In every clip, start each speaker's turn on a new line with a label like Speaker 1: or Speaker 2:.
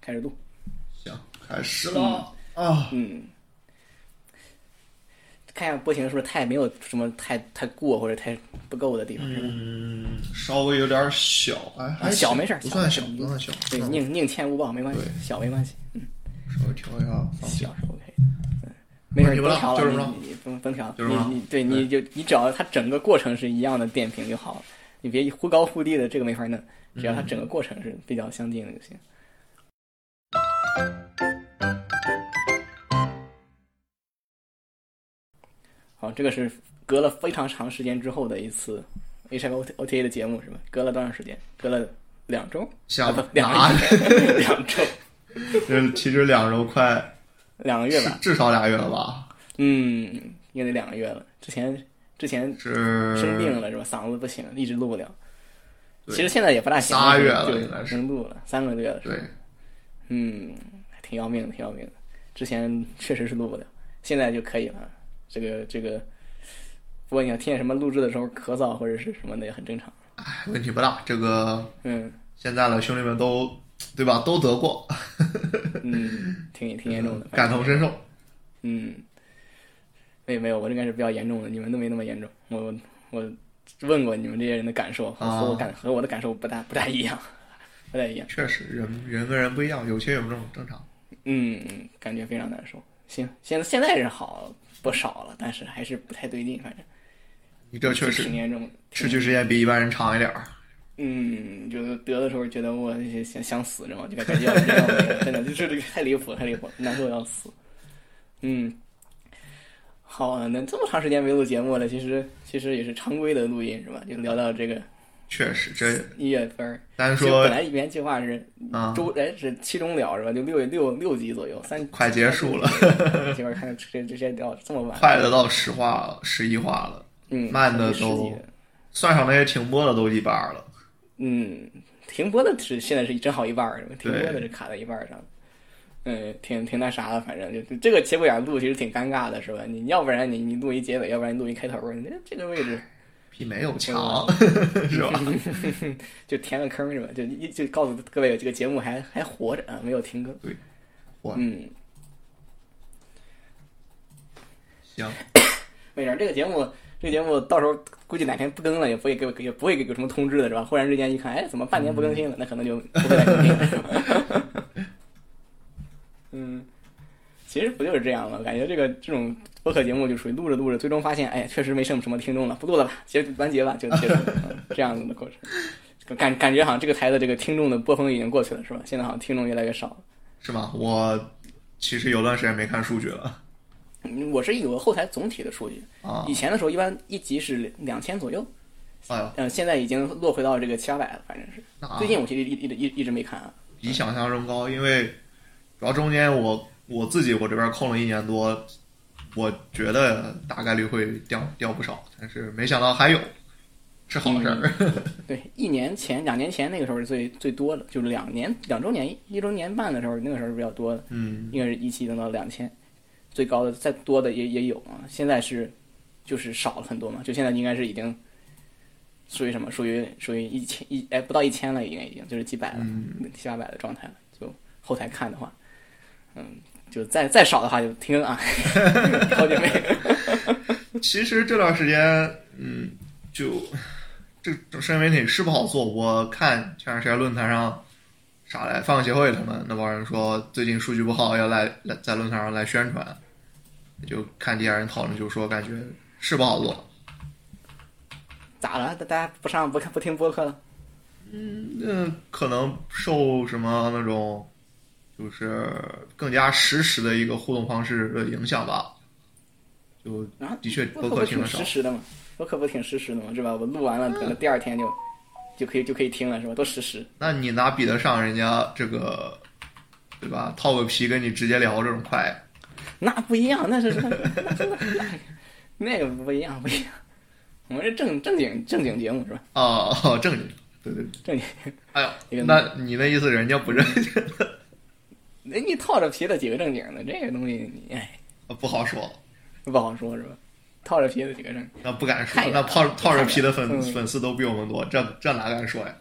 Speaker 1: 开始录。
Speaker 2: 行，开始了啊！
Speaker 1: 嗯，看一下波形是不是太没有什么太太过或者太不够的地方，是吧？
Speaker 2: 嗯，稍微有点小，哎，还行
Speaker 1: 啊小没事儿
Speaker 2: 不算
Speaker 1: 小
Speaker 2: 小，
Speaker 1: 没事
Speaker 2: 不
Speaker 1: 儿
Speaker 2: 算小，
Speaker 1: 对，
Speaker 2: 嗯
Speaker 1: 宁宁欠勿报，没关系，
Speaker 2: 对
Speaker 1: 小没关系，
Speaker 2: 稍微调一下放
Speaker 1: 小
Speaker 2: 小。
Speaker 1: 是 OK 的。嗯，没事，
Speaker 2: 问题不
Speaker 1: 甭
Speaker 2: 大
Speaker 1: 调
Speaker 2: 就是
Speaker 1: 了
Speaker 2: 不，
Speaker 1: 你你甭甭调了，
Speaker 2: 就是不大
Speaker 1: 你你对你就你只要它整个过程是一样的电瓶就好了，你别忽高忽低的，这个没法弄，只要它
Speaker 2: 嗯
Speaker 1: 整个过程是比较相近的就行。好，这个是隔了非常长时间之后的一次 H F O T A 的节目是吧？隔了多长时间？隔了两 周，啊
Speaker 2: 想
Speaker 1: 不两
Speaker 2: 拿
Speaker 1: 个，月，两周，
Speaker 2: 这其实两周快
Speaker 1: 两个月
Speaker 2: 至
Speaker 1: 吧？
Speaker 2: 至少俩月了吧？
Speaker 1: 嗯，应该得两个月了。之前之前
Speaker 2: 是
Speaker 1: 生病了是吧？嗓子不行，一直录不了。
Speaker 2: 对
Speaker 1: 其实现在也不大行，
Speaker 2: 仨月了
Speaker 1: 就
Speaker 2: 应该是
Speaker 1: 能录了，三个多月了。
Speaker 2: 对，
Speaker 1: 嗯，挺要命的，挺要命的。之前确实是录不了，现在就可以了。这个这个，不过你要听见什么录制的时候咳嗽啊或者是什么的也很正常。
Speaker 2: 哎，问题不大。这个
Speaker 1: 嗯
Speaker 2: 现在了，兄弟们都对吧？都得过，
Speaker 1: 嗯，挺挺严重 的，反
Speaker 2: 感
Speaker 1: 正
Speaker 2: 同身受。
Speaker 1: 嗯，没有没有，我这应该是比较严重的，你们都没那么严重。我我问过你们这些人的感受，和
Speaker 2: 啊
Speaker 1: 和我感、和我的感受不大不大一样， 不太一样。
Speaker 2: 确实，人人跟人不一样，有些有这种正常。
Speaker 1: 嗯，感觉非常难受。行，现在现在是好不少了，但是还是不太对劲，反正
Speaker 2: 你这确实
Speaker 1: 挺严重的。
Speaker 2: 持续时间比一般人长一点儿。
Speaker 1: 嗯，就得的时候觉得我想想死着嘛，就感觉要真要没了，真的就是这个太离谱了，太离谱了，难受得要死。嗯，好啊，那这么长时间没录节目了，其实其实也是常规的录音是吧？就聊到这个
Speaker 2: 确实，这
Speaker 1: 一月份儿，哎
Speaker 2: 单
Speaker 1: 其实
Speaker 2: 说
Speaker 1: 本来原计划是
Speaker 2: 啊，
Speaker 1: 周哎是期中聊是吧？就六六六集左右，三
Speaker 2: 快结束了，
Speaker 1: 结果看这这些聊这么晚，
Speaker 2: 快的到十话了，十一话了，
Speaker 1: 嗯，
Speaker 2: 慢的
Speaker 1: 十几
Speaker 2: 都算上那些停播的都一半儿了。
Speaker 1: 嗯，停播的是现在是正好一半儿，停播的
Speaker 2: 对
Speaker 1: 是卡在一半儿上。嗯，挺挺那啥的，反正就就这个节骨眼儿录其实挺尴尬的，是吧？你要不然你你录一结尾，要不然你录一开头，你这这个位置
Speaker 2: 比没有强，是吧？
Speaker 1: 就填个坑，是吧？就一就告诉各位，这个节目还还活着啊，没有停更。
Speaker 2: 对活着
Speaker 1: 嗯，
Speaker 2: 行，
Speaker 1: 没事儿，这个节目这个节目到时候估计哪天不更了，也不会给我也不会给有什么通知的，是吧？忽然之间一看，哎，怎么半年不更新了？那可能就不会再更新了， 是吧？嗯，其实不就是这样吗？感觉这个这种播客节目就属于录着录着，最终发现，哎，确实没什么什么听众了，不录了吧，结完结吧，就结束了、嗯这样子的过程。感感觉好像这个台的这个听众的波峰已经过去了，是吧？现在好像听众越来越少了。
Speaker 2: 是吧？我其实有段时间没看数据了
Speaker 1: 嗯我是有个后台总体的数据，
Speaker 2: 啊
Speaker 1: 以。前的时候一般一集是两千左右，
Speaker 2: 哎呦，
Speaker 1: 嗯，现在已经落回到这个七八百了，反正是。
Speaker 2: 那
Speaker 1: 最近我其实一一直一一直没看啊。
Speaker 2: 比想象中高，因为主要中间我我自己我这边空了一年多，我觉得大概率会掉掉不少，但是没想到还有，是好事儿。
Speaker 1: 对，一年前、两年前那个时候是最最多的，就是两年两周年、一周年半的时候，那个时候是比较多的，
Speaker 2: 嗯，
Speaker 1: 应该是一期能到两千，最高的再多的也也有啊。现在是就是少了很多嘛，就现在应该是已经属于什么？属于属于一千一哎不到一千了，应该已经就是几百了，七八百的状态了。就后台看的话，嗯，就再再少的话就听啊， 好久没
Speaker 2: 其实这段时间，嗯，就这这社交媒体是不好做。我看前段时间论坛上，啥来放协会他们那帮人说，最近数据不好，要来来在论坛上来宣传，就看底下人讨论，就说感觉是不好做。
Speaker 1: 咋了？大大家不上不看不听播客了？
Speaker 2: 那可能受什么那种，就是更加实时的一个互动方式的影响吧。就
Speaker 1: 啊
Speaker 2: 的确
Speaker 1: 播
Speaker 2: 播
Speaker 1: 客
Speaker 2: 客
Speaker 1: 不
Speaker 2: 听
Speaker 1: 挺
Speaker 2: 的少
Speaker 1: 实，时的吗？播客不挺实时的吗？是吧？我录完了，可能第二天就就可以就可以听了，是吧？都实时。
Speaker 2: 那你哪比得上人家这个，对吧？套个皮跟你直接聊这种快？
Speaker 1: 那不一样，那是那那那个不一样，不一样。我们是正正经正经节目是吧？
Speaker 2: 哦，哦正经，对对对，
Speaker 1: 正经，
Speaker 2: 哎
Speaker 1: 一
Speaker 2: 呦，
Speaker 1: 个
Speaker 2: 那你那意思人家不认，
Speaker 1: 人家哎套着皮的几个正经的，这个东西你哎
Speaker 2: 不好说，
Speaker 1: 不好说是吧？套着皮的几个正，
Speaker 2: 那不敢说
Speaker 1: 太，远
Speaker 2: 那
Speaker 1: 了
Speaker 2: 套
Speaker 1: 太
Speaker 2: 套着
Speaker 1: 远
Speaker 2: 皮的
Speaker 1: 了
Speaker 2: 粉
Speaker 1: 嗯
Speaker 2: 粉丝都比我们多，这这哪敢说呀？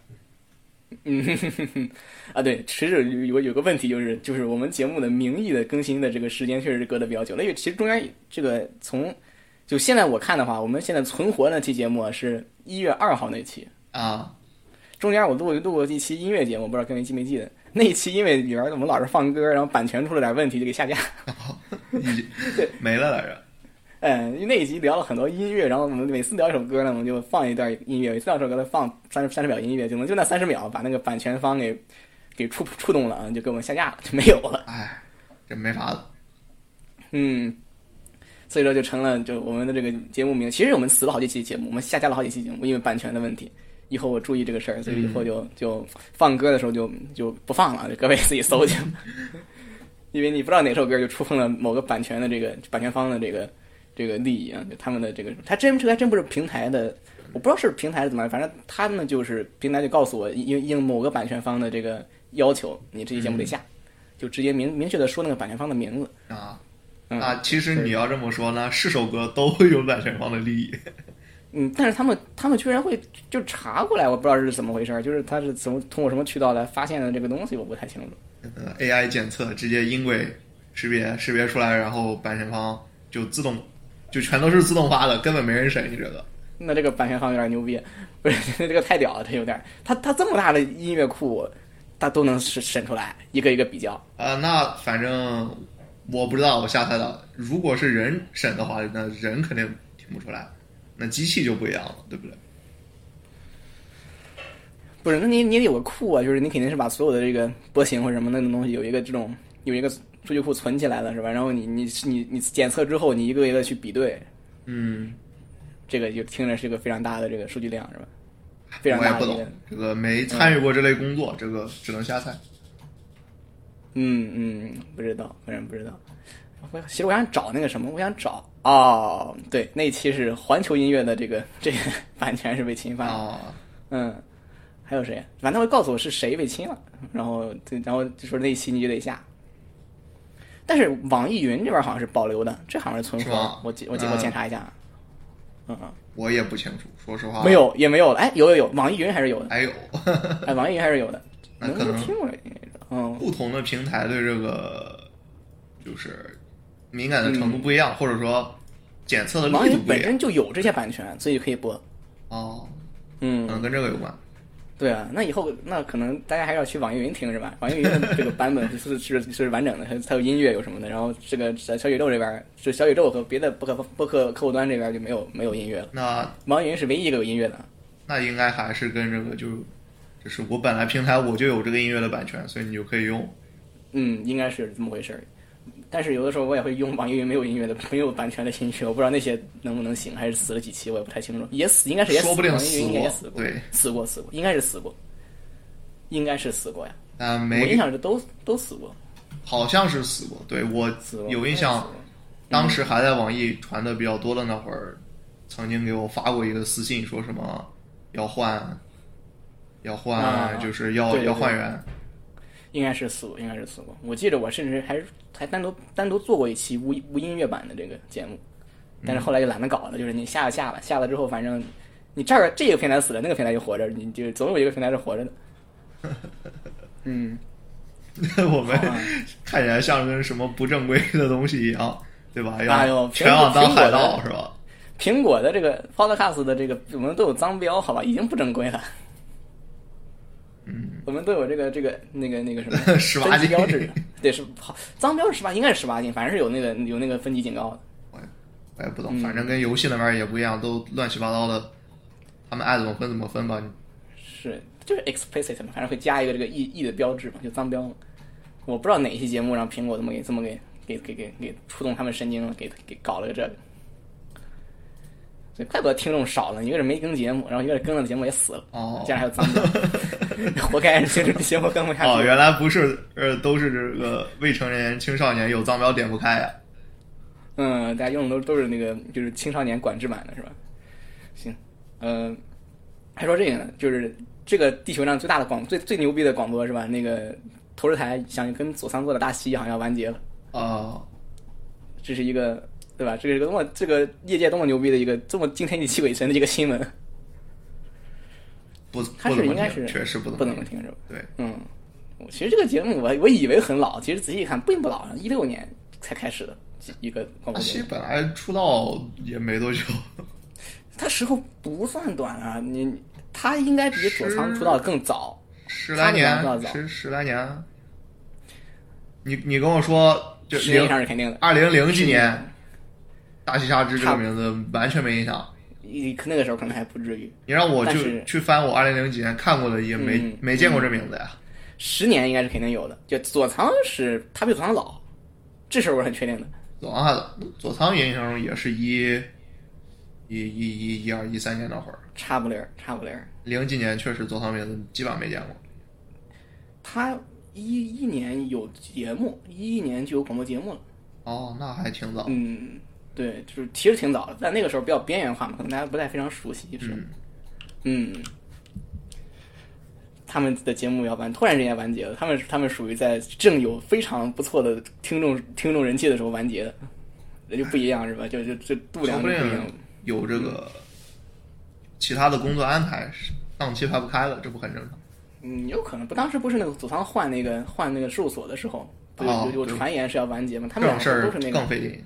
Speaker 1: 嗯哼哼哼， 啊，对，其实有有有个问题就是，就是我们节目的名义的更新的这个时间确实是隔得比较久，那因为其实中间这个从就现在我看的话，我们现在存活那期节目啊是一月二号那期，
Speaker 2: 啊，
Speaker 1: 中间我录过录过一期音乐节目，不知道各位记没记得？那一期因为里边我们老是放歌，然后版权出了 点问题就给下架。
Speaker 2: 已 经没了来着。
Speaker 1: 嗯，因为那一集聊了很多音乐，然后我们每次聊一首歌呢，我们就放一段音乐，每次聊一首歌呢放三三十秒音乐，就能就那三十秒把那个版权方给给触触动了，啊就给我们下架了，就没有了。
Speaker 2: 哎，这没法子。
Speaker 1: 嗯，所以说就成了就我们的这个节目名，其实我们死了好几期节目，我们下架了好几期节目，因为版权的问题。以后我注意这个事儿，所以以后就就放歌的时候就就不放了，就各位自己搜去， 因为你不知道哪首歌就触碰了某个版权的这个版权方的这个这个利益啊，就他们的这个，他真这个还真不是平台的，我不知道是平台是怎么样，反正他们就是平台就告诉我，应应某个版权方的这个要求，你这期节目得下，就直接明明确的说那个版权方的名字。
Speaker 2: 啊，
Speaker 1: 嗯
Speaker 2: 那其实你要这么说呢，是首歌都会有版权方的利益。
Speaker 1: 嗯，但是他们他们居然会就查过来，我不知道是怎么回事儿，就是他是怎么通过什么渠道来发现的这个东西，我不太清楚。
Speaker 2: 呃，AI 检测直接音轨识别识别出来，然后版权方就自动就全都是自动化的，根本没人审你这个。
Speaker 1: 那这个版权方有点牛逼，不是 这个太屌了，这有点儿他他这么大的音乐库，他都能审审出来一个一个比较。
Speaker 2: 啊、那反正我不知道，我瞎猜的。如果是人审的话，那人肯定听不出来，那机器就不一样了，对不
Speaker 1: 嗯
Speaker 2: 对？
Speaker 1: 不是，那你你得有个库啊，就是你肯定是把所有的这个波形或者什么那种东西有一个这种有一个数据库存起来了是吧？然后你你你你检测之后，你一个一个去比对，
Speaker 2: 嗯，
Speaker 1: 这个就听着是一个非常大的这个数据量是吧？非常
Speaker 2: 我也
Speaker 1: 大
Speaker 2: 不
Speaker 1: 的一
Speaker 2: 懂
Speaker 1: 个。
Speaker 2: 这个，没参与过这类工作，这个只能瞎猜。
Speaker 1: 嗯嗯，不知道，反正不知道。我其实我想找那个什么，我想找哦，对，那期是环球音乐的这个 这个版权是被侵犯了。
Speaker 2: 啊，
Speaker 1: 嗯，还有谁？反正会告诉我是谁被侵了，然后对然后就说那一期你就得下。但是网易云这边好像是保留的，这好像是存
Speaker 2: 是
Speaker 1: 活
Speaker 2: 吗啊
Speaker 1: 的。我记我记
Speaker 2: 嗯
Speaker 1: 我检查一下。嗯嗯，
Speaker 2: 我也不清楚，说实话，
Speaker 1: 没。有也没有了。哎，有有有，网易云还是有 的。
Speaker 2: 还 有，
Speaker 1: 哎，网易云还是有的。
Speaker 2: 那
Speaker 1: 能
Speaker 2: 可能
Speaker 1: 听过应该是嗯，
Speaker 2: 不同的平台对这个就是敏感的程度不一样，或者说检测的
Speaker 1: 网易
Speaker 2: 力度
Speaker 1: 云
Speaker 2: 不一
Speaker 1: 本
Speaker 2: 样。
Speaker 1: 身就有这些版权，所以可以播。
Speaker 2: 哦，
Speaker 1: 嗯
Speaker 2: 可，能跟这个有关。
Speaker 1: 对啊，那以后那可能大家还是要去网易云听是 吧？网易云的这个版本是是是完整的， 它它有音乐有什么的。然后这个小小宇宙这边儿，就小宇宙和别的播客播客客户端这边儿就没有没有音乐了。
Speaker 2: 那
Speaker 1: 网易云是唯一一个有音乐的。
Speaker 2: 那应该还是跟这个就就是我本来平台我就有这个音乐的版权，所以你就可以用。
Speaker 1: 嗯，应该是这么回事儿。但是有的时候我也会用网易云没有音乐的、没有版权的音乐，我不知道那些能不能行，还是死了几期我也不太清楚。也死，应该是也死
Speaker 2: 说不定
Speaker 1: 网易云应该也
Speaker 2: 死
Speaker 1: 死
Speaker 2: 过
Speaker 1: 过，
Speaker 2: 对，
Speaker 1: 死过死过，应该是死过，应该是死过呀。
Speaker 2: 但
Speaker 1: 我印
Speaker 2: 没
Speaker 1: 象是都都死过，
Speaker 2: 好像是死过，对我
Speaker 1: 死过应
Speaker 2: 有印
Speaker 1: 该是
Speaker 2: 象
Speaker 1: 死，过
Speaker 2: 当时还在网易传的比较多的那会儿，曾经给我发过一个私信，说什么要换，要换，
Speaker 1: 啊
Speaker 2: 就是要
Speaker 1: 对对
Speaker 2: 要
Speaker 1: 对
Speaker 2: 换人。
Speaker 1: 应该是死过，应该是死过。我记得我甚至还还单独单独做过一期无无音乐版的这个节目，但是后来就懒得搞了，就是你下了下了下了之后，反正你这儿这个平台死了，那个平台就活着，你就总有一个平台是活着的。 嗯，
Speaker 2: 我们
Speaker 1: 好啊
Speaker 2: 看起来像跟什么不正规的东西一样，对吧？
Speaker 1: 哎
Speaker 2: 要
Speaker 1: 呦
Speaker 2: 全网
Speaker 1: 苹果
Speaker 2: 当海
Speaker 1: 苹果
Speaker 2: 盗
Speaker 1: 的
Speaker 2: 是吧？
Speaker 1: 苹果的这个 Podcast 的这个我们都有脏标，好吧，已经不正规了。
Speaker 2: 嗯，
Speaker 1: 我们都有这个这个那个那个什么
Speaker 2: 十八
Speaker 1: 分级
Speaker 2: 禁
Speaker 1: 标志，对，是好脏标是十八，应该是十八禁，反正是有那个有那个分级警告的。
Speaker 2: 我也哎不懂，
Speaker 1: 嗯
Speaker 2: 反正跟游戏那边也不一样，都乱七八糟的，他们爱怎么分怎么分吧。
Speaker 1: 是就是 explicit 嘛，反正会加一个这个 e e 的标志嘛，就脏标嘛。我不知道哪期节目让苹果这么给 这么给给给给给触动他们神经了，给给搞了个这个。所以怪不得听众少了，一个是没更节目，然后一个是更了节目也死了，
Speaker 2: 哦
Speaker 1: 竟然还有脏标， 活该听这节目更不下去。
Speaker 2: 哦，原来不是，呃，都是这个未成年青少年有脏标点不开呀、
Speaker 1: 嗯，大家用的都都是那个就是青少年管制版的是吧？行，呃，还说这个呢，就是这个地球上最大的广最最牛逼的广播是吧？那个投视台想跟左三座的大西好像要完结了，
Speaker 2: 哦，
Speaker 1: 这是一个对吧？这是一个多么这个业界多么牛逼的一个这么惊天地泣鬼神的一个新闻。
Speaker 2: 不
Speaker 1: 它
Speaker 2: 不
Speaker 1: 是
Speaker 2: 怎么
Speaker 1: 应该是
Speaker 2: 听，确实不
Speaker 1: 不怎
Speaker 2: 怎么
Speaker 1: 么
Speaker 2: 听。
Speaker 1: 听说。
Speaker 2: 对，
Speaker 1: 嗯，我其实这个节目我我以为很老，其实仔细一看并不老，一六年才开始的一个广
Speaker 2: 他
Speaker 1: 播
Speaker 2: 其
Speaker 1: 节
Speaker 2: 实
Speaker 1: 目，
Speaker 2: 本来出道也没多久，
Speaker 1: 它时候不算短啊，你他应该比左仓出道更早。
Speaker 2: 十来
Speaker 1: 他们俩出
Speaker 2: 年，
Speaker 1: 道早
Speaker 2: 十十来年。你你跟我说，就
Speaker 1: 十年以
Speaker 2: 零
Speaker 1: 上是肯定的，
Speaker 2: 二零零
Speaker 1: 嗯
Speaker 2: 几年，大西沙之这个名字完全没印象。
Speaker 1: 一那个时候可能还不至于，
Speaker 2: 你让我
Speaker 1: 但
Speaker 2: 就是去翻我二零零几年看过的，也没、
Speaker 1: 嗯
Speaker 2: 没见过这名字呀。
Speaker 1: 十年应该是肯定有的。就左仓是他比左仓老，这事儿我是很确定的。
Speaker 2: 左岸左仓印象中也是一一一一一二一三年那会儿，
Speaker 1: 差不离儿，差不离儿。
Speaker 2: 零几年确实左仓名字基本上没见过。
Speaker 1: 他一一年有节目，一一年就有广播节目了。
Speaker 2: 哦，那还挺早。
Speaker 1: 嗯，对，就是其实挺早的，但那个时候比较边缘化嘛，可能大家不太非常熟悉。是，
Speaker 2: 嗯，
Speaker 1: 嗯他们的节目要完，突然之间完结了。他们他们属于在正有非常不错的听众听众人气的时候完结的，那就不一样是吧？就就就度
Speaker 2: 说
Speaker 1: 量就
Speaker 2: 不
Speaker 1: 不一样
Speaker 2: 定。有这个
Speaker 1: 嗯
Speaker 2: 其他的工作安排，档期排不开了，这不很正常？
Speaker 1: 嗯，有可能不，当时不是那个祖仓换那个换那个事务所的时候，不
Speaker 2: 哦
Speaker 1: 有有有
Speaker 2: 对
Speaker 1: 传言是要完结嘛？他
Speaker 2: 这
Speaker 1: 们
Speaker 2: 种
Speaker 1: 两
Speaker 2: 事
Speaker 1: 个都
Speaker 2: 儿
Speaker 1: 是那个
Speaker 2: 更费劲。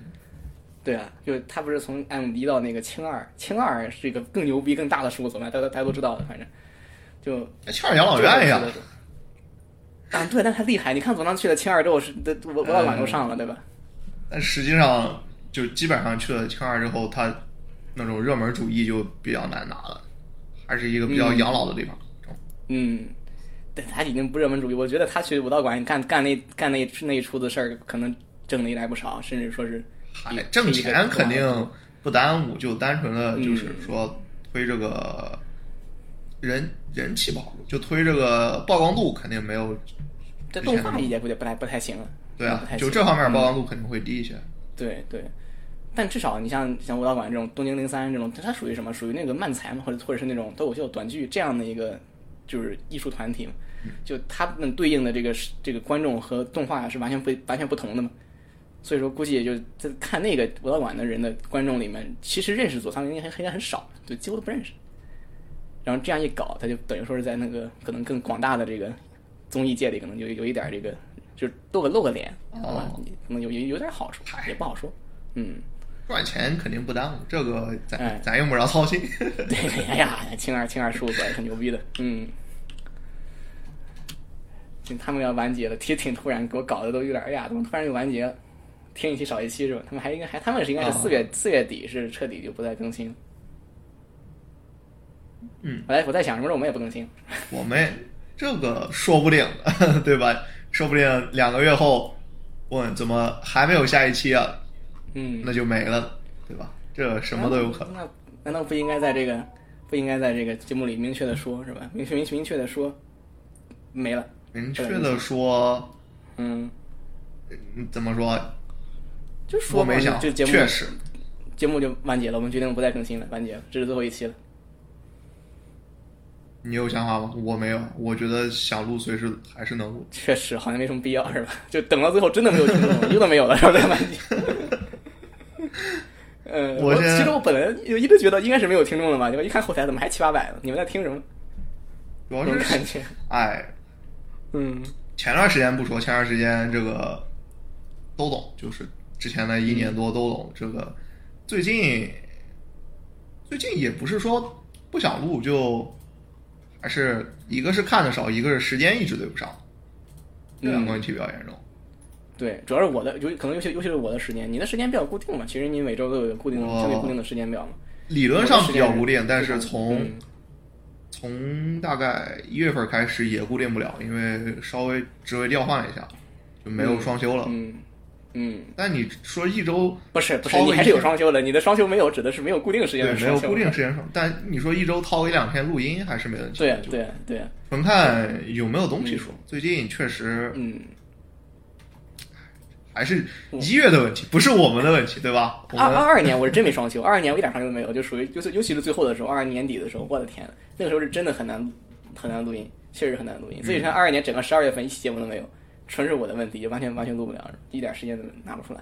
Speaker 1: 对啊，就是他不是从 M 一到那个青二，青二是一个更牛逼、更大的事务所嘛，大家大家都知道的，反正就
Speaker 2: 那欠养老院呀，。
Speaker 1: 啊，对，但他厉害。你看佐仓去了青二之后是，的我我老板都上了，
Speaker 2: 嗯
Speaker 1: 对吧？
Speaker 2: 但实际上就基本上去了青二之后，他那种热门主义就比较难拿了，还是一个比较养老的地方。
Speaker 1: 嗯，但他已经不热门主义。我觉得他去武道馆干干那干那那一出子事儿，可能挣了一来不少，甚至说是
Speaker 2: 嗨，挣钱肯定不耽误，就单纯
Speaker 1: 嗯
Speaker 2: 的就是说推这个人人气不好，就推这个曝光度肯定没有。
Speaker 1: 这动画也不不太不太行了。
Speaker 2: 对
Speaker 1: 不
Speaker 2: 啊
Speaker 1: 太，行嗯
Speaker 2: 就这方面曝光度肯定会低一些。
Speaker 1: 对对，但至少你像像武道馆这种东京零三这种，它属于什么？属于那个漫才嘛，或者或者是那种脱口秀、短剧这样的一个就是艺术团体嘛。就他们对应的这个是这个观众和动画是完全不完全不同的嘛。所以说，估计也就在看那个武道馆的人的观众里面，其实认识佐仓绫应该应该很少，就几乎都不认识。然后这样一搞，他就等于说是在那个可能更广大的这个综艺界里，可能就有一点儿这个，就是露个露个脸，好吧？
Speaker 2: 哦
Speaker 1: 可能有有有点好处，也不好说。嗯，
Speaker 2: 赚钱肯定不耽误，这个
Speaker 1: 哎
Speaker 2: 咱咱用不着操心。
Speaker 1: 对，哎呀，青二青二事务所也很牛逼的，嗯。就他们要完结了，其实挺突然，给我搞得都有点，哎呀，怎么突然就完结了？听一期少一期是吧？他们还应该还，他们是应该是
Speaker 2: 哦
Speaker 1: 四月四、月底是彻底就不再更新了。
Speaker 2: 嗯，
Speaker 1: 我在我在想什么时候我们也不更新，
Speaker 2: 我们这个说不定，对吧？说不定两个月后问怎么还没有下一期啊，
Speaker 1: 嗯，
Speaker 2: 那就没了，对吧？这什么都有可能。
Speaker 1: 那难道不应该在这个不应该在这个节目里明确的说是吧？明确明确明确的说没了，
Speaker 2: 明确的说，
Speaker 1: 嗯，
Speaker 2: 嗯怎么说？
Speaker 1: 就说
Speaker 2: 我
Speaker 1: 嘛
Speaker 2: 没想，
Speaker 1: 就节目
Speaker 2: 确实，
Speaker 1: 节目就完结了，我们决定不再更新了，完结了，这是最后一期了。
Speaker 2: 你有想法吗？我没有，我觉得想录随时还是能录。
Speaker 1: 确实好像没什么必要，是吧？ 就等到最后真的没有听众了，一个都没有了，然后再完结。 呃，
Speaker 2: 我
Speaker 1: 我
Speaker 2: 现在
Speaker 1: 其实我本来一直觉得应该是没有听众了吧，结果一看后台怎么还七八百了，你们在听什么？
Speaker 2: 主
Speaker 1: 这
Speaker 2: 要
Speaker 1: 种
Speaker 2: 是，
Speaker 1: 感觉，
Speaker 2: 哎，
Speaker 1: 嗯
Speaker 2: 前段时间不说，前段时间这个都懂，就是之前的一年多都懂。这个最近最近也不是说不想录，就还是一个是看的少，一个是时间一直对不上，
Speaker 1: 嗯
Speaker 2: 这两个问题比较严重。
Speaker 1: 对，主要是我的，尤其可能尤其尤其是我的时间，你的时间比较固定嘛，其实你每周都有一个固定的
Speaker 2: 我
Speaker 1: 相对固定的时间表嘛。
Speaker 2: 理论上比较固定，
Speaker 1: 我的
Speaker 2: 但
Speaker 1: 时间
Speaker 2: 是从、
Speaker 1: 嗯
Speaker 2: 从大概一月份开始也固定不了，因为稍微职位调换了一下，就没有双休了。
Speaker 1: 嗯嗯，
Speaker 2: 但你说一周
Speaker 1: 不是不是，
Speaker 2: 超过
Speaker 1: 你还
Speaker 2: 一
Speaker 1: 是有
Speaker 2: 天
Speaker 1: 双休的，你的双休没有指的是没有固定时间
Speaker 2: 对
Speaker 1: 的
Speaker 2: 没
Speaker 1: 双
Speaker 2: 有
Speaker 1: 休
Speaker 2: 固定时间上，但你说一周掏一两天录音还是没问题
Speaker 1: 对
Speaker 2: 的，就
Speaker 1: 对对，
Speaker 2: 纯看有没有东西说。最近确实
Speaker 1: 嗯。
Speaker 2: 还是一月的问题，不是我们的问题，对吧？我
Speaker 1: 二二
Speaker 2: 们
Speaker 1: 二年我是真没双休，二二年我一点双休都没有，就属于就是尤其是最后的时候，二二年底的时候，我的天，那个时候是真的很难很难录音，确实很难录音。所以你看二二年整个十二月份一期节目都没有，纯是我的问题，就完全完全录不了，一点时间都拿不出来。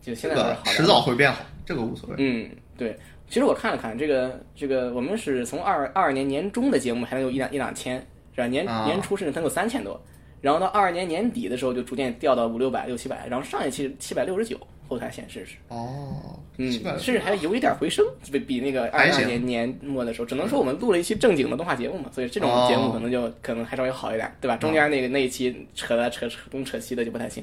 Speaker 1: 就
Speaker 2: 这
Speaker 1: 现在还是
Speaker 2: 个
Speaker 1: 好点
Speaker 2: 迟早会变好，这个无所谓。
Speaker 1: 嗯，对，其实我看了看这个这个，我们是从二二二年年中的节目还能有一两一两千，是吧？年
Speaker 2: 啊
Speaker 1: 年初甚至能有三千多，然后到二二年年底的时候就逐渐掉到五六百、六七百，然后上一期七百六十九后台显示是，
Speaker 2: 哦，
Speaker 1: 嗯，
Speaker 2: 700
Speaker 1: 甚至还有一点回升，比比那个二
Speaker 2: 还
Speaker 1: 二
Speaker 2: 行
Speaker 1: 年年末的时候，只能说我们录了一期正经的动画节目嘛，所以这种
Speaker 2: 哦
Speaker 1: 节目可能就可能还稍微好一点，对吧？中间那个那一期扯来扯扯东扯西的就不太行。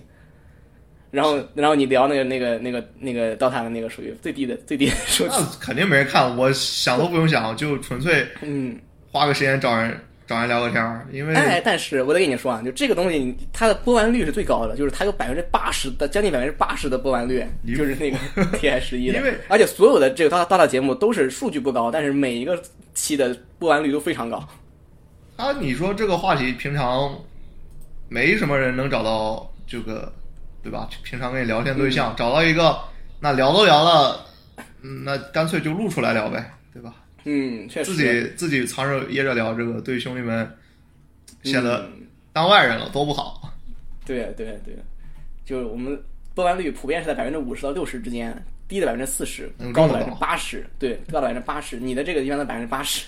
Speaker 1: 然后，然后你聊那个那个那个那个 DOTA 的那个属于最低的最低的数字，
Speaker 2: 那肯定没人看，我想都不用想，就纯粹
Speaker 1: 嗯，
Speaker 2: 花个时间找人找人聊个天儿，因为
Speaker 1: 哎，但是我得跟你说啊，就这个东西，它的播完率是最高的，就是它有百分之八十的，将近百分之八十的播完率，
Speaker 2: 离谱
Speaker 1: 就是那个 TI 十一的
Speaker 2: 因为。
Speaker 1: 而且所有的这个大大大节目都是数据不高，但是每一个期的播完率都非常高。
Speaker 2: 他你说这个话题平常没什么人能找到这个，对吧？平常跟你聊天对
Speaker 1: 嗯
Speaker 2: 象、找到一个，那聊都聊了，嗯那干脆就录出来聊呗，对吧？
Speaker 1: 嗯，确实。
Speaker 2: 自己自己藏着掖着聊这个，对兄弟们显得
Speaker 1: 嗯
Speaker 2: 当外人了，多不好。
Speaker 1: 对对对，就是我们播完率普遍是在百分之五十到六十之间，低的百分之四十
Speaker 2: 嗯，
Speaker 1: 高
Speaker 2: 这
Speaker 1: 的
Speaker 2: 么
Speaker 1: 百
Speaker 2: 高
Speaker 1: 分之八十，对，高的百分之八十，你的这个一般在百分之八十。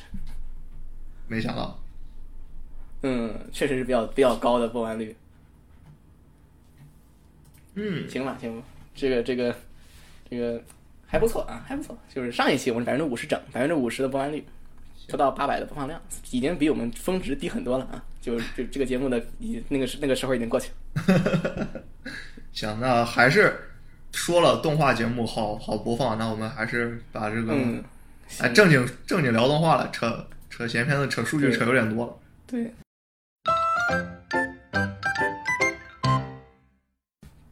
Speaker 2: 没想到，
Speaker 1: 嗯，确实是比较比较高的播完率。
Speaker 2: 嗯，
Speaker 1: 行吧，行吧，这个这个这个还不错啊，还不错。就是上一期我们百分之五十整，百分之五十的播放率，不到八百的播放量，已经比我们峰值低很多了啊。就就这个节目的已那个时那个时候已经过去了。
Speaker 2: 行，那还是说了动画节目好好播放，那我们还是把这个、
Speaker 1: 嗯，
Speaker 2: 哎
Speaker 1: 行
Speaker 2: 正经正经聊动画了，扯扯闲篇子、扯数据
Speaker 1: 对
Speaker 2: 扯有点多了。
Speaker 1: 对。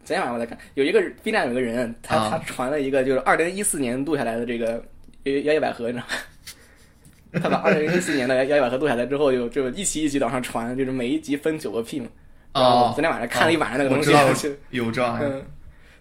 Speaker 1: 昨天晚上我在看，有一个 B 站有个人，他、
Speaker 2: 啊
Speaker 1: 他传了一个就是二零一四年录下来的这个摇摇一百合，你知道 吗？他把二零一四年的摇一百合录下来之后，就就一期一集地往上传，就是每一集分九个 P 嘛。然后
Speaker 2: 啊
Speaker 1: 我昨天晚上看了一晚上那个
Speaker 2: 哦我
Speaker 1: 东
Speaker 2: 知
Speaker 1: 西，
Speaker 2: 道
Speaker 1: 就
Speaker 2: 有这玩意儿，
Speaker 1: 嗯，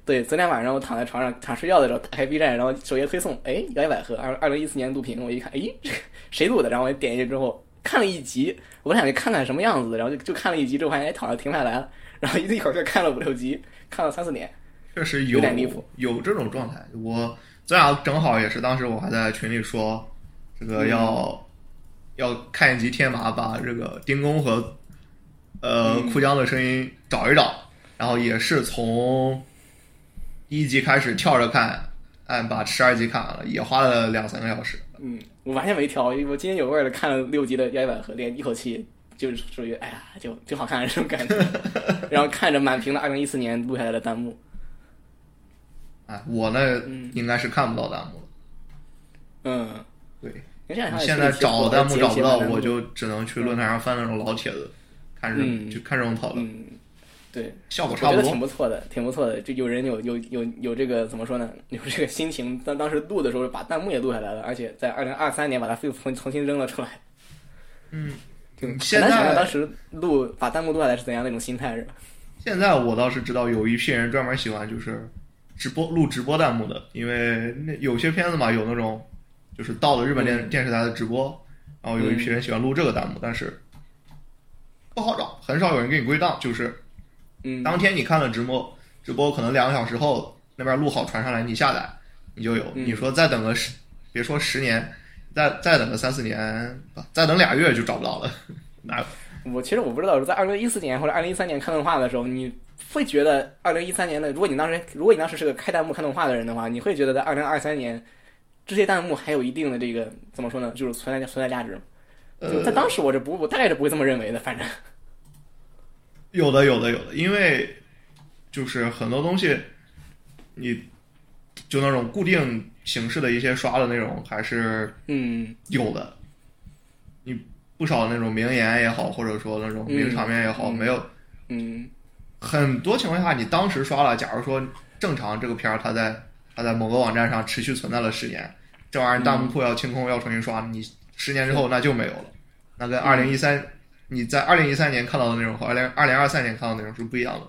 Speaker 1: 对，昨天晚上我躺在床上躺睡觉的时候，打开 B 站，然后首页推送，哎，摇一百合二二零一四年录屏，我一看，哎， 这个谁录的？然后我点进去之后看了一集，我想去看看什么样子，然后就就看了一集之后，发现哎，躺着停不下来了， 然后一一会儿就看了五六集，看了三四年，
Speaker 2: 确实
Speaker 1: 有
Speaker 2: 有
Speaker 1: 点离谱
Speaker 2: 有这种状态。我咱俩正好也是，当时我还在群里说，
Speaker 1: 嗯
Speaker 2: 这个要、要看一集天麻，把这个丁工和呃
Speaker 1: 嗯
Speaker 2: 库江的声音找一找，然后也是从一集开始跳着看，按把十二集看完了，也花了两三个小时。
Speaker 1: 嗯，我完全没挑，我津津有味的看了六集的摇一百合，连一口气就是属于哎呀，就挺好看的这种 感觉，然后看着满屏的二零一四年录下来的弹幕，
Speaker 2: 哎，我呢应该是看不到弹幕了。
Speaker 1: 嗯，
Speaker 2: 对，
Speaker 1: 你这样
Speaker 2: 现在找弹幕找不到，我
Speaker 1: 就。
Speaker 2: 就嗯只能去论坛上翻那种老帖子，看这
Speaker 1: 嗯
Speaker 2: 就看这种讨论，
Speaker 1: 嗯，对，
Speaker 2: 效果
Speaker 1: 我
Speaker 2: 差
Speaker 1: 觉
Speaker 2: 不
Speaker 1: 得
Speaker 2: 多
Speaker 1: 挺。不错的，挺不错的。就有人有有有有这个怎么说呢？有这个心情，当当时录的时候把弹幕也录下来了，而且在二零二三年把它又重重新扔了出来。
Speaker 2: 嗯，
Speaker 1: 就很
Speaker 2: 现
Speaker 1: 难想象
Speaker 2: 在
Speaker 1: 当时录把弹幕录下来是怎样的一种心态，是吧？
Speaker 2: 现在我倒是知道有一批人专门喜欢就是直播录直播弹幕的，因为那有些片子嘛有那种就是到了日本电、
Speaker 1: 嗯
Speaker 2: 电视台的直播，然后有一批人喜欢录这个弹幕，但是不好找，很少有人给你归档，就是
Speaker 1: 嗯，
Speaker 2: 当天你看了直播，直播可能两个小时后那边录好传上来，你下载你就有。
Speaker 1: 嗯
Speaker 2: 你说再等个十，别说十年，再再等个三四年，不再等俩月就找不到了。 哪有
Speaker 1: 我其实我不知道，在二零一四年或者二零一三年看动画的时候，你会觉得二零一三年的，如果你当时如果你当时是个开弹幕看动画的人的话，你会觉得在二零二三年这些弹幕还有一定的这个怎么说呢，就是存在存在价值吗？就在
Speaker 2: 呃，
Speaker 1: 当时我这不，我大概是不会这么认为的，反正，
Speaker 2: 有的有的有的，因为就是很多东西，你就那种固定形式的一些刷的内容还是
Speaker 1: 嗯
Speaker 2: 有的。你不少那种名言也好，或者说那种名场面也好，
Speaker 1: 嗯嗯
Speaker 2: 没有
Speaker 1: 嗯
Speaker 2: 很多情况下，你当时刷了，假如说正常这个片儿，它在它在某个网站上持续存在了十年，这玩意儿弹幕库要清空，要重新刷，你十年之后那就没有了。那跟二零一三，你在二零一三年看到的内容和二零二零二三年看到的内容是不一样的。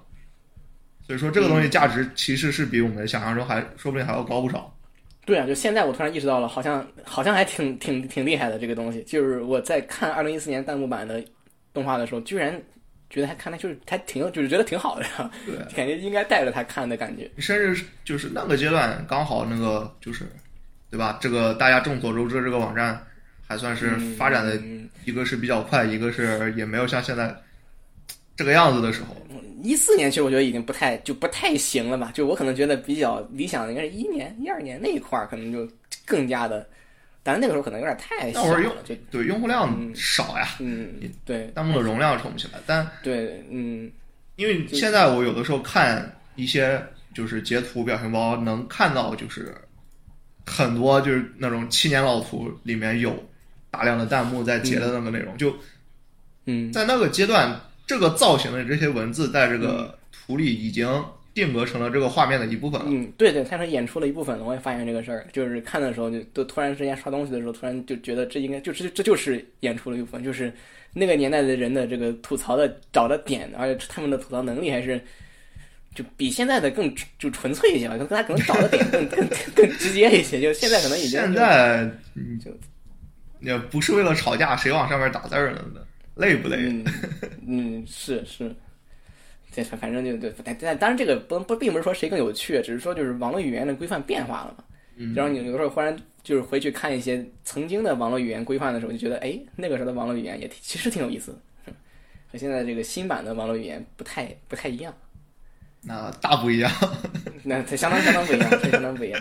Speaker 2: 所以说，这个东西价值其实是比我们想象中还说不定还要高不少。
Speaker 1: 对啊，就现在我突然意识到了，好像好像还挺挺挺厉害的这个东西。就是我在看二零一四年弹幕版的动画的时候，居然觉得还看它就是还挺就是觉得挺好的，
Speaker 2: 对，
Speaker 1: 感觉应该带着它看的感觉。
Speaker 2: 甚至是就是那个阶段刚好那个就是对吧？这个大家众所周知，这个网站还算是发展的，
Speaker 1: 嗯
Speaker 2: 一个是比较快，一个是也没有像现在这个样子的时候。
Speaker 1: 一四年其实我觉得已经不太就不太行了吧，就我可能觉得比较理想的应该是一年、一二年那一块儿，可能就更加的，但是那个时候可能有点太小
Speaker 2: 那会儿用
Speaker 1: 了，就
Speaker 2: 对，用户量少呀，
Speaker 1: 嗯，对
Speaker 2: 弹幕的容量冲不起来。但
Speaker 1: 对，嗯
Speaker 2: 因为
Speaker 1: 就是
Speaker 2: 现在我有的时候看一些就是截图表情包，能看到就是很多就是那种七年老图里面有大量的弹幕在截的那个内容，就
Speaker 1: 嗯，
Speaker 2: 在那个阶段，这个造型的这些文字在这个图里已经定格成了这个画面的一部分了。
Speaker 1: 嗯，对对，他说演出了一部分了，我也发现这个事儿，就是看的时候就都突然之间刷东西的时候，突然就觉得这应该就是这就是演出了一部分，就是那个年代的人的这个吐槽的找的点，而且他们的吐槽能力还是就比现在的更就纯粹一些吧，可能他可能找的点更更更更直接一些，就现在可能已经
Speaker 2: 现在
Speaker 1: 就
Speaker 2: 也不是为了吵架，谁往上面打字儿呢？累不累？
Speaker 1: 嗯嗯是是，对反反正就对，但但当然这个不不并不是说谁更有趣，只是说就是网络语言的规范变化了嘛。
Speaker 2: 嗯，
Speaker 1: 然后你有的时候忽然就是回去看一些曾经的网络语言规范的时候，就觉得哎，那个时候的网络语言也挺其实挺有意思的，哼和现在这个新版的网络语言不太不太一样，
Speaker 2: 那大不一样。
Speaker 1: 那它相当相当不一样，它相当不一样。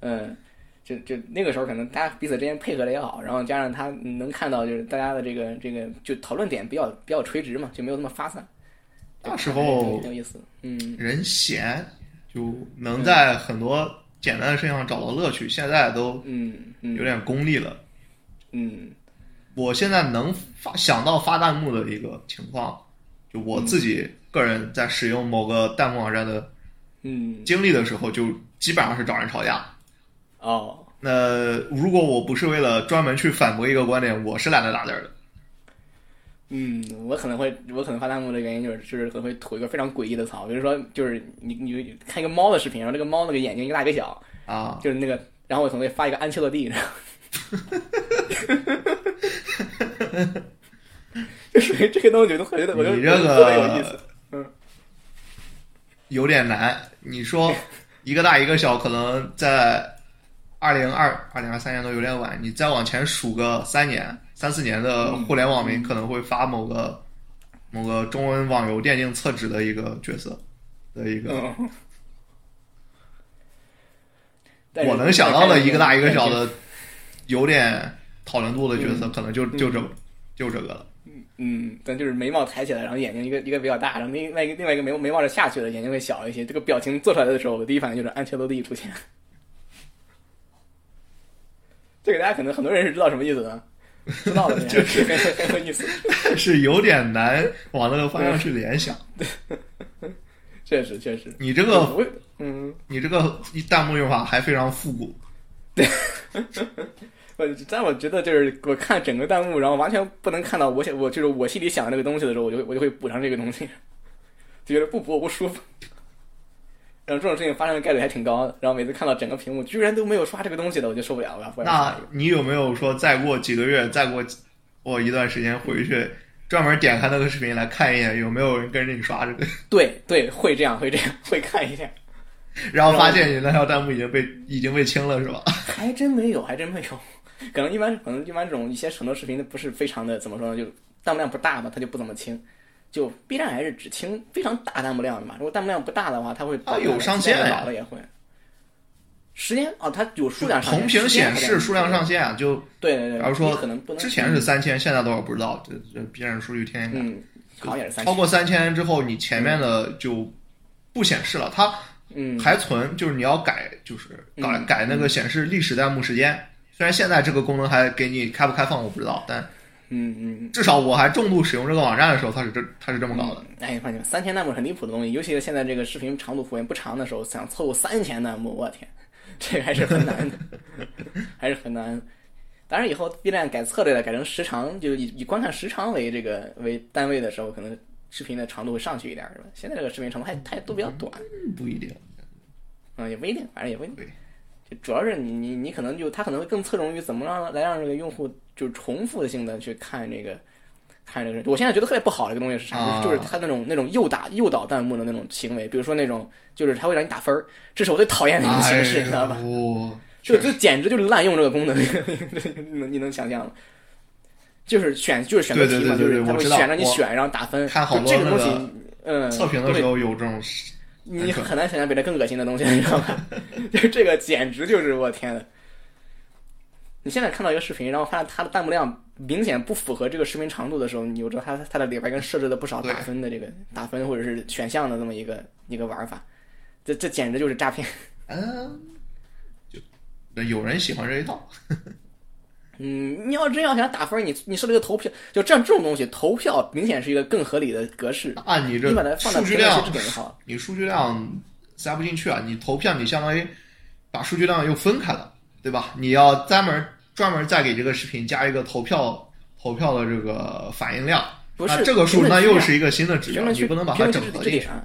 Speaker 1: 嗯，就就那个时候可能大家彼此之间配合的也好，然后加上他能看到就是大家的这个这个就讨论点比较比较垂直嘛，就没有那么发散。
Speaker 2: 那时候
Speaker 1: 挺有意思，嗯，
Speaker 2: 人闲就能在很多简单的事情上找到乐趣，现在都
Speaker 1: 嗯嗯
Speaker 2: 有点功利了。
Speaker 1: 嗯
Speaker 2: 我现在能发想到发弹幕的一个情况，就我自己个人在使用某个弹幕网站的
Speaker 1: 嗯
Speaker 2: 经历的时候，就基本上是找人吵架。
Speaker 1: 哦，
Speaker 2: 那如果我不是为了专门去反驳一个观点，我是懒得打字儿的。
Speaker 1: 嗯，我可能会，我可能发弹幕的原因就是，就是可能会吐一个非常诡异的槽，比如说，就是你你看一个猫的视频，然后这个猫那个眼睛一个大一个小，
Speaker 2: 啊，
Speaker 1: 就是那个，然后我可能会发一个安切洛蒂，然 后就属于这个东西，我都觉得 我就
Speaker 2: 你这
Speaker 1: 我就特别有意
Speaker 2: 个
Speaker 1: 思，嗯
Speaker 2: 有点难。你说一个大一个小，可能在二零二二零二三年都有点晚。你再往前数个三年、三四年的
Speaker 1: 嗯
Speaker 2: 互联网民，可能会发某个某个中文网游电竞厕纸的一个角色的一个，
Speaker 1: 嗯。 但是
Speaker 2: 我能想到的一个大一个小
Speaker 1: 但是，
Speaker 2: 的，有点讨论度的角色，可能就就这个就这个了。
Speaker 1: 嗯，但就是眉毛抬起来，然后眼睛一个一个比较大，然后另外一个另外一个眉眉毛是下去了，眼睛会小一些。这个表情做出来的时候，我第一反应就是安切洛蒂出现。 这个大家可能很多人是知道什么意思的，知道的，就是很很 很有意思。
Speaker 2: 但是有点难往那个方向去联想。
Speaker 1: 嗯确实确实，
Speaker 2: 你这个
Speaker 1: 我嗯，
Speaker 2: 你这个弹幕用法还非常复古，
Speaker 1: 我但我觉得就是我看整个弹幕，然后完全不能看到我想我就是我心里想的那个东西的时候，我就会我就会补上这个东西，就觉得不补我不舒服。然后这种事情发生的概率还挺高的，然后每次看到整个屏幕居然都没有刷这个东西的，我就受不了了。我要
Speaker 2: 那你有没有说再过几个月，再过过一段时间回去，专门点开那个视频来看一眼，有没有人跟着你刷 这个？
Speaker 1: 对对，会这样会这样会看一下，
Speaker 2: 然后发现你那条弹幕已经被已经被清了，是吧？
Speaker 1: 还真没有，还真没有。 可能一般可能一般这种一些很多视频都不是非常的怎么说呢，就弹幕量不大嘛，它就不怎么清。就 B 站还是只清非常大弹幕量的嘛，如果弹幕量不大的话，它会
Speaker 2: 它啊有上限呀
Speaker 1: 老了也会。时间哦，它有数量上限
Speaker 2: 同屏显
Speaker 1: 时
Speaker 2: 示
Speaker 1: 间
Speaker 2: 数量上限啊，就
Speaker 1: 对对对，
Speaker 2: 假如说
Speaker 1: 你可能不能
Speaker 2: 之前是三千，现在多少不知道，这这 B 站数据天天改。
Speaker 1: 嗯，好像也是三
Speaker 2: 超
Speaker 1: 千，
Speaker 2: 过三千之后，你前面的就不显示了，它
Speaker 1: 嗯
Speaker 2: 还存，就是你要改，就是改
Speaker 1: 嗯
Speaker 2: 改那个显示历史弹幕时间。虽然现在这个功能还给你开不开放我不知道，但
Speaker 1: 嗯嗯，
Speaker 2: 至少我还重度使用这个网站的时候，它是这它是这么搞的。
Speaker 1: 哎，反正三千弹幕是很离谱的东西，尤其是现在这个视频长度幅员不长的时候，想凑三千弹幕，我天， 这个还是很难的， 还是很难。当然，以后 B 站改策略了，改成时长，就以以观看时长为这个为单位的时候，可能视频的长度会上去一点，是吧？现在这个视频长度还还都比较短，
Speaker 2: 不一定，
Speaker 1: 嗯，也不一定，反正也不一定
Speaker 2: 对。
Speaker 1: 就主要是你你你可能就它可能会更侧重于怎么让来让这个用户就重复性的去看这个看这个。我现在觉得特别不好的一个东西是啥？
Speaker 2: 啊
Speaker 1: 就是就是它那种那种诱打诱导弹幕的
Speaker 2: 哎
Speaker 1: 那种行为，比如说那种就是它会让你打分儿，这是我最讨厌的一种形式，你知道吧？
Speaker 2: 我
Speaker 1: 就就简直就是滥用这个功能， 你能你能想象吗？就是选就是选择题嘛，
Speaker 2: 对
Speaker 1: 就
Speaker 2: 对对对
Speaker 1: 是他
Speaker 2: 我
Speaker 1: 会
Speaker 2: 知道
Speaker 1: 选让你
Speaker 2: 我
Speaker 1: 选，然后打分。
Speaker 2: 看好
Speaker 1: 就这个东
Speaker 2: 多那个
Speaker 1: 西，嗯，
Speaker 2: 测评的时候有这种
Speaker 1: 你很难想象比这更恶心的东西，你知道 吧？就这个简直就是我天呐！你现在看到一个视频，然后发现它的弹幕量明显不符合这个视频长度的时候，你就知道它它的里边应该设置了不少
Speaker 2: 对
Speaker 1: 打分的这个打分或者是选项的这么一个一个玩法，这这简直就是诈骗。
Speaker 2: 嗯，就有人喜欢这一套，
Speaker 1: 嗯，你要真要想打分，你你设置个投票，就这样这种东西，投票明显是一个更合理的格式，
Speaker 2: 按你
Speaker 1: 你把它
Speaker 2: 这
Speaker 1: 放在
Speaker 2: 数据
Speaker 1: 评论区
Speaker 2: 量
Speaker 1: 置顶就好了。
Speaker 2: 你数据量塞不进去啊，你投票你相当于把数据量又分开了，对吧？你要专门专门再给这个视频加一个投票投票的这个反应量，
Speaker 1: 不
Speaker 2: 那
Speaker 1: 是
Speaker 2: 这个数
Speaker 1: 评
Speaker 2: 那
Speaker 1: 论区
Speaker 2: 又
Speaker 1: 啊
Speaker 2: 是一个新的指
Speaker 1: 评
Speaker 2: 标，
Speaker 1: 论
Speaker 2: 你
Speaker 1: 区
Speaker 2: 不能把
Speaker 1: 评
Speaker 2: 它
Speaker 1: 论
Speaker 2: 整
Speaker 1: 区
Speaker 2: 合
Speaker 1: 置
Speaker 2: 进
Speaker 1: 顶
Speaker 2: 去
Speaker 1: 啊。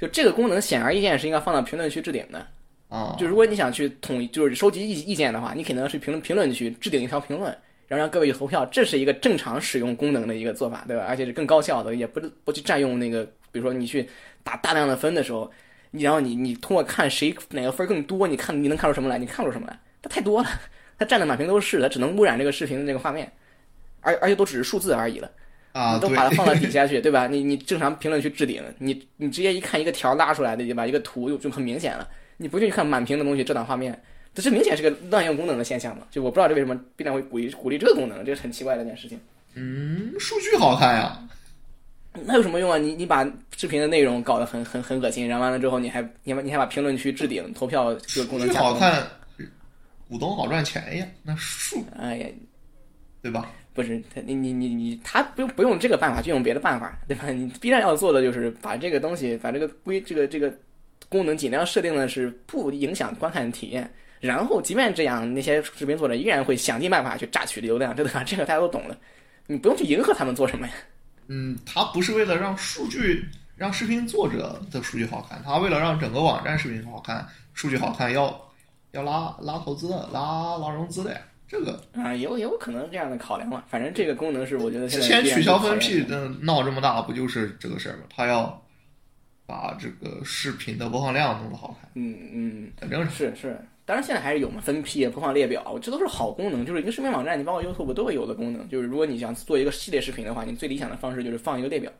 Speaker 1: 就这个功能显而易见是应该放到评论区置顶的。
Speaker 2: 啊。
Speaker 1: 就如果你想去统一，就是收集意意见的话，你可能去评论评论区置顶一条评论，然后让各位去投票，这是一个正常使用功能的一个做法，对吧？而且是更高效的，也不不去占用那个，比如说你去打大量的分的时候，你然后你你通过看谁哪个分更多，你看你能看出什么来？你看不出什么来，它太多了，它占的满屏都是，它只能污染这个视频的这个画面，而而且都只是数字而已了。
Speaker 2: 啊，
Speaker 1: 你都
Speaker 2: 对，
Speaker 1: 把它放到底 下去，对吧？你你正常评论区置顶，你你直接一看一个条拉出来的，对吧？一个图就就很明显了。你不去看满屏的东西遮挡画面，这这明显是个滥用功能的现象嘛？就我不知道这为什么 B 站会鼓励鼓励这个功能，这是很奇怪的一件事情。
Speaker 2: 嗯，数据好看呀，
Speaker 1: 那有什么用啊？你你把视频的内容搞得很很很恶心，然后完了之后你还你还你还把评论区置顶投票这个功
Speaker 2: 数
Speaker 1: 能
Speaker 2: 据
Speaker 1: 加
Speaker 2: 好
Speaker 1: 强，
Speaker 2: 看，股东好赚钱呀，那数
Speaker 1: 哎呀，
Speaker 2: 对吧？
Speaker 1: 不是他，你你你你，他不用不用这个办法，就用别的办法，对吧？ 你 B 站要做的就是把这个东西，把这个规这个这个功能尽量设定的是不影响观看体验。然后，即便这样，那些视频作者依然会想尽办法去榨取流量，这个这个大家都懂了，你不用去迎合他们做什么呀？
Speaker 2: 嗯，它不是为了让数据让视频作者的数据好看，它为了让整个网站视频好看，数据好看要要拉拉投资的，拉拉融资的呀。这个
Speaker 1: 啊，有有可能这样的考量嘛？反正这个功能是我觉得现
Speaker 2: 之
Speaker 1: 在
Speaker 2: 前
Speaker 1: B 站
Speaker 2: 取消
Speaker 1: 考量
Speaker 2: 分
Speaker 1: 的
Speaker 2: P 的闹这么大，不就是这个事儿吗？他要把这个视频的播放量弄得好看，
Speaker 1: 嗯嗯。
Speaker 2: 很正常。
Speaker 1: 是是，当然现在还是有嘛，分批啊播放列表，这都是好功能，就是一个视频网站，你包括 YouTube 都会有的功能。就是如果你想做一个系列视频的话，你最理想的方式就是放一个列表。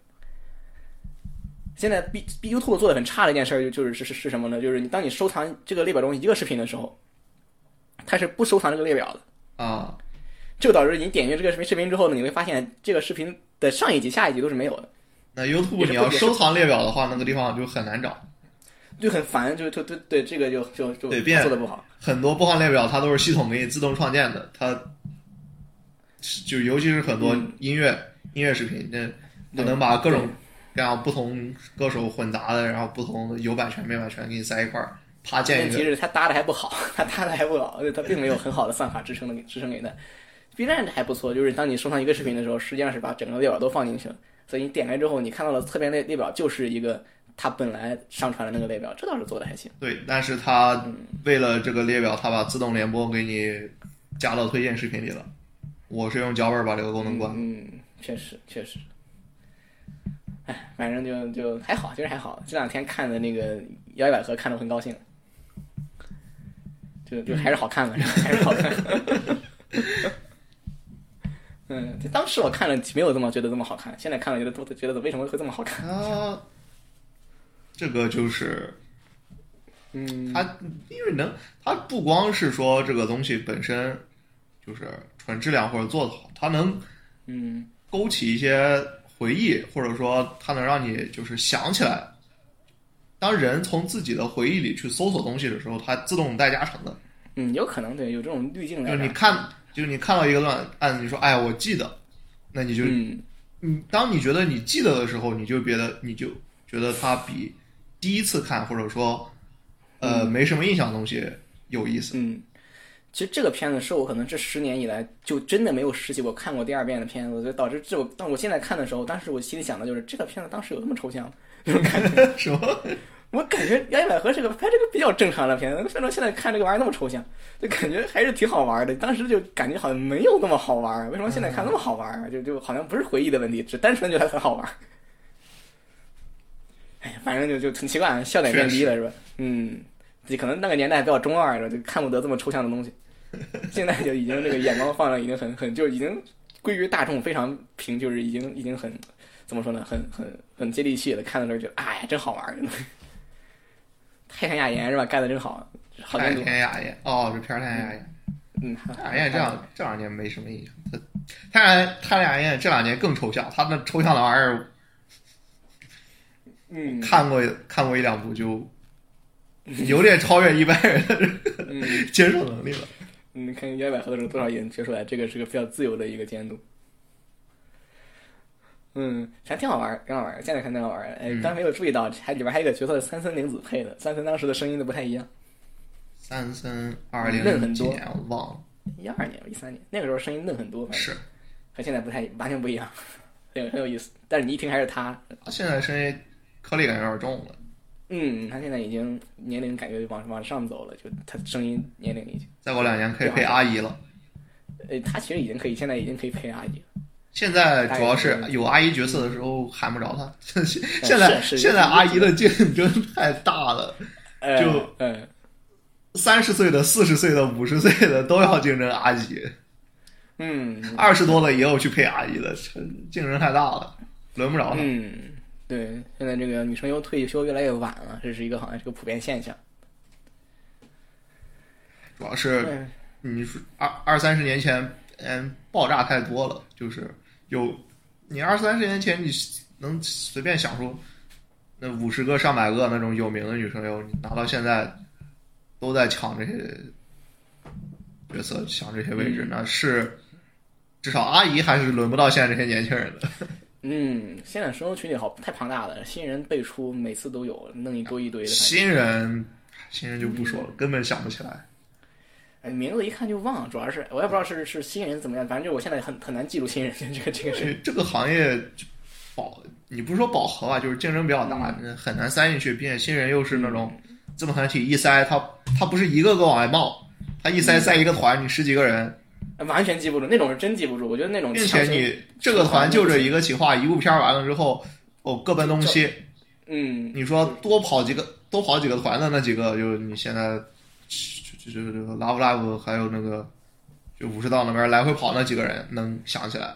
Speaker 1: 现在 B B YouTube 做的很差的一件事儿，就就是是是是什么呢？就是你当你收藏这个列表中一个视频的时候，它是不收藏这个列表的。
Speaker 2: 啊，
Speaker 1: 这就导致你点阅这个视频视频之后呢，你会发现这个视频的上一集、下一集都是没有的，
Speaker 2: 那
Speaker 1: 也
Speaker 2: YouTube
Speaker 1: 是
Speaker 2: 你要
Speaker 1: 也是
Speaker 2: 收藏列表的话，那个地方就很难找，
Speaker 1: 就很烦，就就对对这个就就就
Speaker 2: 对变
Speaker 1: 做的不好。
Speaker 2: 很多播放列表它都是系统给你自动创建的，它就尤其是很多
Speaker 1: 嗯
Speaker 2: 音乐、音乐视频，那它
Speaker 1: 对
Speaker 2: 能把各
Speaker 1: 对
Speaker 2: 种各样不同歌手混杂的，然后不同的有版权没版权给你塞一块儿，啪建
Speaker 1: 问
Speaker 2: 一
Speaker 1: 题
Speaker 2: 个。
Speaker 1: 是它搭的还不好， 它搭的还不好，它并没有很好的算法支撑的支撑给它。B 站还不错，就是当你收藏一个视频的时候，实际上是把整个列表都放进去了，所以你点开之后，你看到了侧边列列表就是一个它本来上传的那个列表，这倒是做的还行。
Speaker 2: 对，但是它为了这个列表，它把自动联播给你加到推荐视频里了。我是用脚本把这个功能关。
Speaker 1: 嗯，确实确实。哎，反正就就还好，其实还好。这两天看的那个《摇一百合》，看的很高兴，就就还是好看嘛， 还是好看。嗯，就当时我看了没有这么觉得这么好看，现在看了觉得都觉得为什么会这么好看？
Speaker 2: 它啊这个就是
Speaker 1: 嗯，
Speaker 2: 它因为能，它不光是说这个东西本身就是纯质量或者做的好，它能
Speaker 1: 嗯
Speaker 2: 勾起一些回忆，或者说它能让你就是想起来。当人从自己的回忆里去搜索东西的时候，它自动带加成的，
Speaker 1: 嗯，有可能对，有这种滤镜
Speaker 2: 就
Speaker 1: 在
Speaker 2: 是
Speaker 1: 这
Speaker 2: 你
Speaker 1: 儿。
Speaker 2: 看，就是你看到一个段案子，你说哎我记得，那你就
Speaker 1: 嗯，
Speaker 2: 你当你觉得你记得的时候，你就觉得你就觉得它比第一次看或者说呃没什么印象的东西有意思。
Speaker 1: 嗯，其实这个片子是我可能这十年以来就真的没有拾起过看过第二遍的片子，所以导致这我当我现在看的时候，当时我心里想的就是这个片子当时有那么抽象吗，
Speaker 2: 什么？
Speaker 1: 我感觉《杨一百合》这个拍这个比较正常的片子，为什么现在看这个玩意儿那么抽象？就感觉还是挺好玩的，当时就感觉好像没有那么好玩，为什么现在看那么好玩？
Speaker 2: 嗯
Speaker 1: 就就好像不是回忆的问题，只单纯觉得很好玩。哎呀，反正就就挺奇怪，笑点变低了是吧？嗯，就可能那个年代比较中二，就看不得这么抽象的东西。现在就已经这个眼光放上，已经很很就已经归于大众非常平，就是已经已经很怎么说呢，很很很接地气了。看的时候觉得哎呀真好玩儿，太山雅言是吧？干的真好，好
Speaker 2: 太
Speaker 1: 监督。
Speaker 2: 田雅彦，哦，这片儿太田雅彦，
Speaker 1: 嗯，
Speaker 2: 太田雅彦这两这两年没什么印象，他太田太田雅彦这两年更抽象，他那抽象的玩意儿
Speaker 1: 嗯，
Speaker 2: 看过看过一两 部就有点超越一般人的
Speaker 1: 嗯
Speaker 2: 接受能力了。
Speaker 1: 你看《摇摆河》的时候，多少也能觉出来，这个是个比较自由的一个监督。嗯，还挺好玩儿，挺好玩儿，现在看挺好玩儿。哎，刚才没有注意到，还里边还有一个角色是三森玲子配的，三森当时的声音都不太一样。
Speaker 2: 三森二零
Speaker 1: 嫩嗯很
Speaker 2: 几
Speaker 1: 多
Speaker 2: 年我忘了，
Speaker 1: 一二年、一三年那个时候声音嫩很多，反正
Speaker 2: 是
Speaker 1: 和现在不太完全不一样， 很有很有意思。但是你一听还是他，
Speaker 2: 他现在声音颗粒感有点重了，
Speaker 1: 嗯，他现在已经年龄感觉往往上走了，就他声音年龄已经，
Speaker 2: 再过两年可以配阿姨了。
Speaker 1: 呃，他其实已经可以现在已经可以配阿姨了。
Speaker 2: 现在主要是有阿姨角色的时候喊不着她， 现
Speaker 1: 嗯
Speaker 2: 现在
Speaker 1: 是是
Speaker 2: 现在阿姨的竞争太大了，
Speaker 1: 呃
Speaker 2: 就
Speaker 1: 嗯，
Speaker 2: 三十岁的、四十岁的、五十岁的都要竞争阿姨，
Speaker 1: 嗯，
Speaker 2: 二十多了也有去配阿姨的，竞争太大了，轮不着她。
Speaker 1: 嗯，对，现在这个女生又退休越来越晚了，这是一个好像是个普遍现象。
Speaker 2: 主要是
Speaker 1: 嗯
Speaker 2: 你说二二三十年前，嗯，爆炸太多了，就是有你二三十年前你能随便想出那五十个、上百个那种有名的女声优，你拿到现在都在抢这些角色，抢这些位置，那是至少阿姨还是轮不到现在这些年轻人的。
Speaker 1: 嗯，现在生活群体好太庞大了，新人辈出每次都有，弄一堆一堆的，反正
Speaker 2: 新人，新人就不说了，根本想不起来。
Speaker 1: 哎，名字一看就忘，主要是我也不知道是是新人怎么样，反正就我现在很很难记住新人 这个这个事。
Speaker 2: 这这个行业就饱，你不是说饱和吧，就是竞争比较大，很难塞进去，并且新人又是那种自贸团体一塞，他他不是一个个往外冒，他一塞塞一个团，你十几个人，
Speaker 1: 完全记不住，那种是真记不住。我觉得那种
Speaker 2: 并且
Speaker 1: 强行，
Speaker 2: 你这个团就这一个企划，一部片儿完了之后，哦，各奔东西，
Speaker 1: 嗯，
Speaker 2: 你说多跑几个多跑几个团的那几个，就是你现在就就就就 Love Live 还有那个就武士道那边来回跑那几个人能想起来，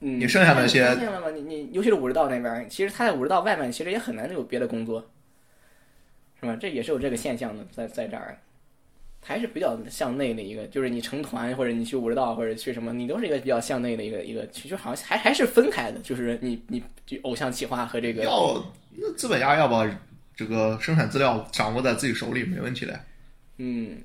Speaker 1: 嗯，
Speaker 2: 你剩下那些
Speaker 1: 但是你发现了吗？你你尤其是武士道那边，其实他在武士道外面其实也很难有别的工作，是吧？这也是有这个现象的，在在这儿，还是比较向内的一个，就是你成团或者你去武士道或者去什么，你都是一个比较向内的一个一个，其实好像还还是分开的，就是你你就偶像企划和这个，
Speaker 2: 要那资本家要把这个生产资料掌握在自己手里，没问题的。
Speaker 1: 嗯。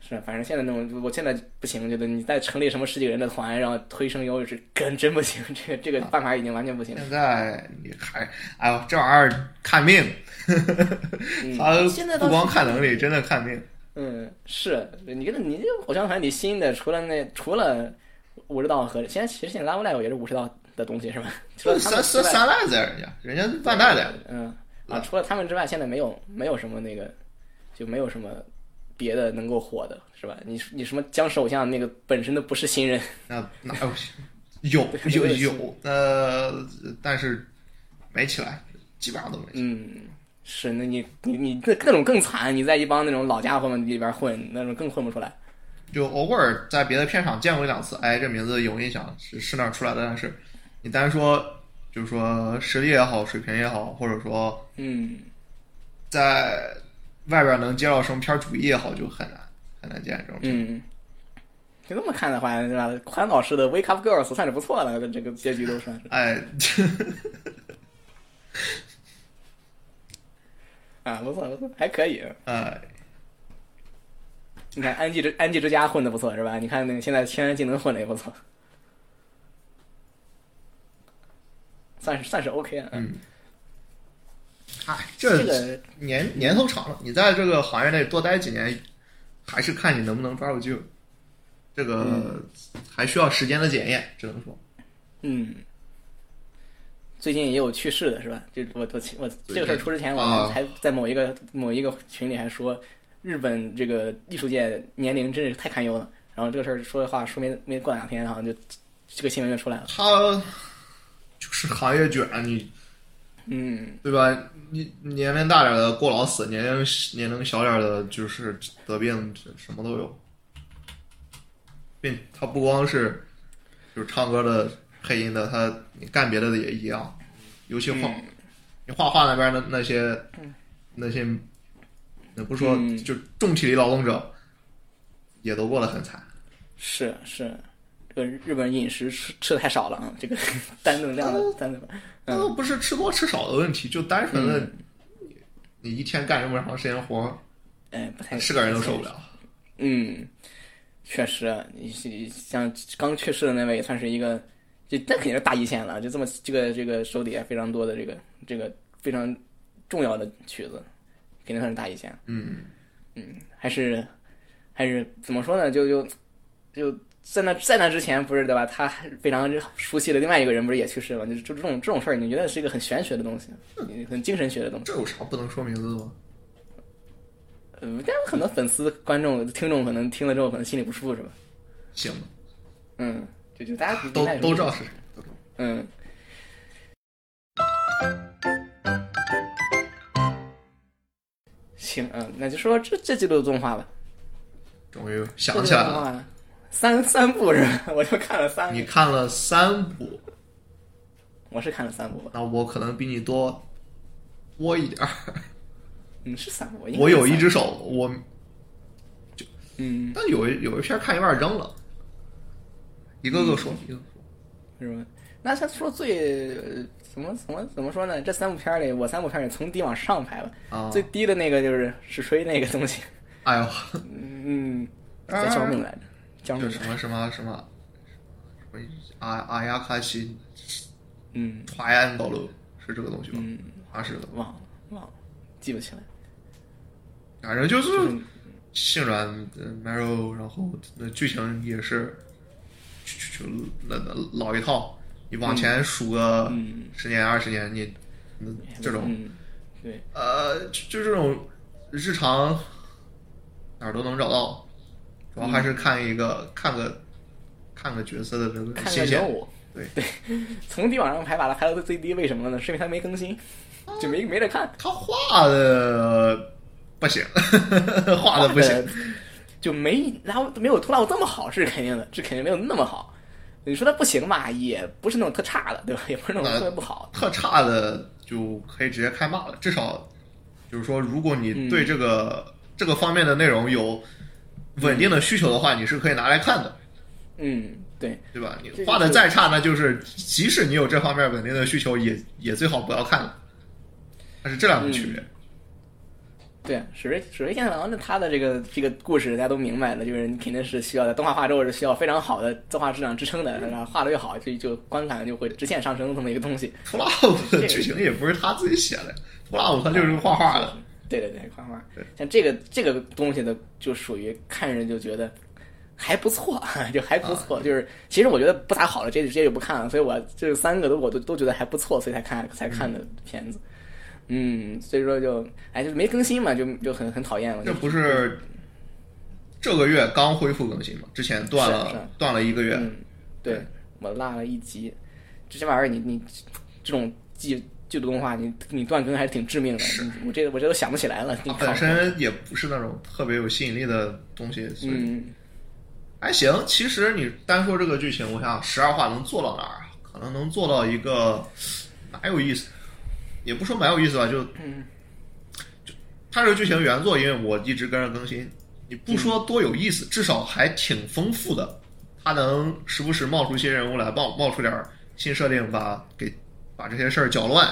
Speaker 1: 是，反正现在那种，我现在不行，我觉得你再成立什么十几个人的团，然后推声优是跟真不行，这个这个办法已经完全不行了。
Speaker 2: 现在你还，哎呦，这玩意儿看命，
Speaker 1: 嗯
Speaker 2: 他
Speaker 1: 现在倒是
Speaker 2: 不光看能力，真的看命。
Speaker 1: 嗯，是你跟你这个偶像团，你新的除了那除了武士道和现在其实现在 Love Live 也是武士道的东西是吧？除了
Speaker 2: 这
Speaker 1: 他
Speaker 2: 三
Speaker 1: 们之
Speaker 2: 三
Speaker 1: 外，
Speaker 2: 三赖子呀人家，人家万代的呀。
Speaker 1: 嗯啊，除了他们之外，现在没有没有什么那个就没有什么别的能够火的是吧？你你什么僵尸偶像那个本身都不是新人，
Speaker 2: 那哪有有有有呃，但是没起来，基本上都没起来。
Speaker 1: 嗯，是那你你你那那种更惨，你在一帮那种老家伙们里边混，那种更混不出来。
Speaker 2: 就偶尔在别的片场见过一两次，哎，这名字有印象，是是那儿出来的。但是你单说，就是说实力也好，水平也好，或者说
Speaker 1: 嗯，
Speaker 2: 在外边能接到什么片儿主义也好，就很难很难见这种。
Speaker 1: 嗯，就这么看的话，对吧？宽老师的《Wake Up Girls》算是不错了，这个结局都算是
Speaker 2: 哎，
Speaker 1: 啊，不错不错，还可以。
Speaker 2: 呃，
Speaker 1: 你看安吉之安吉之家混的不错是吧？你看那个现在天然技能混的也不错，算是算是 OK 啊。
Speaker 2: 嗯，哎，
Speaker 1: 这
Speaker 2: 这
Speaker 1: 个
Speaker 2: 年年头长了，你在这个行业内多待几年，还是看你能不能抓住机会。这个还需要时间的检验，只能说
Speaker 1: 嗯，最近也有去世的是吧？就我我我这个事儿出之前，
Speaker 2: 啊
Speaker 1: 我还在某一个某一个群里还说，日本这个艺术界年龄真是太堪忧了。然后这个事儿说的话，说没没过两天，好像就这个新闻就出来了。
Speaker 2: 啊他就是行业卷，你
Speaker 1: 嗯，
Speaker 2: 对吧？你你年龄大点的过劳死，年龄年龄小点的，就是得病，什么都有，并他不光是就是唱歌的、配音的，他你干别的的也一样，尤其画、
Speaker 1: 嗯
Speaker 2: 你画画那边的那些那些，那不说、
Speaker 1: 嗯
Speaker 2: 就重体力劳动者，也都过得很惨。
Speaker 1: 是是，这个日本饮食吃吃的太少了啊，这个 单能量的单能量，
Speaker 2: 那都不是吃多吃少的问题，就单纯的
Speaker 1: 嗯
Speaker 2: 你你一天干这么长时间活儿，
Speaker 1: 哎，不太
Speaker 2: 是个人都受不。了。
Speaker 1: 嗯，确实，啊你你像刚去世的那位也算是一个，这那肯定是大一线了，就这么这个这个手底下非常多的这个这个非常重要的曲子，肯定算是大一线。
Speaker 2: 嗯。
Speaker 1: 还是还是怎么说呢？就就就在那在那之前，不是对吧？他非常熟悉的另外一个人不是也去世了？就就这种这种事儿，你觉得是一个很玄学的东西，
Speaker 2: 嗯
Speaker 1: 很精神学的东西。
Speaker 2: 这有啥不能说名字的吗？
Speaker 1: 嗯，但是很多粉丝、观众、听众可能听了之后可能心里不舒服，是吧？
Speaker 2: 行吧，
Speaker 1: 嗯，就就大家
Speaker 2: 都
Speaker 1: 明白
Speaker 2: 都知道是谁。
Speaker 1: 嗯。行，嗯，那就说这这季度的动画吧。
Speaker 2: 终于
Speaker 1: 这季
Speaker 2: 想
Speaker 1: 度
Speaker 2: 起来
Speaker 1: 的动
Speaker 2: 了，
Speaker 1: 画三三部是吧？ 我就看了三部
Speaker 2: 你，看了三部，
Speaker 1: 我是看了三部吧。
Speaker 2: 那我可能比你多多一点儿。
Speaker 1: 嗯，是三部。应该是
Speaker 2: 我有一
Speaker 1: 三部
Speaker 2: 只手，我
Speaker 1: 嗯，
Speaker 2: 但有一有一篇看一半扔了，一个
Speaker 1: 嗯
Speaker 2: 个说，一个个说。
Speaker 1: 是吧？那先说最呃怎么怎么怎么说呢？这三部片儿里，我三部片儿里从低往上排吧。
Speaker 2: 啊
Speaker 1: 最低的那个就是史吹那个东西，
Speaker 2: 哎呦，
Speaker 1: 嗯，叫叫命来着，叫命
Speaker 2: 啊就。什么什么什么什么阿阿亚卡西
Speaker 1: 嗯，
Speaker 2: 华安道路是这个东西吗？
Speaker 1: 嗯
Speaker 2: 啊是的，
Speaker 1: 忘了忘了，记不起来。
Speaker 2: 反正就是
Speaker 1: 就是
Speaker 2: 性软 marrow，然后那剧情也是就就那那老一套，你往前数个
Speaker 1: 嗯
Speaker 2: 十年二十年，你那这种
Speaker 1: 嗯，对，
Speaker 2: 呃就就这种日常哪儿都能找到，主要还
Speaker 1: 嗯
Speaker 2: 是看一个看个看个角色的这个
Speaker 1: 看个
Speaker 2: 新
Speaker 1: 人
Speaker 2: 鲜，
Speaker 1: 物，
Speaker 2: 对
Speaker 1: 对， 从低往上排，把它排到最低，为什么呢？是因为它没更新，就没没得看。
Speaker 2: 他画的不行， 画的不行，
Speaker 1: 就没然后没有土老这么好是肯定的，这肯定没有那么好。你说它不行吧，也不是那种特差的，对吧？ 也不是那种特别不好
Speaker 2: 特差的就可以直接开骂了。至少就是说，如果你对这个、这个方面的内容有稳定的需求的话，你是可以拿来看的，
Speaker 1: 的。嗯，对，
Speaker 2: 对吧？
Speaker 1: 这个
Speaker 2: 你
Speaker 1: 是
Speaker 2: 画的再差，那就是即使你有这方面稳定的需求，也也最好不要看了。但是这两个区别，
Speaker 1: 对，水水水线郎那他的这个这个故事大家都明白了，就是你肯定是需要在动画化之后是需要非常好的动画质量支撑的，然后画的越好，就就观感就会直线上升这么一个东西。
Speaker 2: 图拉姆的剧情也不是他自己写的，图拉姆他就是画画的。
Speaker 1: 对对对，画画
Speaker 2: 对。
Speaker 1: 像这个这个东西的，就属于看着就觉得还不错， 就还不
Speaker 2: 啊
Speaker 1: 错。就是其实我觉得不咋好了，这这就不看了。所以我这三个都我都都觉得还不错，所以才看才看的片子。嗯，所以说就哎，就是没更新嘛，就就很很讨厌嘛。
Speaker 2: 这
Speaker 1: 就
Speaker 2: 不是这个月刚恢复更新吗？之前断了
Speaker 1: 是是
Speaker 2: 断了一个月，
Speaker 1: 嗯，对我落了一集，这这玩意儿你你这种季季度动画，你你断更还是挺致命的。我这我这都想不起来了。
Speaker 2: 它啊本身也不是那种特别有吸引力的东西，所以
Speaker 1: 嗯
Speaker 2: 还行。其实你单说这个剧情，我想十二话能做到哪儿啊？可能能做到一个蛮有意思，也不说蛮有意思吧，就
Speaker 1: 嗯
Speaker 2: 它这个剧情原作，因为我一直跟着更新，你
Speaker 1: 嗯
Speaker 2: 不说多有意思，至少还挺丰富的。它能时不时冒出新人物来，冒冒出点儿新设定，把给把这些事儿搅乱。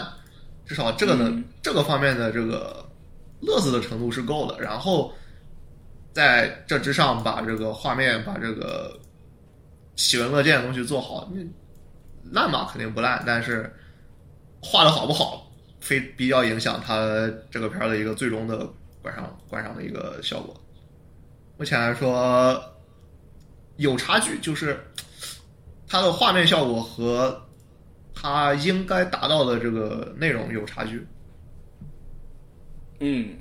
Speaker 2: 至少这个呢，
Speaker 1: 嗯
Speaker 2: 这个方面的这个乐子的程度是够的。然后在这之上，把这个画面，把这个喜闻乐见的东西做好。你烂嘛肯定不烂，但是画的好不好，非比较影响它这个片儿的一个最终的观赏观赏的一个效果。目前来说有差距，就是它的画面效果和它应该达到的这个内容有差距。
Speaker 1: 嗯，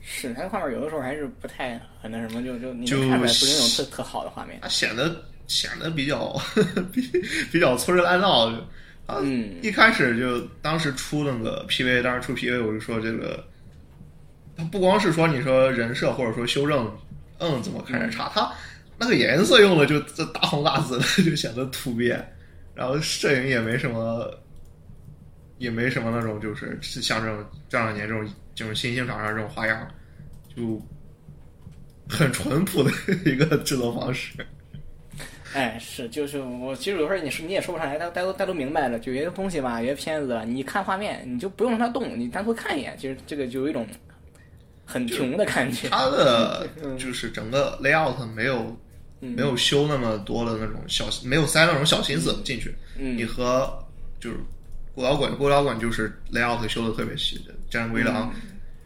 Speaker 1: 是，它画面有的时候还是不太很那什么，就就你
Speaker 2: 就
Speaker 1: 能看出来不是那种特特好的画面。
Speaker 2: 它显得显得比较比比较粗制滥造，啊，
Speaker 1: 嗯
Speaker 2: 一开始就当时出那个 PV，当时出 PV 我就说这个，它不光是说你说人设或者说修正，嗯，怎么看着差，它那个颜色用的就这大红大紫的，就显得突变，然后摄影也没什么，也没什么那种就是像这种这两年这种这种新兴厂商这种花样，就很淳朴的一个制作方式。
Speaker 1: 哎，是，就是我其实有时候你说你也说不上来，大家大家都大家都明白了，就有些东西吧，有些片子，你看画面你就不用让它动，你单独看一眼，其实这个就有一种很平的感觉。
Speaker 2: 它的
Speaker 1: 嗯
Speaker 2: 就是整个 layout 没有、没有修那么多的那种小，没有塞那种小心思进去。
Speaker 1: 嗯
Speaker 2: 你和就是古老滚，古老滚就是 layout 修的特别细的，战龟狼。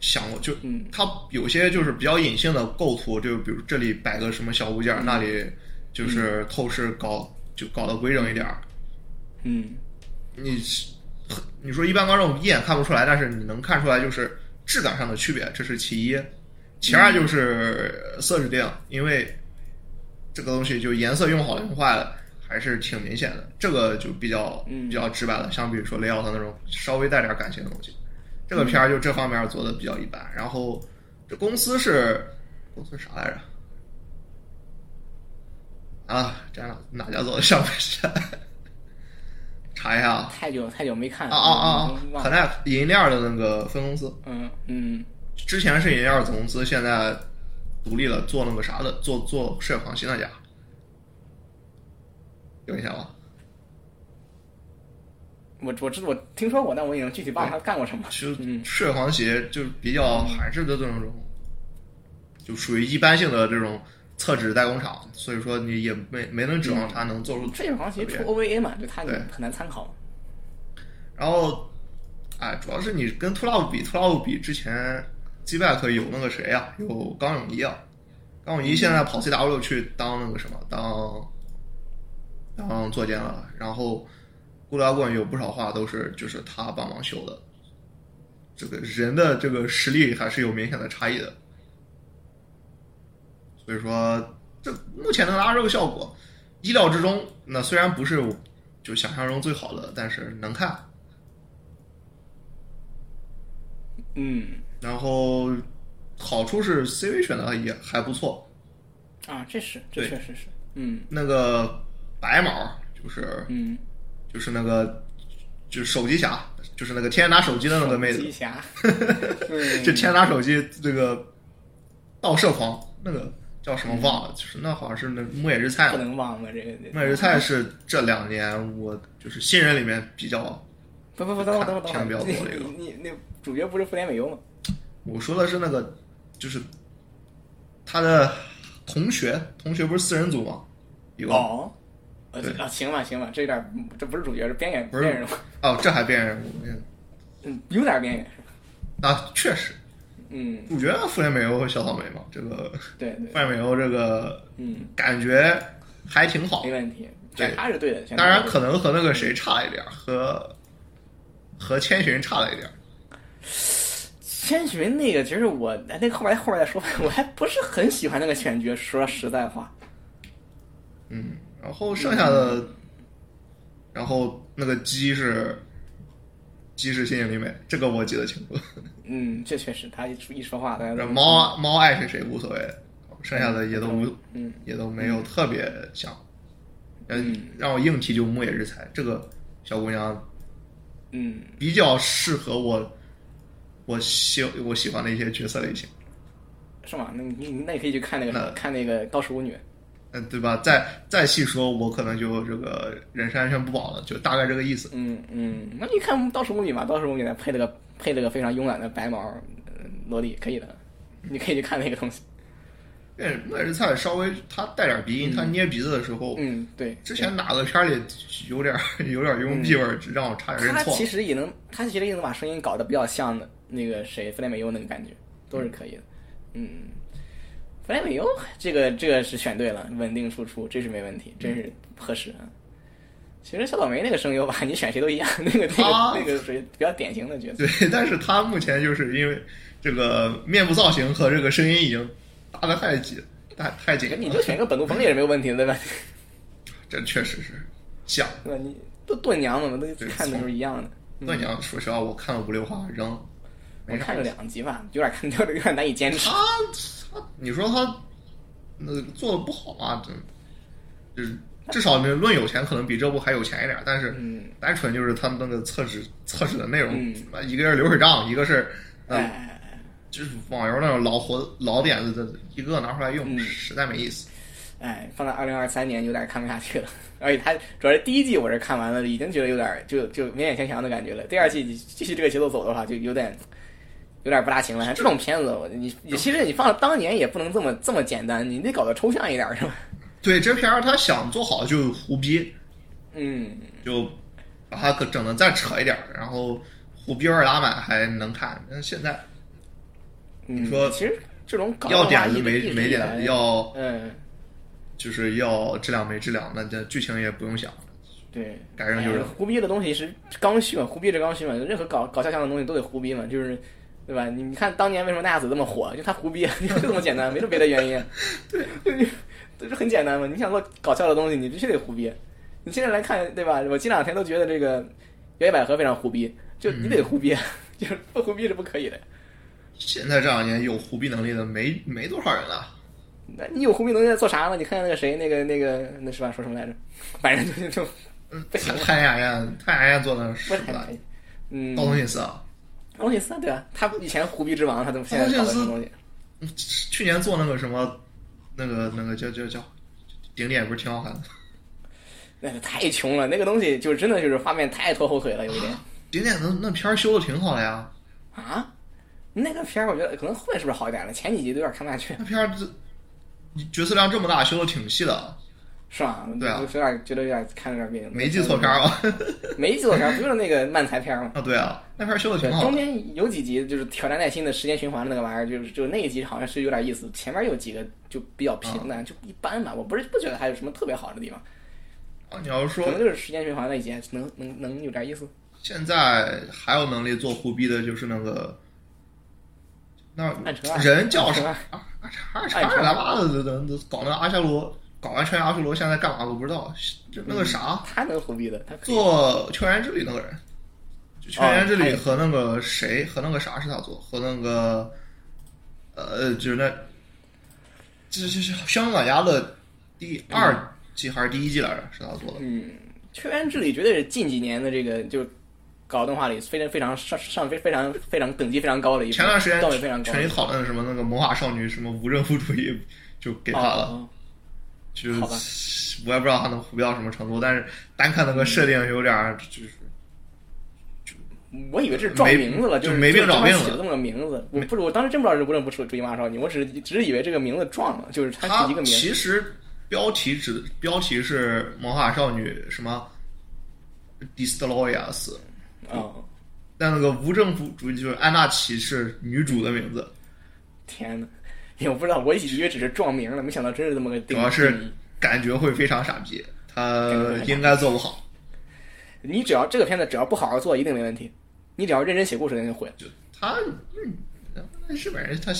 Speaker 2: 想过就
Speaker 1: 嗯，
Speaker 2: 它有些就是比较隐性的构图，就比如这里摆个什么小物
Speaker 1: 嗯
Speaker 2: 件儿，那里就是透视搞就搞得规整一点儿。
Speaker 1: 嗯，
Speaker 2: 你是很你说一般观众一眼看不出来，但是你能看出来就是质感上的区别，这是其一。其二就是呃色指定，因为这个东西就颜色用好了用坏了还是挺明显的，这个就比较
Speaker 1: 嗯
Speaker 2: 比较直白了。相比于说 layout 那种稍微带点感情的东西，这个片儿就这方面做的比较一般。然后这公司是公司啥来着？啊，这哪哪家做的上不起来？查一下啊。
Speaker 1: 太久太久没看了
Speaker 2: 啊啊
Speaker 1: 嗯
Speaker 2: 啊啊
Speaker 1: 忘了。
Speaker 2: ！Connect 银链儿的那个分公司，
Speaker 1: 嗯嗯
Speaker 2: 之前是银链儿子公司，现在独立了，做那个啥的，做做《射狂新》那家，有印象吗？
Speaker 1: 我我知道我听说过，但我已经具体忘了他干过什么。
Speaker 2: 其实
Speaker 1: 嗯
Speaker 2: 《血狂鞋》就是比较韩式的这种，就属于一般性的这种厕纸代工厂，所以说你也没没能指望
Speaker 1: 嗯
Speaker 2: 它能做出
Speaker 1: 这就是好像其实
Speaker 2: 特
Speaker 1: 出 OVA 嘛，就他
Speaker 2: 对
Speaker 1: 很难参考。
Speaker 2: 然后，哎，主要是你跟兔拉姆比，兔拉姆比之前 G Back 有那个谁啊，有冈永仪啊，冈永仪现在跑 CW 去当那个什么，当当作监了。然后，孤独摇滚有不少话都是就是他帮忙修的，这个人的这个实力还是有明显的差异的。所以说，这目前能达到这个效果，意料之中。那虽然不是我就想象中最好的，但是能看。
Speaker 1: 嗯
Speaker 2: 然后好处是 CV 选的也还不错，
Speaker 1: 啊，这是这
Speaker 2: 对
Speaker 1: 确实是。嗯
Speaker 2: 那个白毛就是
Speaker 1: 嗯，
Speaker 2: 就是那个就是手机侠，就是那个天天拿手机的那个妹
Speaker 1: 手
Speaker 2: 子
Speaker 1: 机， 侠，
Speaker 2: 就
Speaker 1: 嗯
Speaker 2: 天天拿手机这个盗摄狂，那个叫什么忘
Speaker 1: 嗯
Speaker 2: 了，就是那好像是那木野日菜
Speaker 1: 不
Speaker 2: 了。
Speaker 1: 能忘了这个。
Speaker 2: 木野日菜是这两年我就是新人里面比较，
Speaker 1: 不不不，等会儿等会儿等
Speaker 2: 看
Speaker 1: 会儿，
Speaker 2: 看标多这个
Speaker 1: 你你那主角不是福田美优吗？
Speaker 2: 我说的是那个就是他的同学，同学不是四人组吗？有个
Speaker 1: 哦，呃
Speaker 2: 对
Speaker 1: 啊，行吧行吧，这有点儿这不是主角，是边缘
Speaker 2: 不是
Speaker 1: 边缘人物，
Speaker 2: 哦，这还辨认人物，嗯
Speaker 1: 嗯，有点边缘是吧？
Speaker 2: 啊，确实。
Speaker 1: 嗯，
Speaker 2: 我觉得富田美优和小草莓嘛，这个
Speaker 1: 对
Speaker 2: 富
Speaker 1: 对，
Speaker 2: 田美优这个
Speaker 1: 嗯，
Speaker 2: 感觉还挺好
Speaker 1: 没，问题，
Speaker 2: 对
Speaker 1: 选他是对的，选他
Speaker 2: 当然
Speaker 1: 是
Speaker 2: 可能和那个谁差一点，和和千寻差了一点。
Speaker 1: 千寻那个，其实我哎那个后边后边再说，我还不是很喜欢那个选角，说实在话，
Speaker 2: 嗯，然后剩下
Speaker 1: 嗯
Speaker 2: 的，然后那个鸡是鸡是新井里美，这个我记得清楚。
Speaker 1: 嗯，这确实他一出一说话，大家都
Speaker 2: 猫猫爱谁谁无所谓，剩下的也都无，
Speaker 1: 嗯
Speaker 2: 也都没有特别像。嗯，让我硬提就木野日菜，这个小姑娘
Speaker 1: 嗯
Speaker 2: 比较适合我我喜我喜欢的一些角色类型，
Speaker 1: 是吗？那你你那你可以去看那
Speaker 2: 那
Speaker 1: 个看那个高石舞女，
Speaker 2: 嗯，对吧？再再细说，我可能就这个人身安全不保了，就大概这个意思。
Speaker 1: 嗯嗯，那你看倒数舞女嘛，倒数舞女呢配了个配了个非常慵懒的白毛呃萝莉，可以的，你可以去看那个东西，
Speaker 2: 那那日菜稍微他带点鼻音，他捏鼻子的时候，
Speaker 1: 嗯对，
Speaker 2: 之前哪个片儿里有点有点用屁味儿，让我差点认
Speaker 1: 他
Speaker 2: 错。
Speaker 1: 其实也能，他其实也能把声音搞得比较像的那个谁弗莱美优那个感觉，都是可以的。嗯，弗莱美优这个这个是选对了，稳定输出，这是没问题，真是合适啊。其实小倒霉那个声优吧，你选谁都一样，那个
Speaker 2: 啊
Speaker 1: 那个那个属于比较典型的角色。
Speaker 2: 对，但是他目前就是因为这个面部造型和这个声音已经搭得太紧，太太紧
Speaker 1: 你
Speaker 2: 了
Speaker 1: 就。选个本宫鹏也是没有问题的，对吧？
Speaker 2: 这确实是像
Speaker 1: 对吧？你都盾娘们嘛，都
Speaker 2: 对
Speaker 1: 看的就是一样的。
Speaker 2: 那你要说实话，我看了五六话扔，
Speaker 1: 嗯我
Speaker 2: 没啥
Speaker 1: 看了两集吧，有点看掉了， 有点难以坚持
Speaker 2: 他。他，你说他那做的不好嘛？这就是至少那论有钱，可能比这部还有钱一点儿，但是
Speaker 1: 嗯
Speaker 2: 单纯就是他们那个厕纸厕纸的内容，
Speaker 1: 嗯
Speaker 2: 妈一个是流水账，一个是 嗯，
Speaker 1: 哎，
Speaker 2: 就是网游那种老活老点子的一个拿出来用，
Speaker 1: 嗯
Speaker 2: 实在没意思。
Speaker 1: 哎，放到二零二三年有点看不下去了。而且它主要是第一季我是看完了，已经觉得有点就就勉勉强强的感觉了。第二季继续这个节奏走的话，就有点有点不大行了。这种片子，我你你其实你放到当年也不能这么这么简单，你得搞得抽象一点是吧？
Speaker 2: 对这片儿，他想做好就胡逼，
Speaker 1: 嗯，
Speaker 2: 就把它可整的再扯一点儿，然后胡逼二拉满还能看。但是现在
Speaker 1: 你
Speaker 2: 说
Speaker 1: 嗯其实这种搞
Speaker 2: 要点
Speaker 1: 子
Speaker 2: 子没没点子，要。
Speaker 1: 嗯，
Speaker 2: 就是要质量没质量，那这剧情也不用想了。
Speaker 1: 对，
Speaker 2: 改正就是
Speaker 1: 哎胡逼的东西是刚需嘛，胡逼是刚需嘛，任何搞搞笑向的东西都得胡逼嘛，就是对吧？你你看当年为什么那亚子这么火，就他胡逼， 就这么简单，没什么别的原 因。 对，这很简单嘛。你想做搞笑的东西，你必须得胡逼。你现在来看，对吧？我这两天都觉得这个《摇一百合》非常胡逼，就你得胡
Speaker 2: 嗯
Speaker 1: 逼， 就是不胡逼是不可以的。
Speaker 2: 现在这两年有胡逼能力的没没多少人啊，
Speaker 1: 那你有胡逼能力在做啥呢？你看看那个谁，那个那个那是吧？说什么来着？ 反正就就就不行
Speaker 2: 太
Speaker 1: 了，
Speaker 2: 嗯太雅燕，太雅燕做的是
Speaker 1: 不是
Speaker 2: 不
Speaker 1: 很
Speaker 2: 来
Speaker 1: 可，以。嗯，
Speaker 2: 道东信司啊，
Speaker 1: 东西三对啊，他以前胡逼之王，他怎么现在搞的什么东西？
Speaker 2: 嗯去年做那个什么，那个那个叫叫叫，顶点不是挺好看的？
Speaker 1: 那个太穷了，那个东西就真的就是画面太拖后腿了，有一点
Speaker 2: 顶点那那片儿修的挺好的呀，
Speaker 1: 啊。那个片儿我觉得可能后面是不是好一点了？前几集都有点看不下去，
Speaker 2: 那片儿这角色量这么大，修的挺细的，
Speaker 1: 是吧？
Speaker 2: 对啊
Speaker 1: 就有点觉得有点看着有点别扭。
Speaker 2: 没记错片儿吧？
Speaker 1: 没记错片儿，不就是那个漫才片儿吗？
Speaker 2: 啊，对啊，那片儿修的
Speaker 1: 对
Speaker 2: 挺，好
Speaker 1: 中
Speaker 2: 的。
Speaker 1: 间有几集就是挑战耐心的时间循环的那个玩意儿，就是就那一集好像是有点意思，前面有几个就比较平
Speaker 2: 啊
Speaker 1: 淡，就一般吧。我不是不觉得还有什么特别好的地方，
Speaker 2: 啊，你要是
Speaker 1: 可
Speaker 2: 说
Speaker 1: 能就是时间循环那一集能能能有点意思。
Speaker 2: 现在还有能力做胡逼的，就是那个那
Speaker 1: 暗城二
Speaker 2: 人叫
Speaker 1: 暗
Speaker 2: 啥
Speaker 1: 城二？
Speaker 2: 二叉二
Speaker 1: 哎
Speaker 2: 叉他妈的，这这这搞那阿修罗，搞完全阿修罗，现在干嘛我不知道。就那个啥，
Speaker 1: 他能胡逼的，他可以
Speaker 2: 做球员之旅那个人，就球员之旅和那个谁和那个啥是他做，和那个呃，就是那这这这香港家的第二季还是第一季来着，是他做的。
Speaker 1: 嗯，《球员之旅》绝对是近几年的这个就是搞动画里非常非常上上非非常非常等级非常高的一部，
Speaker 2: 前段时间
Speaker 1: 段位非常高
Speaker 2: 群里讨论什么那个魔法少女什么无政府主义，就给他了。
Speaker 1: 哦
Speaker 2: 就
Speaker 1: 好吧
Speaker 2: 是我也不知道他能胡到什么程度，但是单看那个设定有
Speaker 1: 嗯
Speaker 2: 点儿就是
Speaker 1: 我以为这是撞
Speaker 2: 没
Speaker 1: 名字了，
Speaker 2: 就是没病找病
Speaker 1: 就
Speaker 2: 了
Speaker 1: 是起了这么个名字。我不是，我当时真不知道是无证不出追妈少女，我只是只是以为这个名字撞了，就是它
Speaker 2: 他
Speaker 1: 是一个名字。
Speaker 2: 其实标题指标题是魔法少女什么 Destroyers，啊
Speaker 1: 哦，
Speaker 2: 但那个无政府主义就是安娜奇是女主的名字，
Speaker 1: 天哪！也我不知道，我以为只是撞名了，没想到真是这么个定
Speaker 2: 主要
Speaker 1: 定
Speaker 2: 是
Speaker 1: 义
Speaker 2: 感觉会非常傻逼，他
Speaker 1: 感觉会很傻逼
Speaker 2: 应该做不好。
Speaker 1: 你只要这个片子只要不好好做，一定没问题。你只要认真写故事，那就毁了。
Speaker 2: 就他嗯，日本人他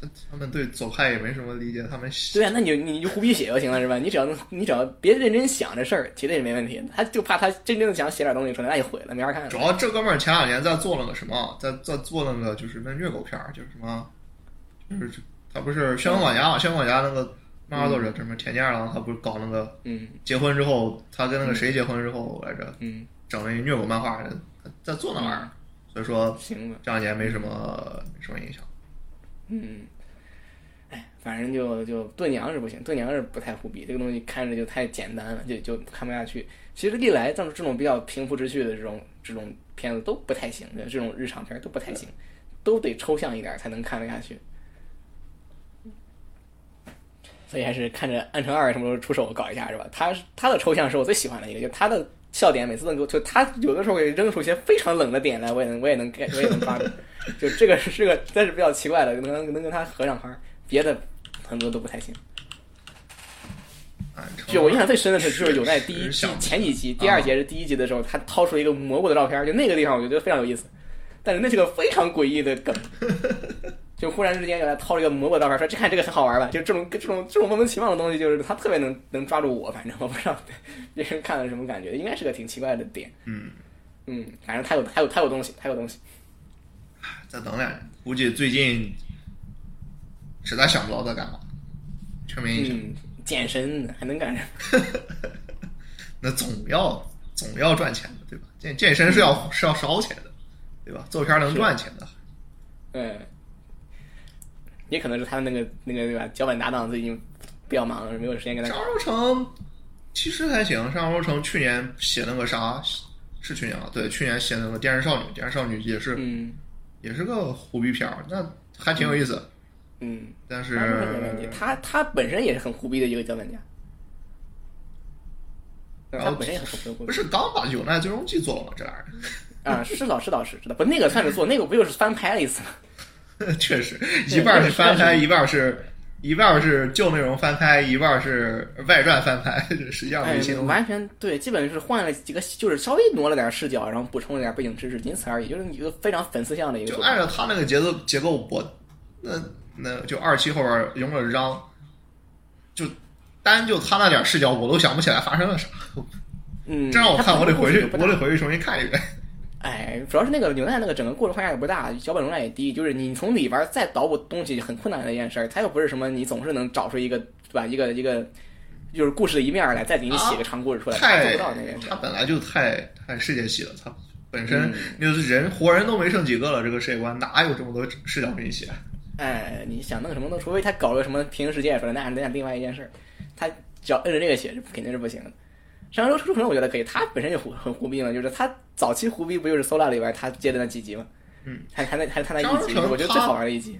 Speaker 2: 他他们对左派也没什么理解，他们
Speaker 1: 对啊，那你就你就胡逼写就行了，是吧？你只要能，你只要别认真想这事儿，绝对是没问题。他就怕他真正的想写点东西出来，那就毁了，没法看了
Speaker 2: 主。要这哥们儿前两年在做那个什么，在在做那个就是那虐狗片儿，就是什么，就是他不是《宣传管家》嘛，《宣传管家》那个漫画作者什么田健二郎，他不是搞那个
Speaker 1: 嗯
Speaker 2: 结婚之后，他跟那个谁结婚之后来着，
Speaker 1: 嗯，
Speaker 2: 整了一虐狗漫画，他在做那玩意儿，所以说
Speaker 1: 行吧，
Speaker 2: 这两年没什么没什么影响。
Speaker 1: 嗯，哎，反正就就盾娘是不行，盾娘是不太胡逼，这个东西看着就太简单了，就就看不下去。其实历来这种这种比较平铺直叙的这种这种片子都不太行，这种日常片儿都不太行，都得抽象一点儿才能看得下去。所以还是看着《暗城二》什么时候出手搞一下是吧？他他的抽象是我最喜欢的一个，就他的笑点每次能够就他有的时候会扔出一些非常冷的点来，我也能我也能 get 我也能抓住。就这个是这个，但是比较奇怪的，能能跟他合上拍儿，别的很多都不太行。
Speaker 2: 哦哎，成
Speaker 1: 就我印象最深的是，就是有在第一
Speaker 2: 是
Speaker 1: 季
Speaker 2: 想不
Speaker 1: 前几集，
Speaker 2: 啊
Speaker 1: 第二节是第一集的时候，他掏出一个 蘑菇的照片，就那个地方我就觉得非常有意思，但是那是个非常诡异的梗，就忽然之间有人掏了一个蘑菇的照片，说这看这个很好玩吧？就这种这种这种莫名其妙的东西，就是他特别能能抓住我，反正我不知道别人看了什么感觉，应该是个挺奇怪的点。
Speaker 2: 嗯
Speaker 1: 嗯，反正他有他有他有东西，他有东西。
Speaker 2: 再等两年，估计最近实在想不到在干嘛。全民英雄，
Speaker 1: 嗯，健身还能干什么？
Speaker 2: 那总要总要赚钱的，对吧？健健身是要、是要烧钱的，对吧？做片儿能赚钱的，
Speaker 1: 嗯，也可能是他那个那个对吧？脚本搭档最近比较忙，没有时间跟他
Speaker 2: 上
Speaker 1: 搞。
Speaker 2: 周成其实还行，上周成去年写那个啥，是去年啊？对，去年写那个《电视少女》，《电视少女》也是、
Speaker 1: 嗯
Speaker 2: 也是个胡逼片儿，那还挺有意思。
Speaker 1: 嗯，
Speaker 2: 但是
Speaker 1: 他是很有问题他他本身也是很忽逼的一个脚本家，对他
Speaker 2: 然后
Speaker 1: 本身也很忽
Speaker 2: 不
Speaker 1: 逼
Speaker 2: 是刚把《有奈最终季》做了吗？这俩
Speaker 1: 啊，是老是老是知道，不那个算是做，那个不就是翻拍了一次吗？
Speaker 2: 人 确实，一半儿是翻拍，一半儿是一半儿是旧内容翻拍，一半儿是外传翻拍， 实际上
Speaker 1: 哎
Speaker 2: 没新，东西。
Speaker 1: 完全对，基本是换了几个，就是稍微挪了点视角，然后补充了点背景知识，仅此而已，就是一个非常粉丝向的一个
Speaker 2: 就
Speaker 1: 作品。
Speaker 2: 按照他那个节奏结构，我那那就二期后边儿永远章，就单就他那点视角，我都想不起来发生了啥。
Speaker 1: 嗯，
Speaker 2: 这让我
Speaker 1: 它
Speaker 2: 看，我
Speaker 1: 本
Speaker 2: 得
Speaker 1: 身故
Speaker 2: 回
Speaker 1: 事
Speaker 2: 去
Speaker 1: 就，不
Speaker 2: 我
Speaker 1: 大
Speaker 2: 得回去重新看一遍。
Speaker 1: 哎，主要是那个纽奈那个整个故事框架也不大，脚本容量也低，就是你从里边儿再捣鼓东西很困难的一件事儿。它又不是什么你总是能找出一个对吧？一个一个就是故事的一面儿来，再给你写个长故事出来，它做
Speaker 2: 太
Speaker 1: 不到那件事
Speaker 2: 他
Speaker 1: 儿。
Speaker 2: 本来就太太世界系了，他本身
Speaker 1: 嗯
Speaker 2: 就是人活人都没剩几个了，这个世界观哪有这么多视角给你写？
Speaker 1: 哎，你想弄什么弄，除非他搞个什么平行世界出来，那那另外一件事儿。他只要摁着这个写，是肯定是不行的。上周出可能我觉得可以，他本身就胡很胡逼嘛，就是他早期胡逼不就是 Sola 里边他接的那几集嘛，
Speaker 2: 嗯，
Speaker 1: 还还那还他那
Speaker 2: 张
Speaker 1: 一集，
Speaker 2: 成
Speaker 1: 我觉得
Speaker 2: 他
Speaker 1: 最好玩的一集，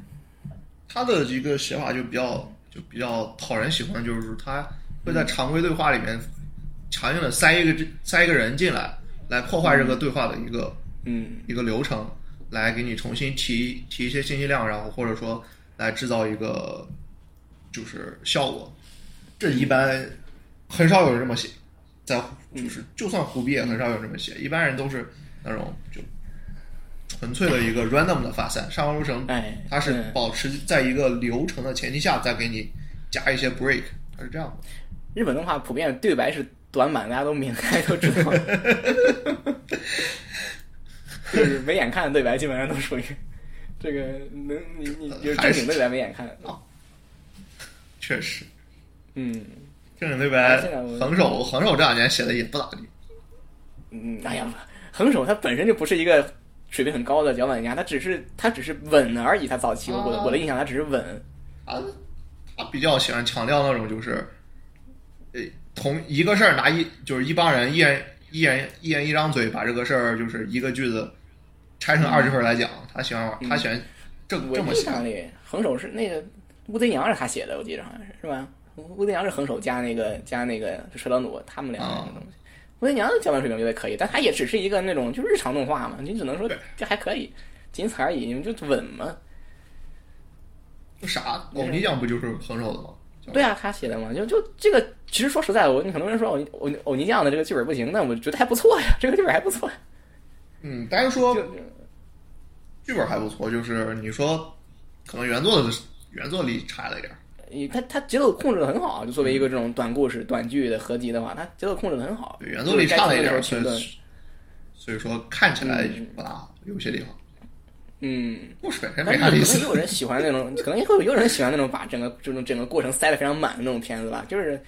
Speaker 2: 他的一个写法就比较就比较讨人喜欢，就是他会在常规对话里面强硬的塞一个塞一个人进来，来破坏这个对话的一个、
Speaker 1: 嗯
Speaker 2: 一个流程，来给你重新提提一些信息量，然后或者说来制造一个就是效果。这一般很少有人这么写，在就是就算胡逼也很少有人这么写，一般人都是那种就纯粹的一个 random 的发散。上方流程
Speaker 1: 哎，
Speaker 2: 它是
Speaker 1: 嗯
Speaker 2: 保持在一个流程的前提下，再给你加一些 break，它是这样的。
Speaker 1: 日本动画普遍对白是短板，大家都明白都知道，就是没眼看的对白基本上都属于这个能你你就是正经对白没眼看，
Speaker 2: 确实，
Speaker 1: 嗯
Speaker 2: 正经对
Speaker 1: 哎
Speaker 2: 白
Speaker 1: 这两个
Speaker 2: 横手横手这两年写的也不咋地，
Speaker 1: 嗯，哎呀，横手他本身就不是一个水平很高的脚本家，他只是他只是稳而已，他早期我我的我的印象他只是稳，
Speaker 2: 他他比较喜欢强调那种就是，呃，同一个事儿拿一就是一帮人一人一人一人一张嘴把这个事儿就是一个句子拆成二十份儿来讲，他喜欢
Speaker 1: 嗯
Speaker 2: 他喜欢这
Speaker 1: 我
Speaker 2: 这么
Speaker 1: 印
Speaker 2: 写，
Speaker 1: 象里横手是那个乌贼娘是他写的，我记得好像是是吧？乌贼娘是横手加那个加那个就水岛努他们俩那个东西。乌贼娘的脚本水平我觉得可以，但他也只是一个那种就日常动画嘛，你只能说
Speaker 2: 对
Speaker 1: 这还可以，仅此而已，你们就稳嘛。
Speaker 2: 啥狗泥匠不就是横手的吗？
Speaker 1: 对啊，他写的嘛，就就这个，其实说实在，我很多人说偶偶偶尼酱的这个剧本不行，但我觉得还不错呀，这个剧本还不错呀。
Speaker 2: 嗯，单说
Speaker 1: 就
Speaker 2: 剧本还不错，就是你说可能原作的原作里差了一点儿，
Speaker 1: 你他他节奏控制的很好，就作为一个这种短故事、短剧的合集的话，他节奏控制的很好。
Speaker 2: 对原作里差了一点儿，
Speaker 1: 就是该停的时候
Speaker 2: 所
Speaker 1: 停顿
Speaker 2: 以所以说看起来不大好，有些地方
Speaker 1: 嗯，
Speaker 2: 故事本身
Speaker 1: 但是
Speaker 2: 没啥
Speaker 1: 可能
Speaker 2: 意
Speaker 1: 也
Speaker 2: 思。
Speaker 1: 有人喜欢那种，可能也会有人喜欢那种把整个这种整个过程塞得非常满的那种片子吧。就是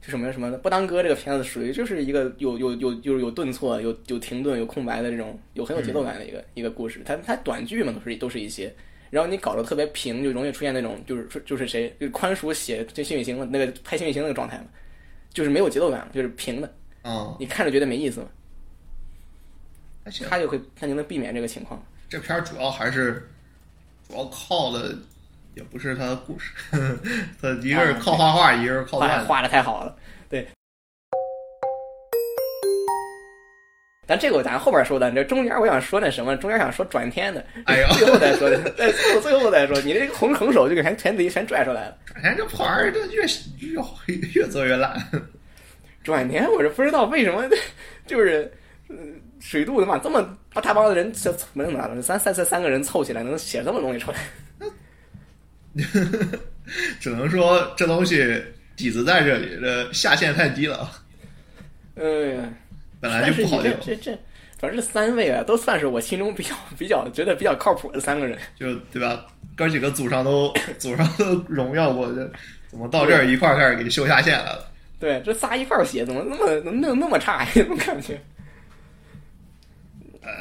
Speaker 1: 就什么什么的，不当哥这个片子属于就是一个有有有有有顿挫、有有停顿、有空白的这种有很有节奏感的一个、一个故事。它它短剧嘛，都是都是一些。然后你搞得特别平，就容易出现那种就是就是谁就是宽叔写这《新运行》那个拍《新运行》那个状态嘛，就是没有节奏感，就是平的，
Speaker 2: 嗯，
Speaker 1: 你看着觉得没意思嘛。
Speaker 2: 还行。
Speaker 1: 他就会他就能避免这个情况。
Speaker 2: 这片儿主要还是主要靠的，也不是他的故事， 他一个是靠画画，一个是靠
Speaker 1: 哦画
Speaker 2: 段子。
Speaker 1: 画的太好了，对。咱这个咱后边说的，你这中间我想说那什么，中间想说转天的，
Speaker 2: 哎呦
Speaker 1: 最后再说的，对，最后最后再说，你这个横横手就给全全自己全拽出来了。
Speaker 2: 转天这破玩意儿，这越越越做越烂。
Speaker 1: 转天我是不知道为什么，就是呃水度他啊妈这么把大帮的人这怎么能拿到三三三三个人凑起来能写这么东西出来？
Speaker 2: 只能说这东西底子在这里，这下限太低了，
Speaker 1: 呃，
Speaker 2: 本来
Speaker 1: 但是
Speaker 2: 就
Speaker 1: 你
Speaker 2: 不好
Speaker 1: 这
Speaker 2: 用。
Speaker 1: 这这，反正这三位啊，都算是我心中比较比较觉得比较靠谱的三个人。
Speaker 2: 就对吧？哥几个祖上都祖上都荣耀过，这怎么到这儿一块儿开始给修下线来了？
Speaker 1: 对，这仨一块儿写，怎么那么怎么那么那么差呀？ 怎么感觉？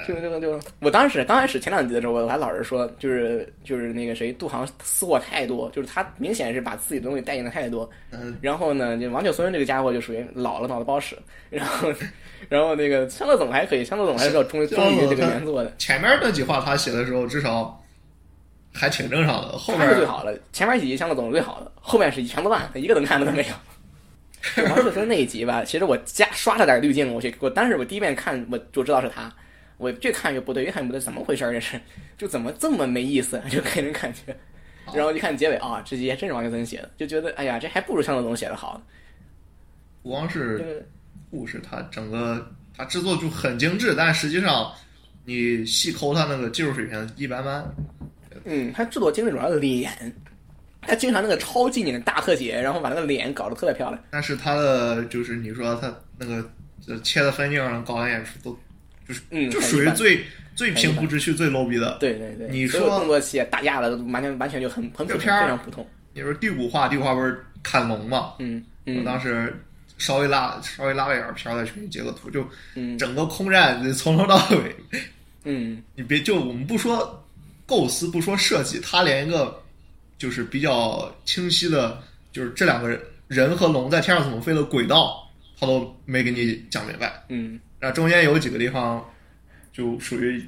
Speaker 1: 就就就，我当时刚开始前两集的时候，我还老是说，就是就是那个谁，杜航私货太多，就是他明显是把自己的东西带进的太多。
Speaker 2: 嗯，
Speaker 1: 然后呢，就王九孙这个家伙就属于老了脑子不好使，然后然后那个香乐总还可以，香乐总还是要忠于
Speaker 2: 香
Speaker 1: 忠于
Speaker 2: 乐总
Speaker 1: 这个
Speaker 2: 他
Speaker 1: 原作的，
Speaker 2: 前面那几话他写的时候，至少还挺正常的。后
Speaker 1: 他是最
Speaker 2: 面
Speaker 1: 好的。前面几集香乐总是最好的，后面是全部烂，一个能看的都没有。就王志春那一集吧，其实我加刷了点滤镜过去，我当时我第一遍看我就知道是他，我越看越不对，越看越不对，怎么回事儿？这是就怎么这么没意思，啊就给人感觉。然后一看结尾啊、这集还真是王志森写的，就觉得哎呀，这还不如向乐总写的好呢。
Speaker 2: 不光
Speaker 1: 这
Speaker 2: 是
Speaker 1: 个
Speaker 2: 故事，它整个它制作就很精致，但实际上你细抠它那个技术水平一般般。
Speaker 1: 嗯，他制作精致主要是脸，他经常那个超近景的大特写，然后把那个脸搞得特别漂亮。
Speaker 2: 但是它的就是你说它那个呃切的分镜啊、搞完演出都就是、
Speaker 1: 嗯
Speaker 2: 就
Speaker 1: 很一
Speaker 2: 属于
Speaker 1: 般
Speaker 2: 最最
Speaker 1: 很一
Speaker 2: 平
Speaker 1: 般
Speaker 2: 铺直叙、最 low 逼的。
Speaker 1: 对对对，
Speaker 2: 你
Speaker 1: 所有
Speaker 2: 说
Speaker 1: 动作戏打架了，完全完全就很很普
Speaker 2: 这
Speaker 1: 通，非
Speaker 2: 片儿
Speaker 1: 常普通。
Speaker 2: 你说第五话，第五话不是砍龙嘛？
Speaker 1: 嗯
Speaker 2: 我
Speaker 1: 嗯
Speaker 2: 当时稍微拉稍微拉了一点片儿在群里截个图，就
Speaker 1: 嗯
Speaker 2: 整个空战从头到尾，
Speaker 1: 嗯，
Speaker 2: 你别就我们不说构思，不说设计，他连一个就是比较清晰的，就是这两个人人和龙在天上怎么飞的轨道，他都没给你讲明白。
Speaker 1: 嗯，
Speaker 2: 然后中间有几个地方就属于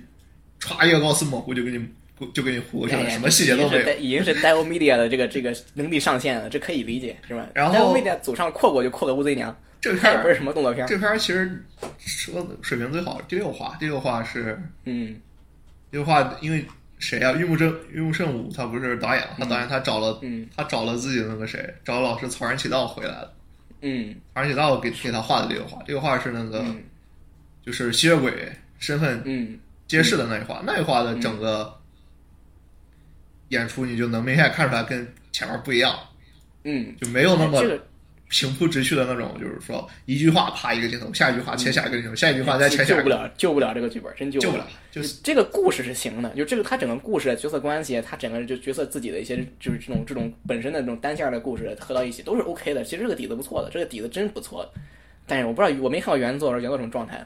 Speaker 2: 歘一个高斯模糊就给你就给你糊过去
Speaker 1: 哎呀
Speaker 2: 了，什么细节都没有。
Speaker 1: 已经是已经是 Devil Media 的这个这个能力上限了，这可以理解是吧？
Speaker 2: 然后
Speaker 1: Devil Media 祖上扩过就扩个乌贼娘，
Speaker 2: 这片
Speaker 1: 它也
Speaker 2: 儿
Speaker 1: 不是什么动作片儿。
Speaker 2: 这片儿其实说的水平最好，第六话，第六话是
Speaker 1: 嗯
Speaker 2: 第六话，因为谁啊？玉木正玉木胜武他不是导演嘛，他导演他找了、
Speaker 1: 嗯
Speaker 2: 他找了自己那个谁，找了老师草原启道回来了。
Speaker 1: 嗯
Speaker 2: 草原启道给给他画的第六画，第六画是那个、
Speaker 1: 嗯
Speaker 2: 就是吸血鬼身份
Speaker 1: 嗯
Speaker 2: 揭示的那一画，那一画的整个演出你就能明显看出来跟前面不一样，
Speaker 1: 嗯，
Speaker 2: 就没有那么
Speaker 1: 这个
Speaker 2: 平铺直叙的那种，就是说一句话啪一个镜头，下一句话切下一个镜头，下一句话再切下
Speaker 1: 哎救
Speaker 2: 一
Speaker 1: 不
Speaker 2: 个，
Speaker 1: 了救不了这个剧本，真救
Speaker 2: 救
Speaker 1: 不
Speaker 2: 不
Speaker 1: 了
Speaker 2: 了。，就是。
Speaker 1: 这个故事是行的，就这个他整个故事、角色关系，他整个就角色自己的一
Speaker 2: 嗯
Speaker 1: 些就是这种这种本身的这种单线的故事合到一起都是 OK 的。其实这个底子不错的，这个底子真不错的。但是我不知道我没看过原作，原作什么状态，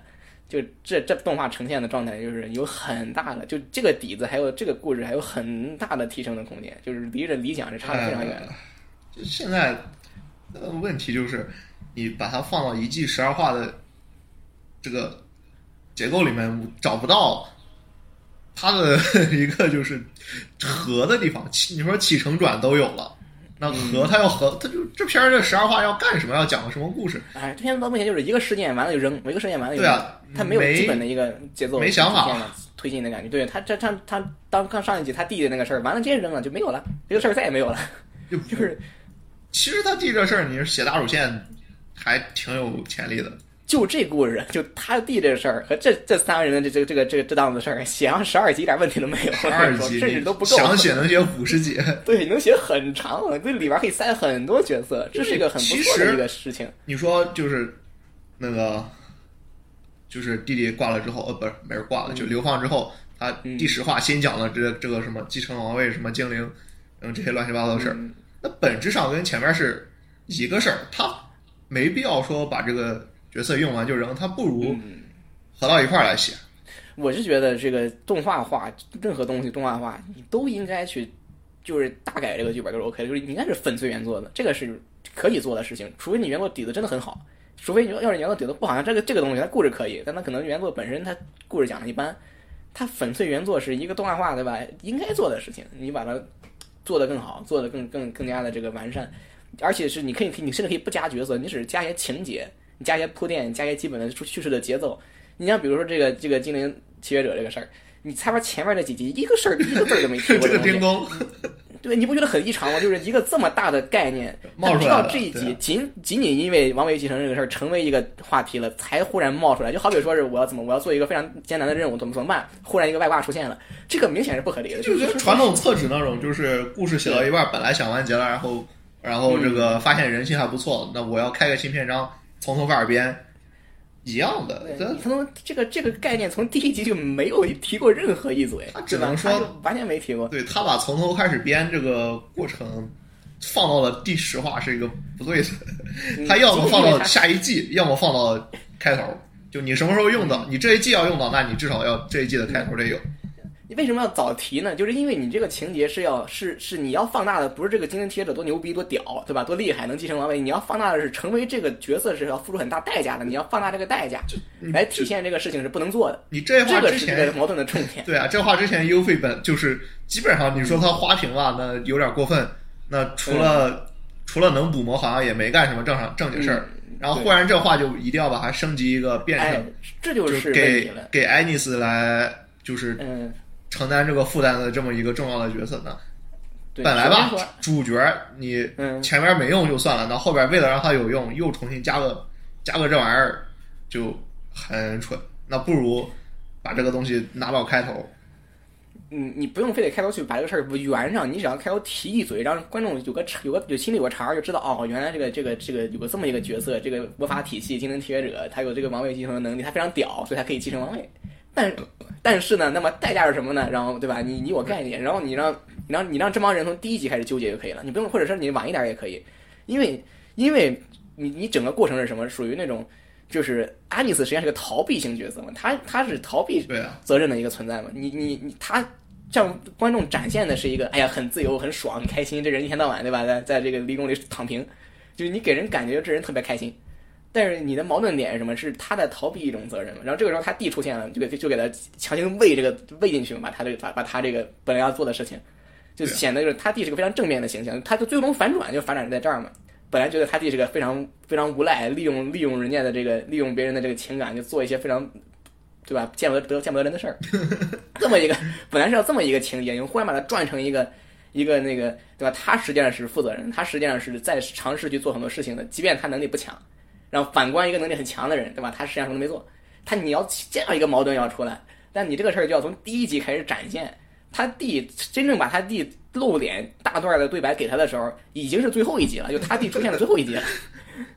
Speaker 1: 就这这动画呈现的状态就是有很大的，就这个底子还有这个故事还有很大的提升的空间，就是离着理想是差得非常远的。
Speaker 2: 呃就现在呃问题就是，你把它放到一季十二话的这个结构里面，找不到它的 一个就是和的地方。起你说起承转都有了，那
Speaker 1: 嗯
Speaker 2: 和它要和，它就这篇儿这十二话要干什么？要讲个什么故事？
Speaker 1: 哎，这片子到目前就是一个事件完了就扔，一个事件完了就
Speaker 2: 对
Speaker 1: 扔，
Speaker 2: 啊
Speaker 1: 他没有
Speaker 2: 没
Speaker 1: 基本的一个节奏，
Speaker 2: 没想法
Speaker 1: 推进的感觉。对他这他他当刚上一集他弟弟那个事儿完了，直接扔了就没有了，这个事儿再也没有了，
Speaker 2: 就
Speaker 1: 就是
Speaker 2: 其实他弟这事儿，你是写大主线还挺有潜力的。
Speaker 1: 就这故事，就他弟这事儿和这这三个人的这这个这个这个这档子事儿，写上十二集一点问题都没有，
Speaker 2: 十二
Speaker 1: 我跟
Speaker 2: 集
Speaker 1: 你说甚至都不够。
Speaker 2: 想写能写五十集。
Speaker 1: 对，能写很长，这里边可以塞很多角色，这是一个很不错
Speaker 2: 其实
Speaker 1: 的一个事情。
Speaker 2: 你说就是那个，就是弟弟挂了之后，呃，不是没人挂了，
Speaker 1: 嗯
Speaker 2: 就流放之后，他第十话新讲了这这个什么继承王位、什么精灵，嗯，这些乱七八糟的事儿。那本质上跟前面是一个事儿，他没必要说把这个角色用完就扔，他不如
Speaker 1: 嗯
Speaker 2: 合到一块儿来写。
Speaker 1: 我是觉得这个动画化，任何东西动画化，你都应该去，就是大改这个剧本就是 OK 的，就是你应该是粉碎原作的，这个是可以做的事情，除非你原作底子真的很好，除非你要是原作底子不好，像这个这个东西它故事可以，但它可能原作本身它故事讲的一般，它粉碎原作是一个动画化对吧？应该做的事情，你把它做得更好，做得更更更加的这个完善，而且是你可以你甚至可以不加角色，你只是加一些情节，你加一些铺垫，你加一些基本的叙事的节奏。你像比如说这个这个精灵 契约者这个事儿，你猜吧，前面那几集一个事儿一个字儿都没提
Speaker 2: 这
Speaker 1: 过
Speaker 2: 个
Speaker 1: 东西
Speaker 2: 丁工，
Speaker 1: 对，你不觉得很异常吗？就是一个这么大的概念，
Speaker 2: 冒
Speaker 1: 它
Speaker 2: 出来
Speaker 1: 直到
Speaker 2: 了
Speaker 1: 这一集，
Speaker 2: 对啊
Speaker 1: 仅仅仅因为王位继承这个事儿成为一个话题了，才忽然冒出来。就好比说是我要怎么，我要做一个非常艰难的任务，怎么怎么办？忽然一个外挂出现了，这个明显是不合理的。
Speaker 2: 就是是传统厕纸那种，就是故事写到一半，本来想完结了，然后然后这
Speaker 1: 嗯
Speaker 2: 个发现人气还不错，那我要开个新篇章，从头开始编，一样的。
Speaker 1: 对
Speaker 2: 这
Speaker 1: 你从这个这个概念从第一集就没有提过任何一嘴，
Speaker 2: 他只
Speaker 1: 对吧
Speaker 2: 能
Speaker 1: 他
Speaker 2: 说
Speaker 1: 就完全没提过。
Speaker 2: 对他把从头开始编这个过程放到了第十话是一个不对的，
Speaker 1: 嗯
Speaker 2: 他要么放
Speaker 1: 因为
Speaker 2: 到
Speaker 1: 他
Speaker 2: 下一季，要么放到开头。就你什么时候用到，你这一季要用到，那你至少要这一季的开头得有。
Speaker 1: 你为什么要早提呢？就是因为你这个情节是要是是你要放大的，不是这个精灵贴者多牛逼多屌，对吧？多厉害能继承王位，你要放大的是成为这个角色是要付出很大代价的，你要放大这个代价
Speaker 2: 你
Speaker 1: 来体现这个事情是不能做的，
Speaker 2: 你这话
Speaker 1: 这个
Speaker 2: 之
Speaker 1: 是
Speaker 2: 前
Speaker 1: 这个矛盾的重点。
Speaker 2: 对啊，这话之前优费本就是基本上你说他花瓶吧，那有点过分。那除了、
Speaker 1: 嗯
Speaker 2: 除了能补魔，好像也没干什么正常正经事儿。然后忽然这话就一定要把它升级一个，变
Speaker 1: 嗯哎
Speaker 2: 成、，
Speaker 1: 这就
Speaker 2: 就是是
Speaker 1: 问题
Speaker 2: 给
Speaker 1: 了。
Speaker 2: 给爱丽丝来就是
Speaker 1: 嗯，
Speaker 2: 承担这个负担的这么一个重要的角色呢。
Speaker 1: 对，
Speaker 2: 本来吧
Speaker 1: 首先说，
Speaker 2: 主角你
Speaker 1: 嗯
Speaker 2: 前面没用就算了，那后边为了让他有用，又重新加个加个这玩意儿，就很蠢。那不如把这个东西拿到开头，
Speaker 1: 嗯，你不用非得开头去把这个事儿圆上，你只要开头提一嘴，让观众有个有个有心里有个茬儿，就知道哦，原来这个这个这个有个这么一个角色，这个魔法体系精灵贴者，他有这个王位继承的能力，他非常屌，所以他可以继承王位。但但是呢，那么代价是什么呢？然后对吧？你你我概念，然后你让你让你让这帮人从第一集开始纠结就可以了，你不用，或者是你晚一点也可以，因为因为你你整个过程是什么？属于那种就是安妮斯实际上是个逃避型角色嘛，他他是逃避
Speaker 2: 对啊。
Speaker 1: 责任的一个存在嘛。你你你，他向观众展现的是一个，哎呀，很自由，很爽，很开心。这人一天到晚对吧，在在这个离宫里躺平，就是你给人感觉这人特别开心。但是你的矛盾点是什么？是他在逃避一种责任嘛。然后这个时候他弟出现了，就给就给他强行喂这个喂进去嘛，把他这个把把他这个本来要做的事情，就
Speaker 2: 对啊
Speaker 1: 显得就是他弟是个非常正面的形象。他就最终反转就反转在这儿嘛。本来觉得他弟是个非常非常无赖，利用利用人家的这个利用别人的这个情感，就做一些非常对吧见不得得见不得人的事儿。 这么一个本来是要这么一个情节，你忽然把它转成一个一个那个对吧？他实际上是负责人，他实际上是在尝试去做很多事情的，即便他能力不强。然后反观一个能力很强的人，对吧？他实际上什么都没做，他你要这样一个矛盾要出来，但你这个事儿就要从第一集开始展现。他弟真正把他弟露脸大段的对白给他的时候，已经是最后一集了，就他弟出现了最后一集了。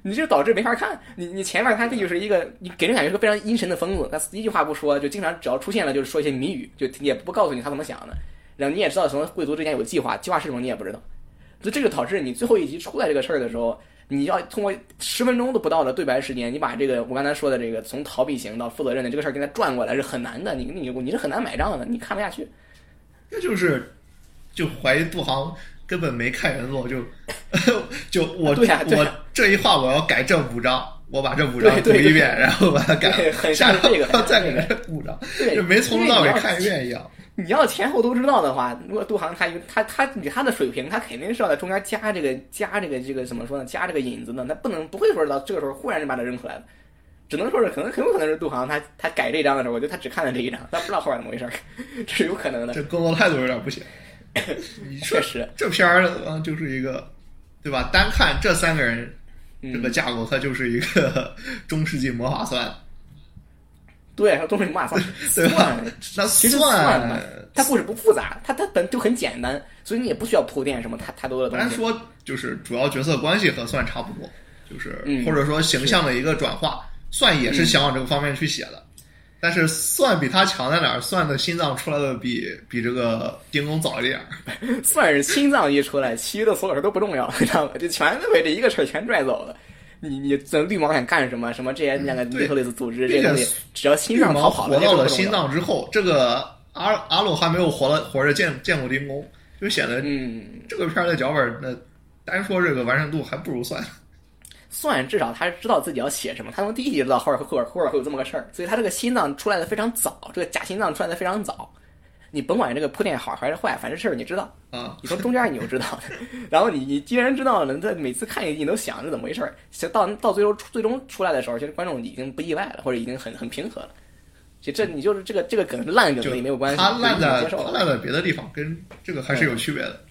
Speaker 1: 你这导致没法看，你你前面他弟就是一个，你给人感觉是个非常阴沉的疯子，他一句话不说，就经常只要出现了就是说一些谜语，就也不告诉你他怎么想的。然后你也知道，什么贵族之间有计划，计划是什么你也不知道。就这就导致你最后一集出来这个事儿的时候，你要通过十分钟都不到的对白时间，你把这个我刚才说的这个从逃避型到负责任的这个事儿给它转过来是很难的，你你你是很难买账的，你看不下去。
Speaker 2: 这就是就怀疑杜航根本没看原作，就就我、
Speaker 1: 对啊呀对呀
Speaker 2: 我这一话我要改正五章，我把这五章读
Speaker 1: 对对
Speaker 2: 一遍，然后把它改
Speaker 1: 对
Speaker 2: 了，
Speaker 1: 很
Speaker 2: 下
Speaker 1: 像这个
Speaker 2: 章再
Speaker 1: 很像
Speaker 2: 改这五章，
Speaker 1: 对
Speaker 2: 就没从头
Speaker 1: 因为
Speaker 2: 到尾
Speaker 1: 你要
Speaker 2: 看一遍一样。
Speaker 1: 你要前后都知道的话，如果杜航他有他他以他的水平，他肯定是要在中间加这个加这个这个怎么说呢？加这个引子的，他不能不会说到这个时候忽然就把它扔出来了，只能说是可能很有可能是杜航他他改这一章的时候，我觉得他只看了这一章，他不知道后面怎么回事儿， 这是有可能的，
Speaker 2: 这工作态度有点不行。你说
Speaker 1: 确实。
Speaker 2: 这片儿嗯就是一个，对吧？单看这三个人
Speaker 1: 嗯
Speaker 2: 这个架构，它就是一个 中世纪魔法算。
Speaker 1: 对，还有东西马 算
Speaker 2: 对
Speaker 1: 算，
Speaker 2: 那
Speaker 1: 其实
Speaker 2: 算
Speaker 1: 吧，它啊故事不复杂，它它本就很简单，所以你也不需要铺垫什么太太多的
Speaker 2: 咱
Speaker 1: 东西。
Speaker 2: 说就是主要角色关系和算差不多，就是、
Speaker 1: 嗯
Speaker 2: 或者说形象的一个转化，算也是想往这个方面去写的。但是算比他强在哪儿？算的心脏出来的比比这个丁工早一点儿，
Speaker 1: 算是心脏一出来，其余的所有事都不重要 了，你知道吗？就全被这一个事儿全拽走了。你你这绿毛想干什么？什么这些那个类
Speaker 2: 嗯对
Speaker 1: 似类似组织这些
Speaker 2: 并且
Speaker 1: 东西，只要心脏
Speaker 2: 绿
Speaker 1: 逃
Speaker 2: 毛
Speaker 1: 跑
Speaker 2: 活到
Speaker 1: 这
Speaker 2: 了
Speaker 1: 些
Speaker 2: 心
Speaker 1: 都不重要。
Speaker 2: 脏之后，这个阿阿鲁还没有活了活着见见过丁工，就显得
Speaker 1: 嗯，
Speaker 2: 这个片儿的脚本儿，那单说这个完成度还不如算。
Speaker 1: 算至少他是知道自己要写什么，他从第一集知道后边后边后边会有这么个事儿，所以他这个心脏出来的非常早，这个假心脏出来的非常早。你甭管这个铺垫好还是坏，反正事儿你知道。
Speaker 2: 啊，
Speaker 1: 你从中间你就知道 了，然后你你既然知道了，那每次看一集你都想是怎么回事儿，其实到到最后出最终出来的时候，其实观众已经不意外了，或者已经很很平和了。其实这你就是这个这个梗是烂梗
Speaker 2: 就
Speaker 1: 也没有关系，
Speaker 2: 他烂
Speaker 1: 就是
Speaker 2: 在
Speaker 1: 你接受
Speaker 2: 他
Speaker 1: 了。
Speaker 2: 烂在别的地方，跟这个还是有区别的。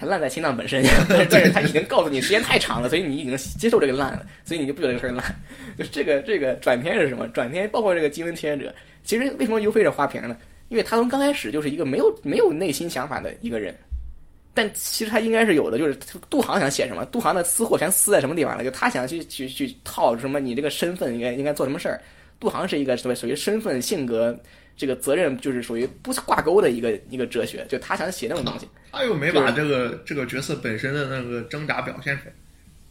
Speaker 1: 它烂在心脏本身，但是它已经告诉你时间太长了，所以你已经接受这个烂了，所以你就不觉得这个事儿烂。 就这个这个转天是什么？转天包括这个经文体验者，其实为什么尤菲是花瓶呢？因为他从刚开始就是一个没有没有内心想法的一个人，但其实他应该是有的，就是杜航想写什么，杜航的私货全私在什么地方了？就他想去去去套什么你这个身份应该应该做什么事儿。杜航是一个什么属于身份、性格、这个责任，就是属于不挂钩的一个一个哲学，就他想写那种东西。
Speaker 2: 他又没把这个这个角色本身的那个挣扎表现出来。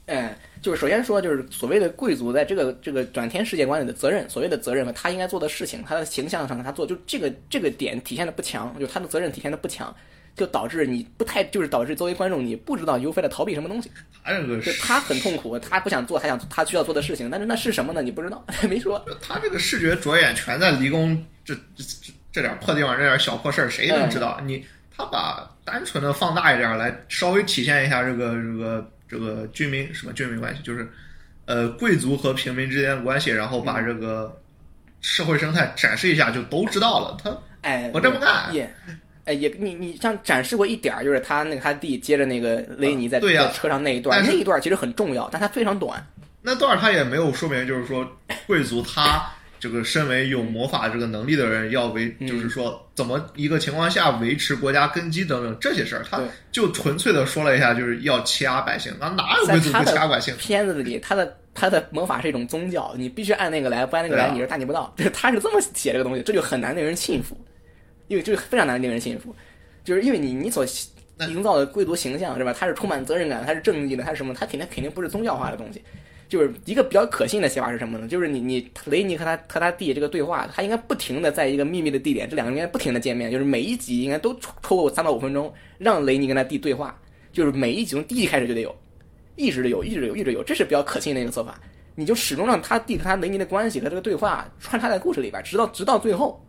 Speaker 1: 嗯，就是首先说，就是所谓的贵族在这个这个转天世界观里的责任，所谓的责任和他应该做的事情，他的形象上他做，就这个这个点体现的不强，就他的责任体现的不强，就导致你不太，就是导致作为观众你不知道尤菲在逃避什么东西，
Speaker 2: 他这个
Speaker 1: 就他很痛苦，他不想做他想他需要做的事情，但是那是什么呢？你不知道， 没说。
Speaker 2: 他这个视觉着眼全在离宫这这这这点破地方，这点小破事儿，谁能知道？你他把单纯的放大一点来，稍微体现一下这个这个这个军民什么军民关系，就是呃贵族和平民之间的关系，然后把这个社会生态展示一下，就都知道了。他
Speaker 1: 哎，
Speaker 2: 我这么干
Speaker 1: 也，哎也，你你像展示过一点儿，就是他那个他弟接着那个雷尼在、
Speaker 2: 啊对呀
Speaker 1: 在车上那一段，
Speaker 2: 但是
Speaker 1: 那一段其实很重要，但它非常短。
Speaker 2: 那段儿他也没有说明，就是说贵族他这个身为有魔法这个能力的人，要维，
Speaker 1: 嗯
Speaker 2: 就是说怎么一个情况下维持国家根基等等这些事儿，他
Speaker 1: 对
Speaker 2: 就纯粹的说了一下，就是要欺压百姓，那哪有
Speaker 1: 在
Speaker 2: 贵族
Speaker 1: 他
Speaker 2: 不欺压
Speaker 1: 的
Speaker 2: 百姓？
Speaker 1: 片子里，他的他的魔法是一种宗教，你必须按那个来，不按那个
Speaker 2: 对
Speaker 1: 来
Speaker 2: 啊
Speaker 1: 你是大逆不道。就是他是这么写这个东西，这就很难令人信服，因为这个非常难令人信服，就是因为你你所
Speaker 2: 那
Speaker 1: 营造的贵族形象是吧？他是充满责任感，他是正义的，他是什么？他肯定肯定不是宗教化的东西。就是一个比较可信的写法是什么呢？就是你你雷尼和他和他弟这个对话，他应该不停的在一个秘密的地点，这两个人应该不停的见面，就是每一集应该都超超过三到五分钟，让雷尼跟他弟对话，就是每一集从第一集开始就得有，一直有，一直有，一直有，这是比较可信的一个做法。你就始终让他弟和他雷尼的关系和这个对话穿插在故事里边，直到直到最后，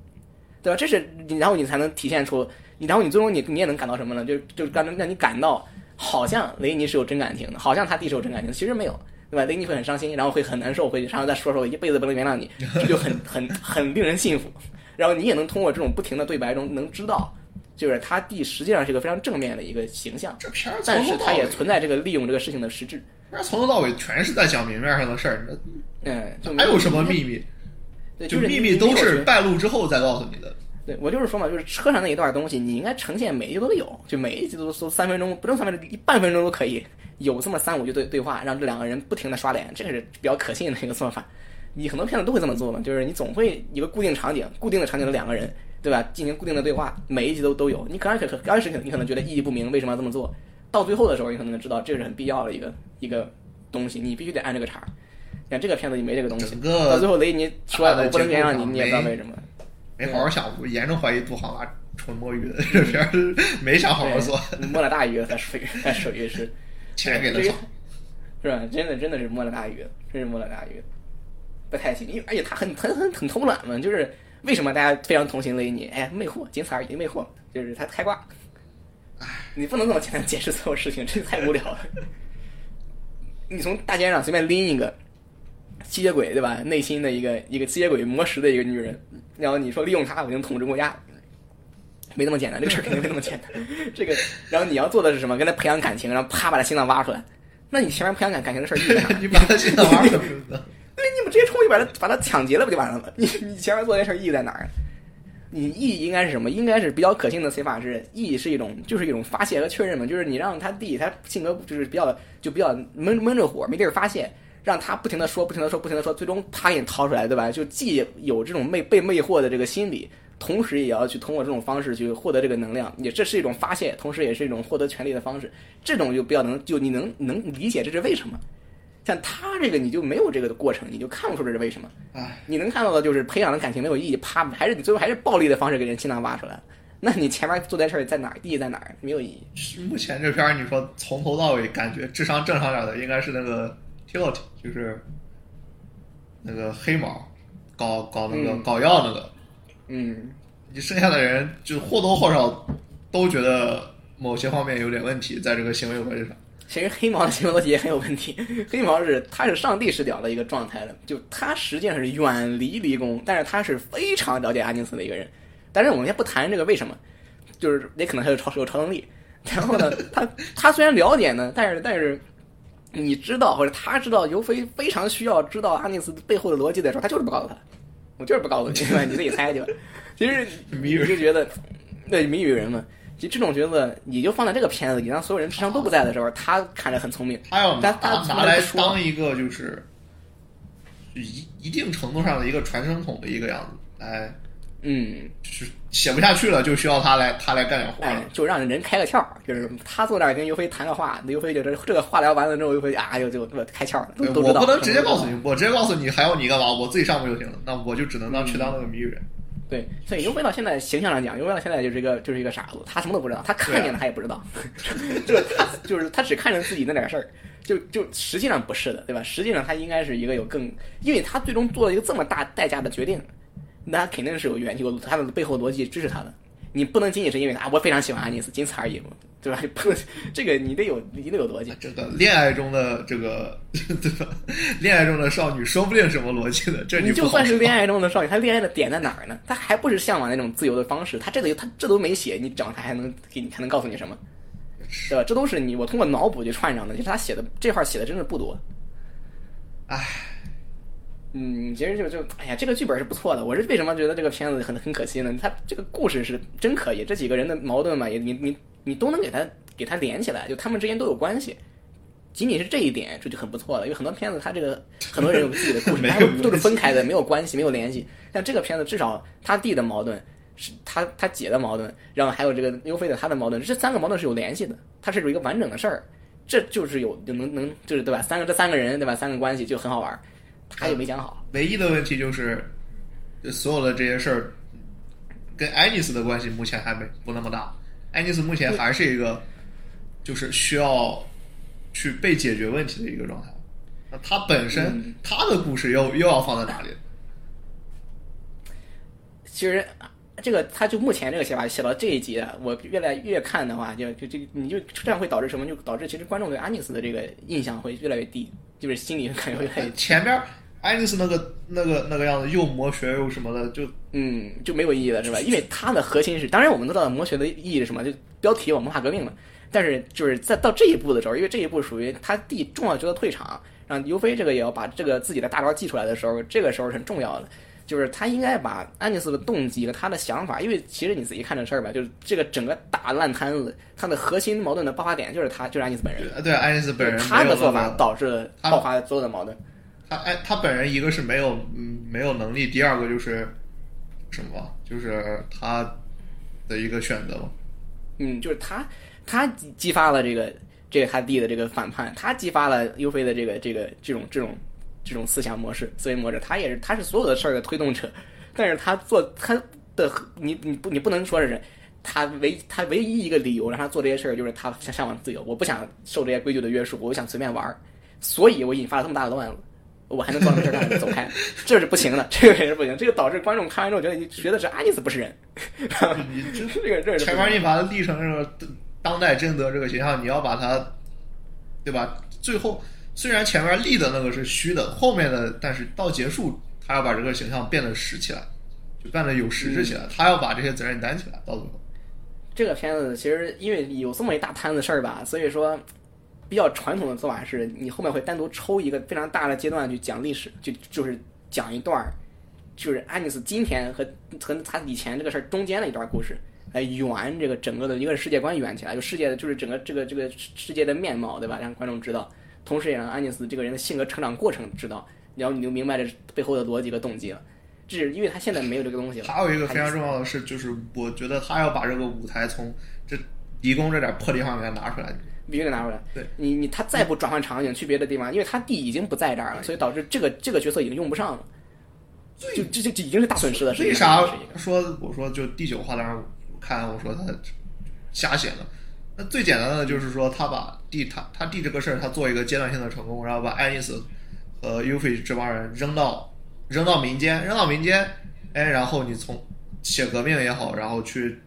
Speaker 1: 对吧？这是你，然后你才能体现出你，然后你最终你你也能感到什么呢？就就让让你感到好像雷尼是有真感情的，好像他弟是有真感情的，其实没有，对吧？雷尼会很伤心，然后会很难受，会然后再说说一辈子不能原谅你，这就很很很令人信服。然后你也能通过这种不停的对白中能知道，就是他弟实际上是一个非常正面的一个形象，
Speaker 2: 这片儿从
Speaker 1: 但
Speaker 2: 头
Speaker 1: 是
Speaker 2: 到
Speaker 1: 他也
Speaker 2: 尾
Speaker 1: 存在这个利用这个事情的实质。
Speaker 2: 这片儿从头到尾全是在讲明面上的事儿，那
Speaker 1: 嗯，就
Speaker 2: 哪有什么秘密？
Speaker 1: 对，
Speaker 2: 就是秘
Speaker 1: 你
Speaker 2: 密都是
Speaker 1: 你
Speaker 2: 败露之后再告诉你的。
Speaker 1: 对我就是说嘛，就是车上那一段东西，你应该呈现每一集都得有，就每一集都都三分钟，不用三分钟，一半分钟都可以，有这么三五句对对话，让这两个人不停的刷脸，这个是比较可信的一个做法。你很多片子都会这么做嘛，就是你总会有个固定场景，固定的场景的两个人，对吧？进行固定的对话，每一集都都有。你可能可可刚开始你可能觉得意义不明，为什么要这么做？到最后的时候，你可能就知道这是很必要的一个一个东西，你必须得按这个茬儿。但这个片子里没这个东西
Speaker 2: 整，个
Speaker 1: 到最后雷尼说
Speaker 2: 大的
Speaker 1: 我不能
Speaker 2: 结构
Speaker 1: 原谅你，
Speaker 2: 上
Speaker 1: 你也不知道
Speaker 2: 没
Speaker 1: 为什么。
Speaker 2: 没好好想，我严重怀疑杜航娃纯摸鱼的这片儿
Speaker 1: 嗯
Speaker 2: 没想好好做，
Speaker 1: 对摸了大鱼了，才属于才属于是，
Speaker 2: 钱给他
Speaker 1: 对
Speaker 2: 操。？
Speaker 1: 是吧？真的真的是摸了大鱼，真是摸了大鱼，不太行。因为而且他很很很很偷懒嘛，就是为什么大家非常同情雷尼？哎，魅惑，仅此而已，魅惑，就是他开挂。你不能这么简单解释所有事情，这太无聊了。你从大街上随便拎一个吸血鬼，对吧？内心的一个一个吸血鬼魔石的一个女人，然后你说利用她我就能统治国家，没那么简单，这个事儿肯定没那么简单。这个，然后你要做的是什么？跟他培养感情，然后啪把他心脏挖出来。那你前面培养感感情的事儿意义在哪
Speaker 2: 你把他心脏挖出来了，
Speaker 1: 对，你们直接冲去把他把他抢劫了不就完了吗？你你前面做这事儿意义在哪儿？啊你意义应该是什么？应该是比较可信的写法是，意义是一种就是一种发泄和确认嘛，就是你让他弟他性格就是比较就比较闷闷着火，没地儿发泄，让他不停的说，不停的说，不停的说，最终他给你掏出来，对吧？就既有这种魅被魅惑的这个心理，同时也要去通过这种方式去获得这个能量，也这是一种发泄，同时也是一种获得权利的方式。这种就比较能就你能能理解这是为什么。像他这个你就没有这个的过程，你就看不出这是为什么。
Speaker 2: 唉，
Speaker 1: 你能看到的就是培养的感情没有意义，啪，还是你最后还是暴力的方式给人心脏挖出来。那你前面做这事儿在哪儿？意义在哪儿？没有意义。
Speaker 2: 目前这片儿，你说从头到尾感觉智商正常点的应该是那个 Tilt，就是那个黑毛，搞搞那个、
Speaker 1: 嗯
Speaker 2: 搞药那个。
Speaker 1: 嗯，
Speaker 2: 你剩下的人就或多或少都觉得某些方面有点问题，在这个行为逻辑上。
Speaker 1: 其实黑毛的行为逻辑也很有问题。 黑毛是他是上帝视角的一个状态了，就他实际上是远离离宫，但是他是非常了解阿金斯的一个人。但是我们先不谈这个为什么，就是也可能他有超有超能力，然后呢，他他虽然了解呢，但是但是你知道或者他知道尤菲非常需要知道阿尼斯背后的逻辑的时候，他就是不告诉他，我就是不告诉你，对吧？你自己猜去吧。其实
Speaker 2: 谜
Speaker 1: 你就觉得，对谜语人嘛，就这种角色，你就放在这个片子里，让所有人智商都不在的时候，他看着很聪明，
Speaker 2: 他要拿
Speaker 1: 但他从
Speaker 2: 拿
Speaker 1: 来
Speaker 2: 来
Speaker 1: 不说
Speaker 2: 当一个就是一一定程度上的一个传声筒的一个样子，哎，
Speaker 1: 嗯，
Speaker 2: 就是写不下去了，就需要他来他来干点活
Speaker 1: 哎
Speaker 2: 了，，
Speaker 1: 就让人开个窍，就是他坐那儿跟尤菲谈个话，尤菲就这这个话聊完了之后，尤菲啊又就就开窍了，都
Speaker 2: 对
Speaker 1: 都知
Speaker 2: 呃我
Speaker 1: 道。
Speaker 2: 不能直接告诉你，我直接告诉你还要你干嘛，我自己上不就行了？那我就只
Speaker 1: 嗯
Speaker 2: 能当去当那个谜语人。
Speaker 1: 对，所以尤菲到现在形象上讲，尤菲到现在就是一个就是一个傻子，他什么都不知道，他看
Speaker 2: 啊
Speaker 1: 见了他也不知道， 就是他就是他只看着自己那点事儿，就就实际上不是的，对吧？实际上他应该是一个有更，因为他最终做了一个这么大代价的决定，那肯定是有原有他的背后逻辑支持他的。你不能仅仅是因为啊，我非常喜欢安妮斯，仅此而已嘛，对吧？你不能这个你得有你得有逻辑。
Speaker 2: 这个恋爱中的这个， 对吧？恋爱中的少女说不定什么逻辑呢？这
Speaker 1: 你
Speaker 2: 不
Speaker 1: 就
Speaker 2: 好
Speaker 1: 算是
Speaker 2: 说
Speaker 1: 恋爱中的少女，她恋爱的点在哪儿呢？她还不是向往那种自由的方式？她这个她这都没写，你整她还能给你还能告诉你什么？对吧？这都是你我通过脑补去串上的。其实她写的这块儿写的真的不多。
Speaker 2: 唉，
Speaker 1: 嗯，其实就就哎呀，这个剧本是不错的。我是为什么觉得这个片子很很可惜呢？它这个故事是真可以，这几个人的矛盾嘛，也你你你都能给他给他连起来，就他们之间都有关系。仅仅是这一点，这就很不错了。因为很多片子，它这个很多人有自己的故事，
Speaker 2: 没有
Speaker 1: 它都都是分开的，没有关系，没有联系。但这个片子至少他弟的矛盾是他他姐的矛盾，然后还有这个尤菲的他的矛盾，这三个矛盾是有联系的，它是有一个完整的事儿。这就是有就能能就是对吧？三个这三个人对吧？三个关系就很好玩儿，他也没讲好。
Speaker 2: 唯一的问题就是，所有的这些事儿跟爱丽丝的关系目前还没不那么大。爱丽丝目前还是一个就是需要去被解决问题的一个状态。那她本
Speaker 1: 嗯
Speaker 2: 身她的故事又又要放在哪里？
Speaker 1: 其实啊这个他就目前这个写法写到这一集啊，我越来越看的话，就就就你就这样会导致什么？就导致其实观众对安妮斯的这个印象会越来越低，就是心里感觉越来越
Speaker 2: 前边爱丽丝那个那个那个样子，又魔学又什么的，就
Speaker 1: 嗯就没有意义了，是吧？因为它的核心是，当然我们都知道魔学的意义是什么，就标题我们文化革命嘛。但是就是在到这一步的时候，因为这一步属于他弟重要角色退场，让尤菲这个也要把这个自己的大招祭出来的时候，这个时候是很重要的。就是他应该把安妮斯的动机和他的想法，因为其实你仔细看这事儿吧，就是这个整个大烂摊子，它的核心矛盾的爆发点就是他，就是安妮斯本人，
Speaker 2: 对爱丽丝本人
Speaker 1: 就是
Speaker 2: 没
Speaker 1: 他
Speaker 2: 有
Speaker 1: 的做
Speaker 2: 那
Speaker 1: 法
Speaker 2: 么
Speaker 1: 导致了
Speaker 2: 他
Speaker 1: 爆发所有的矛盾。
Speaker 2: 他哎，他本人一个是没有嗯没有能力，第二个就是什么，就是他的一个选择嘛。
Speaker 1: 嗯，就是他，他激激发了这个这个他弟的这个反叛，他激发了尤菲的这个这个这种这种这种思想模式、思维模式，他也是他是所有的事儿的推动者，但是他做他的你你不你不能说是他唯他唯一一个理由让他做这些事儿就是他想向往自由，我不想受这些规矩的约束，我想随便玩儿，所以我引发了这么大的乱子。我还能做到这事儿让人走开， 这是不行的，这个也是不行，这个导致观众看完之后觉得觉得是爱丽丝不是人，
Speaker 2: 你这
Speaker 1: 这个 这个是不
Speaker 2: 柴
Speaker 1: 行
Speaker 2: 官印法的历程这个当代贞德这个形象，你要把它，对吧？最后虽然前面立的那个是虚的，后面的但是到结束，他要把这个形象变得实起来，就变得有实质起
Speaker 1: 嗯
Speaker 2: 来，他要把这些责任担起来，到最后。
Speaker 1: 这个片子其实因为有这么一大摊子事儿吧，所以说比较传统的做法是，你后面会单独抽一个非常大的阶段去讲历史，就就是讲一段儿，就是安妮斯今天和和他以前这个事儿中间的一段故事，来圆这个整个的一个世界观圆起来，就世界的就是整个这个这个世界的面貌，对吧？让观众知道，同时也让安妮斯这个人的性格成长过程知道，然后你就明白这背后的逻辑和动机了。这是因为他现在没有这个东西了。
Speaker 2: 还有一个非常重要的是，就是我觉得他要把这个舞台从这离宫这点破地方给它拿出来，
Speaker 1: 必须得拿出来。
Speaker 2: 对
Speaker 1: 你你他再不转换场景去别的地方，因为他弟已经不在这儿了，所以导致这个这个角色已经用不上了，就这这这已经是大损失了。实
Speaker 2: 为
Speaker 1: 际上
Speaker 2: 啥
Speaker 1: 是一个
Speaker 2: 说我说就第九话当时我看我说他瞎写的？那最简单的就是说他把地他他地这个事儿他做一个阶段性的成功，然后把爱丽丝和 u f i 这帮人扔到扔到民间，扔到民间，哎，然后你从写革命也好，然后去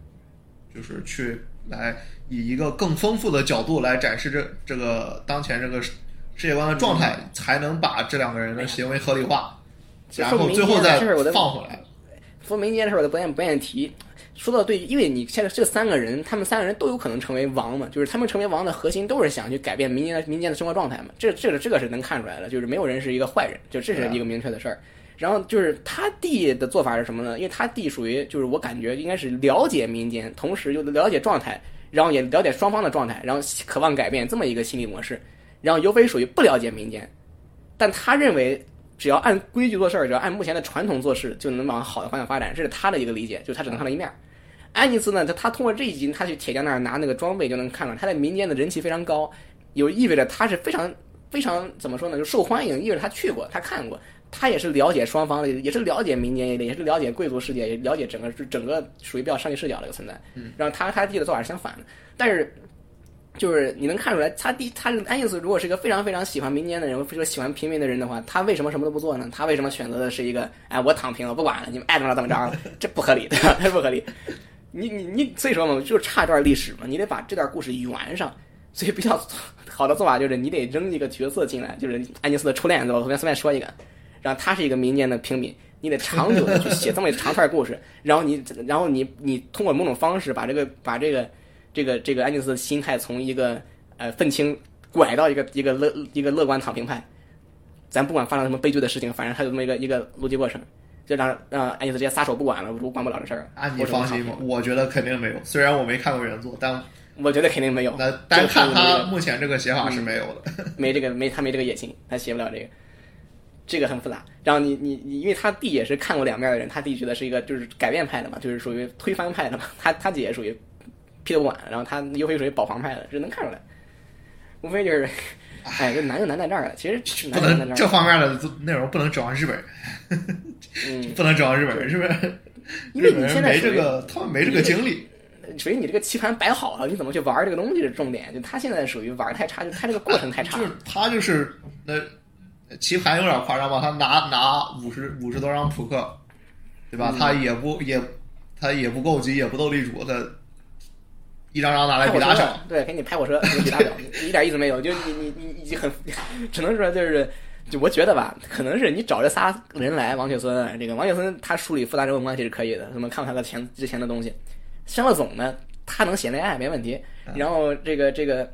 Speaker 2: 就是去来以一个更丰富的角度来展示这这个当前这个世世界观的状
Speaker 1: 嗯
Speaker 2: 态，才能把这两个人的行为合理化，
Speaker 1: 其实
Speaker 2: 然
Speaker 1: 说
Speaker 2: 后
Speaker 1: 嗯民
Speaker 2: 最后
Speaker 1: 间的
Speaker 2: 再
Speaker 1: 事儿我都
Speaker 2: 放回来。
Speaker 1: 说民间的事儿我都不愿不愿意提，说到对，因为你现在这三个人，他们三个人都有可能成为王嘛，就是他们成为王的核心都是想去改变民间民间的生活状态嘛，这这个这个是能看出来的，就是没有人是一个坏人，就这是一个明确的事儿。然后就是他弟的做法是什么呢？因为他弟属于就是我感觉应该是了解民间，同时又了解状态，然后也了解双方的状态，然后渴望改变这么一个心理模式。然后尤飞属于不了解民间，但他认为只要按规矩做事儿，只要按目前的传统做事，就能往好的方向发展，这是他的一个理解，就是他只能看到一面儿。安妮斯呢，他他通过这一集，他去铁匠那儿拿那个装备就能看出来，他在民间的人气非常高，有意味着他是非常非常怎么说呢，就受欢迎，意味着他去过，他看过，他也是了解双方的，也是了解民间，也是了解贵族世界，也了解整个整个属于比较上帝视角的一个存在。然后他和他弟的做法是相反的，但是就是你能看出来，他第他是安妮斯，如果是一个非常非常喜欢民间的人，非常喜欢平民的人的话，他为什么什么都不做呢？他为什么选择的是一个哎，我躺平，我不管了，你们爱怎么着怎么着，这不合理， 对吧？这不合理。你你你，所以说嘛，就差段历史嘛，你得把这段故事圆上。所以比较 好的做法就是你得扔一个角色进来，就是安妮斯的初恋，对吧？我随便随便说一个，然后他是一个民间的平民，你得长久的去写这么一长串故事，然后你然后你你通过某种方式把这个把这个这个这个安妮斯的心态从一个呃愤青拐到一个一个乐一个乐观躺平派，咱不管发生什么悲剧的事情，反正他有这么一个一个逻辑过程，就让让安妮斯直接撒手不管了，我管不了这事儿了。
Speaker 2: 啊，你
Speaker 1: 我只能
Speaker 2: 放
Speaker 1: 躺
Speaker 2: 心
Speaker 1: 平
Speaker 2: 吧，我觉得肯定没有。虽然我没看过原作，但
Speaker 1: 我觉得肯定没有。
Speaker 2: 那单看
Speaker 1: 这
Speaker 2: 他
Speaker 1: 个
Speaker 2: 目前这个写法是没有的。
Speaker 1: 没这个没他没这个野心，他写不了这个，这个很复杂。然后你你你，因为他弟也是看过两面的人，他弟觉得是一个就是改变派的嘛，就是属于推翻派的嘛， 他他姐也属于劈头不碗，然后他又会属于保皇派的，这能看出来。无非就是，哎，这难就难在这儿了。其实
Speaker 2: 不
Speaker 1: 难就难在这
Speaker 2: 能这
Speaker 1: 儿了，
Speaker 2: 方面的内容不能指望日本人，
Speaker 1: 嗯，
Speaker 2: 不能指望日本人，日本人
Speaker 1: 因为
Speaker 2: 日
Speaker 1: 你
Speaker 2: 本人
Speaker 1: 现在
Speaker 2: 没
Speaker 1: 属
Speaker 2: 这
Speaker 1: 于
Speaker 2: 个，他们没这个精力。
Speaker 1: 属于你这个棋盘摆好了，你怎么去玩这个东西是重点。就他现在属于玩太差，就他这个过程太差
Speaker 2: 就。是他就是那棋盘有点夸张吧，他拿拿五十五十多张扑克，对吧？
Speaker 1: 嗯
Speaker 2: 他也不也他也不够急，也不斗地主，他一张张拿来
Speaker 1: 拍
Speaker 2: 比
Speaker 1: 火
Speaker 2: 打
Speaker 1: 车
Speaker 2: 小。
Speaker 1: 的，对，给你拍火车，给你比打表，一点意思没有。就你你你你你很，只能说就是，就我觉得吧，可能是你找这仨人来，王雪孙这个王雪孙他梳理复杂人物关系是可以的，什么看看他的前之前的东西。香乐总呢，他能写恋爱没问题，然后这个这个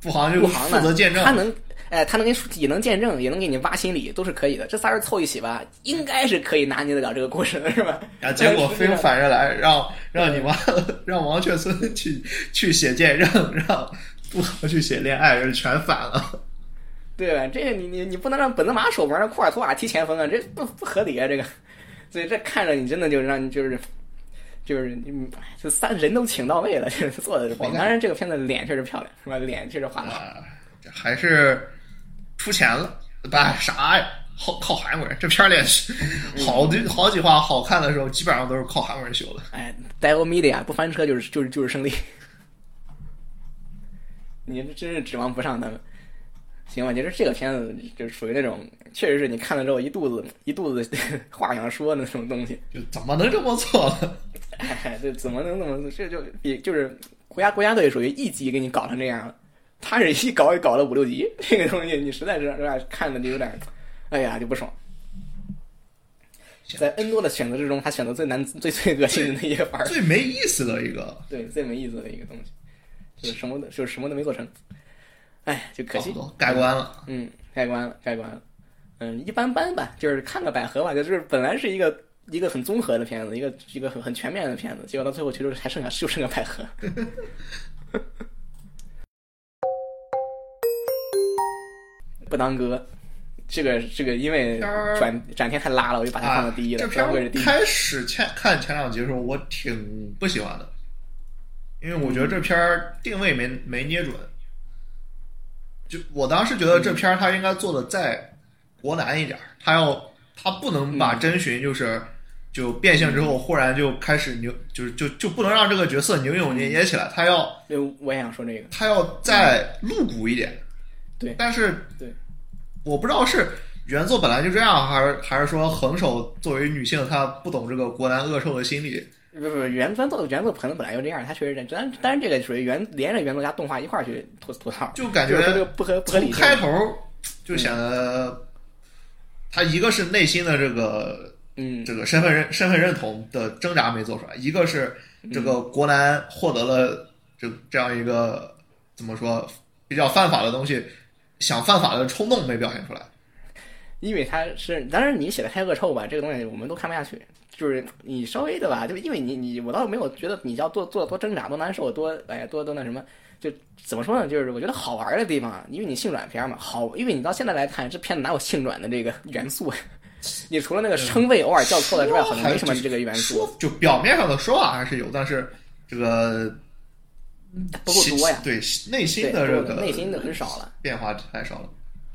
Speaker 2: 不行就
Speaker 1: 入行
Speaker 2: 嗯负责
Speaker 1: 呢，
Speaker 2: 见
Speaker 1: 他
Speaker 2: 证，
Speaker 1: 能，哎，他能给你也能见证，也能给你挖心理，都是可以的。这仨人凑一起吧，应该是可以拿捏得了这个过程的，是吧？
Speaker 2: 然后啊结
Speaker 1: 但
Speaker 2: 果
Speaker 1: 是
Speaker 2: 非
Speaker 1: 这个
Speaker 2: 反着来，让让你妈 让王雀孙去去写见证，让不行去写恋爱，全反了。
Speaker 1: 对吧？这个你你你不能让本泽马守门，让库尔图瓦踢前锋啊，这不不合理啊！这个，所以这看着你真的就让你就是就是你这三人都请到位了，这做的是不错。
Speaker 2: 好看
Speaker 1: 当然，这个片子脸确实漂亮，是吧？脸确实画的。
Speaker 2: 啊，这还是出钱了，不啥呀？靠靠韩国人，这片儿也是好几好几话好看的时候，基本上都是靠韩国人修的。
Speaker 1: 哎 d e v i l Media 不翻车就是就是就是胜利。你这真是指望不上他们。行吧，其实这个片子就是属于那种，确实是你看了之后一肚子一肚子 话想说的那种东西。
Speaker 2: 就怎么能这么做呢？
Speaker 1: 哎， 这怎么能那么这就比就是国家国家队属于一集给你搞成这样了，他是一搞也搞了五六集，这个东西你实在是有点看的就有点，哎呀就不爽。在 N 多的选择之中，他选择最难、最最恶心的那一个玩儿，
Speaker 2: 最没意思的一个，
Speaker 1: 对，最没意思的一个东西，就是什么都就是什么都没做成，哎，就可
Speaker 2: 差
Speaker 1: 惜
Speaker 2: 不。多改观了。
Speaker 1: 嗯，盖棺了，盖棺了。嗯，一般般吧，就是看个百合吧，就是本来是一个一个很综合的片子，一个一个很很全面的片子，结果到最后其实还剩下就剩个百合。 不当哥，这个这个因为
Speaker 2: 片儿
Speaker 1: 转展片太拉了，我就把它放到第一了，
Speaker 2: 啊、这
Speaker 1: 不然
Speaker 2: 片
Speaker 1: 会是第
Speaker 2: 儿
Speaker 1: 一。
Speaker 2: 开始前看前两集的时候，我挺不喜欢的，因为我觉得这片儿定位没没捏准。就我当时觉得这片儿它应该做的再国难一点儿，它要它不能把
Speaker 1: 嗯
Speaker 2: 真寻就是就变性之后忽然就开始扭，就是就就不能让这个角色扭扭
Speaker 1: 嗯
Speaker 2: 捏捏起来，它要
Speaker 1: 对，我也想说这个，
Speaker 2: 他要再露骨一点。
Speaker 1: 嗯对
Speaker 2: 但是
Speaker 1: 对，
Speaker 2: 我不知道是原作本来就这样，还是还是说横手作为女性她不懂这个国难恶兽的心理。
Speaker 1: 不不，原作作原作可能本来就这样，他确实这样，但但是这个属于原连着原作加动画一块儿去吐吐槽，
Speaker 2: 就感觉
Speaker 1: 就是说这个不合不合
Speaker 2: 从
Speaker 1: 理。
Speaker 2: 开头就显得他一个是内心的这个
Speaker 1: 嗯，
Speaker 2: 这个身份认身份认同的挣扎没做出来，一个是这个国南获得了这这样一个怎么说比较犯法的东西，想犯法的冲动没表现出来。
Speaker 1: 因为他是，当然你写的太恶臭吧，这个东西我们都看不下去。就是你稍微的吧，就因为你你我倒没有觉得你要做做多挣扎多难受多哎呀多多那什么，就怎么说呢？就是我觉得好玩的地方，因为你性转片嘛，好，因为你到现在来看，这片子哪有性转的这个 元素？啊你除了那个称谓偶尔叫错了之外，好像没什么这个元素。
Speaker 2: 说就表面上的说法还是有，但是这个
Speaker 1: 不够多呀，
Speaker 2: 对内心的
Speaker 1: 对
Speaker 2: 这
Speaker 1: 不够
Speaker 2: 个
Speaker 1: 内心的很少了，
Speaker 2: 变化太少了。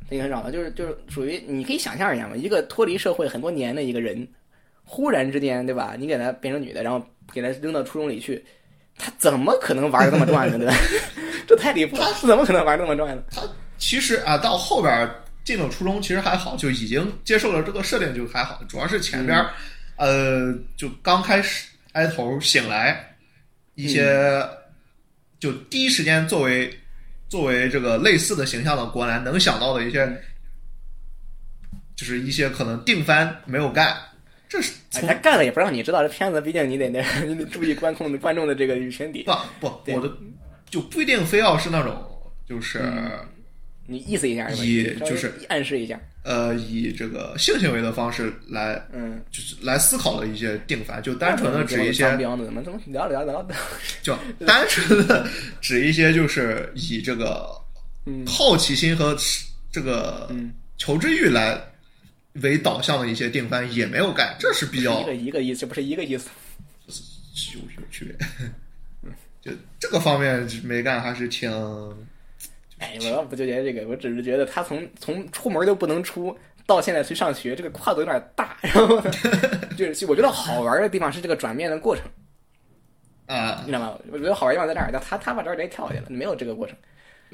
Speaker 1: 这个很少了，就是就是属于你可以想象一下嘛，一个脱离社会很多年的一个人，忽然之间对吧？你给他变成女的，然后给他扔到初中里去，他怎么可能玩的那么转呢？对吧？ 这太离谱了，怎么可能玩得那么转呢？
Speaker 2: 其实啊，到后边儿进了初中其实还好，就已经接受了这个设定就还好，主要是前边儿，呃，就刚开始挨头醒来，一些、就第一时间作为作为这个类似的形象的国男能想到的一些，就是一些可能定番没有干，这是
Speaker 1: 哎，
Speaker 2: 从
Speaker 1: 他干了也不让你知道，这片子毕竟你得那 你得注意观控的观众的这个群体，
Speaker 2: 不不，
Speaker 1: 对
Speaker 2: 我的就不一定非要是那种就是。
Speaker 1: 你意思一下是吧？
Speaker 2: 也
Speaker 1: 稍微
Speaker 2: 就是
Speaker 1: 暗示一下，
Speaker 2: 呃，以这个性行为的方式来
Speaker 1: 嗯，
Speaker 2: 就是来思考的一些定法，就单纯的指一
Speaker 1: 脏
Speaker 2: 些，
Speaker 1: 标的，怎么怎么聊着聊着聊着，
Speaker 2: 就单纯的指一些，就是以这个
Speaker 1: 嗯
Speaker 2: 好奇心和这个求知欲来为导向的一些定番也没有改，这是比较
Speaker 1: 一个一个意思，这不是一个意思。
Speaker 2: 有有区别。 就这个方面没干，还是挺
Speaker 1: 哎，我倒不纠结这个，我只是觉得他从从出门都不能出，到现在去上学，这个跨度有点大。然后呢，就是我觉得好玩的地方是这个转变的过程，
Speaker 2: 啊
Speaker 1: 你知道吗？我觉得好玩的地方在这儿，但他他把这儿直接跳下去了，没有这个过程，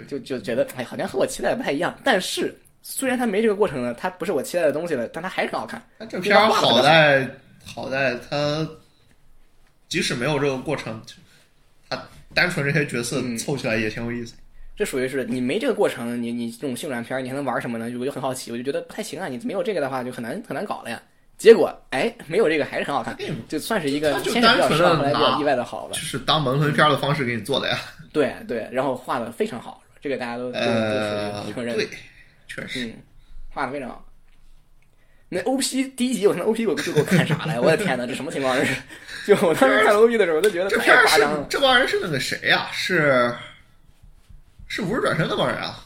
Speaker 1: 就就觉得哎，好像和我期待的不太一样。但是虽然他没这个过程呢，他不是我期待的东西了，但他还是很好看。
Speaker 2: 但这片儿好在好在它即使没有这个过程，它单纯这些角色凑起来也挺有意思。
Speaker 1: 这属于是你没这个过程，你你这种性转片儿，你还能玩什么呢？我就很好奇，我就觉得不太行啊，你没有这个的话就很难很难搞了呀。结果哎，没有这个还是很好看，就算是一个
Speaker 2: 他就
Speaker 1: 先是比较
Speaker 2: 单纯
Speaker 1: 失望，后
Speaker 2: 地
Speaker 1: 来比
Speaker 2: 拿
Speaker 1: 较意外的好吧
Speaker 2: 就。是当门魂片儿的方式给你做的呀。
Speaker 1: 对对，然后画的非常好，这个大家都都都
Speaker 2: 呃
Speaker 1: 属于，承认，
Speaker 2: 对，确实。
Speaker 1: 嗯，画的非常好。那 OP 第一集，我看 OP 我就给我看傻了，我的天哪，这什么情况？这是，就我当时看 OP 的时候，我都觉得
Speaker 2: 这片
Speaker 1: 太
Speaker 2: 儿
Speaker 1: 夸
Speaker 2: 是
Speaker 1: 张了。
Speaker 2: 这帮人是那个谁呀、是是无日转身那帮人啊？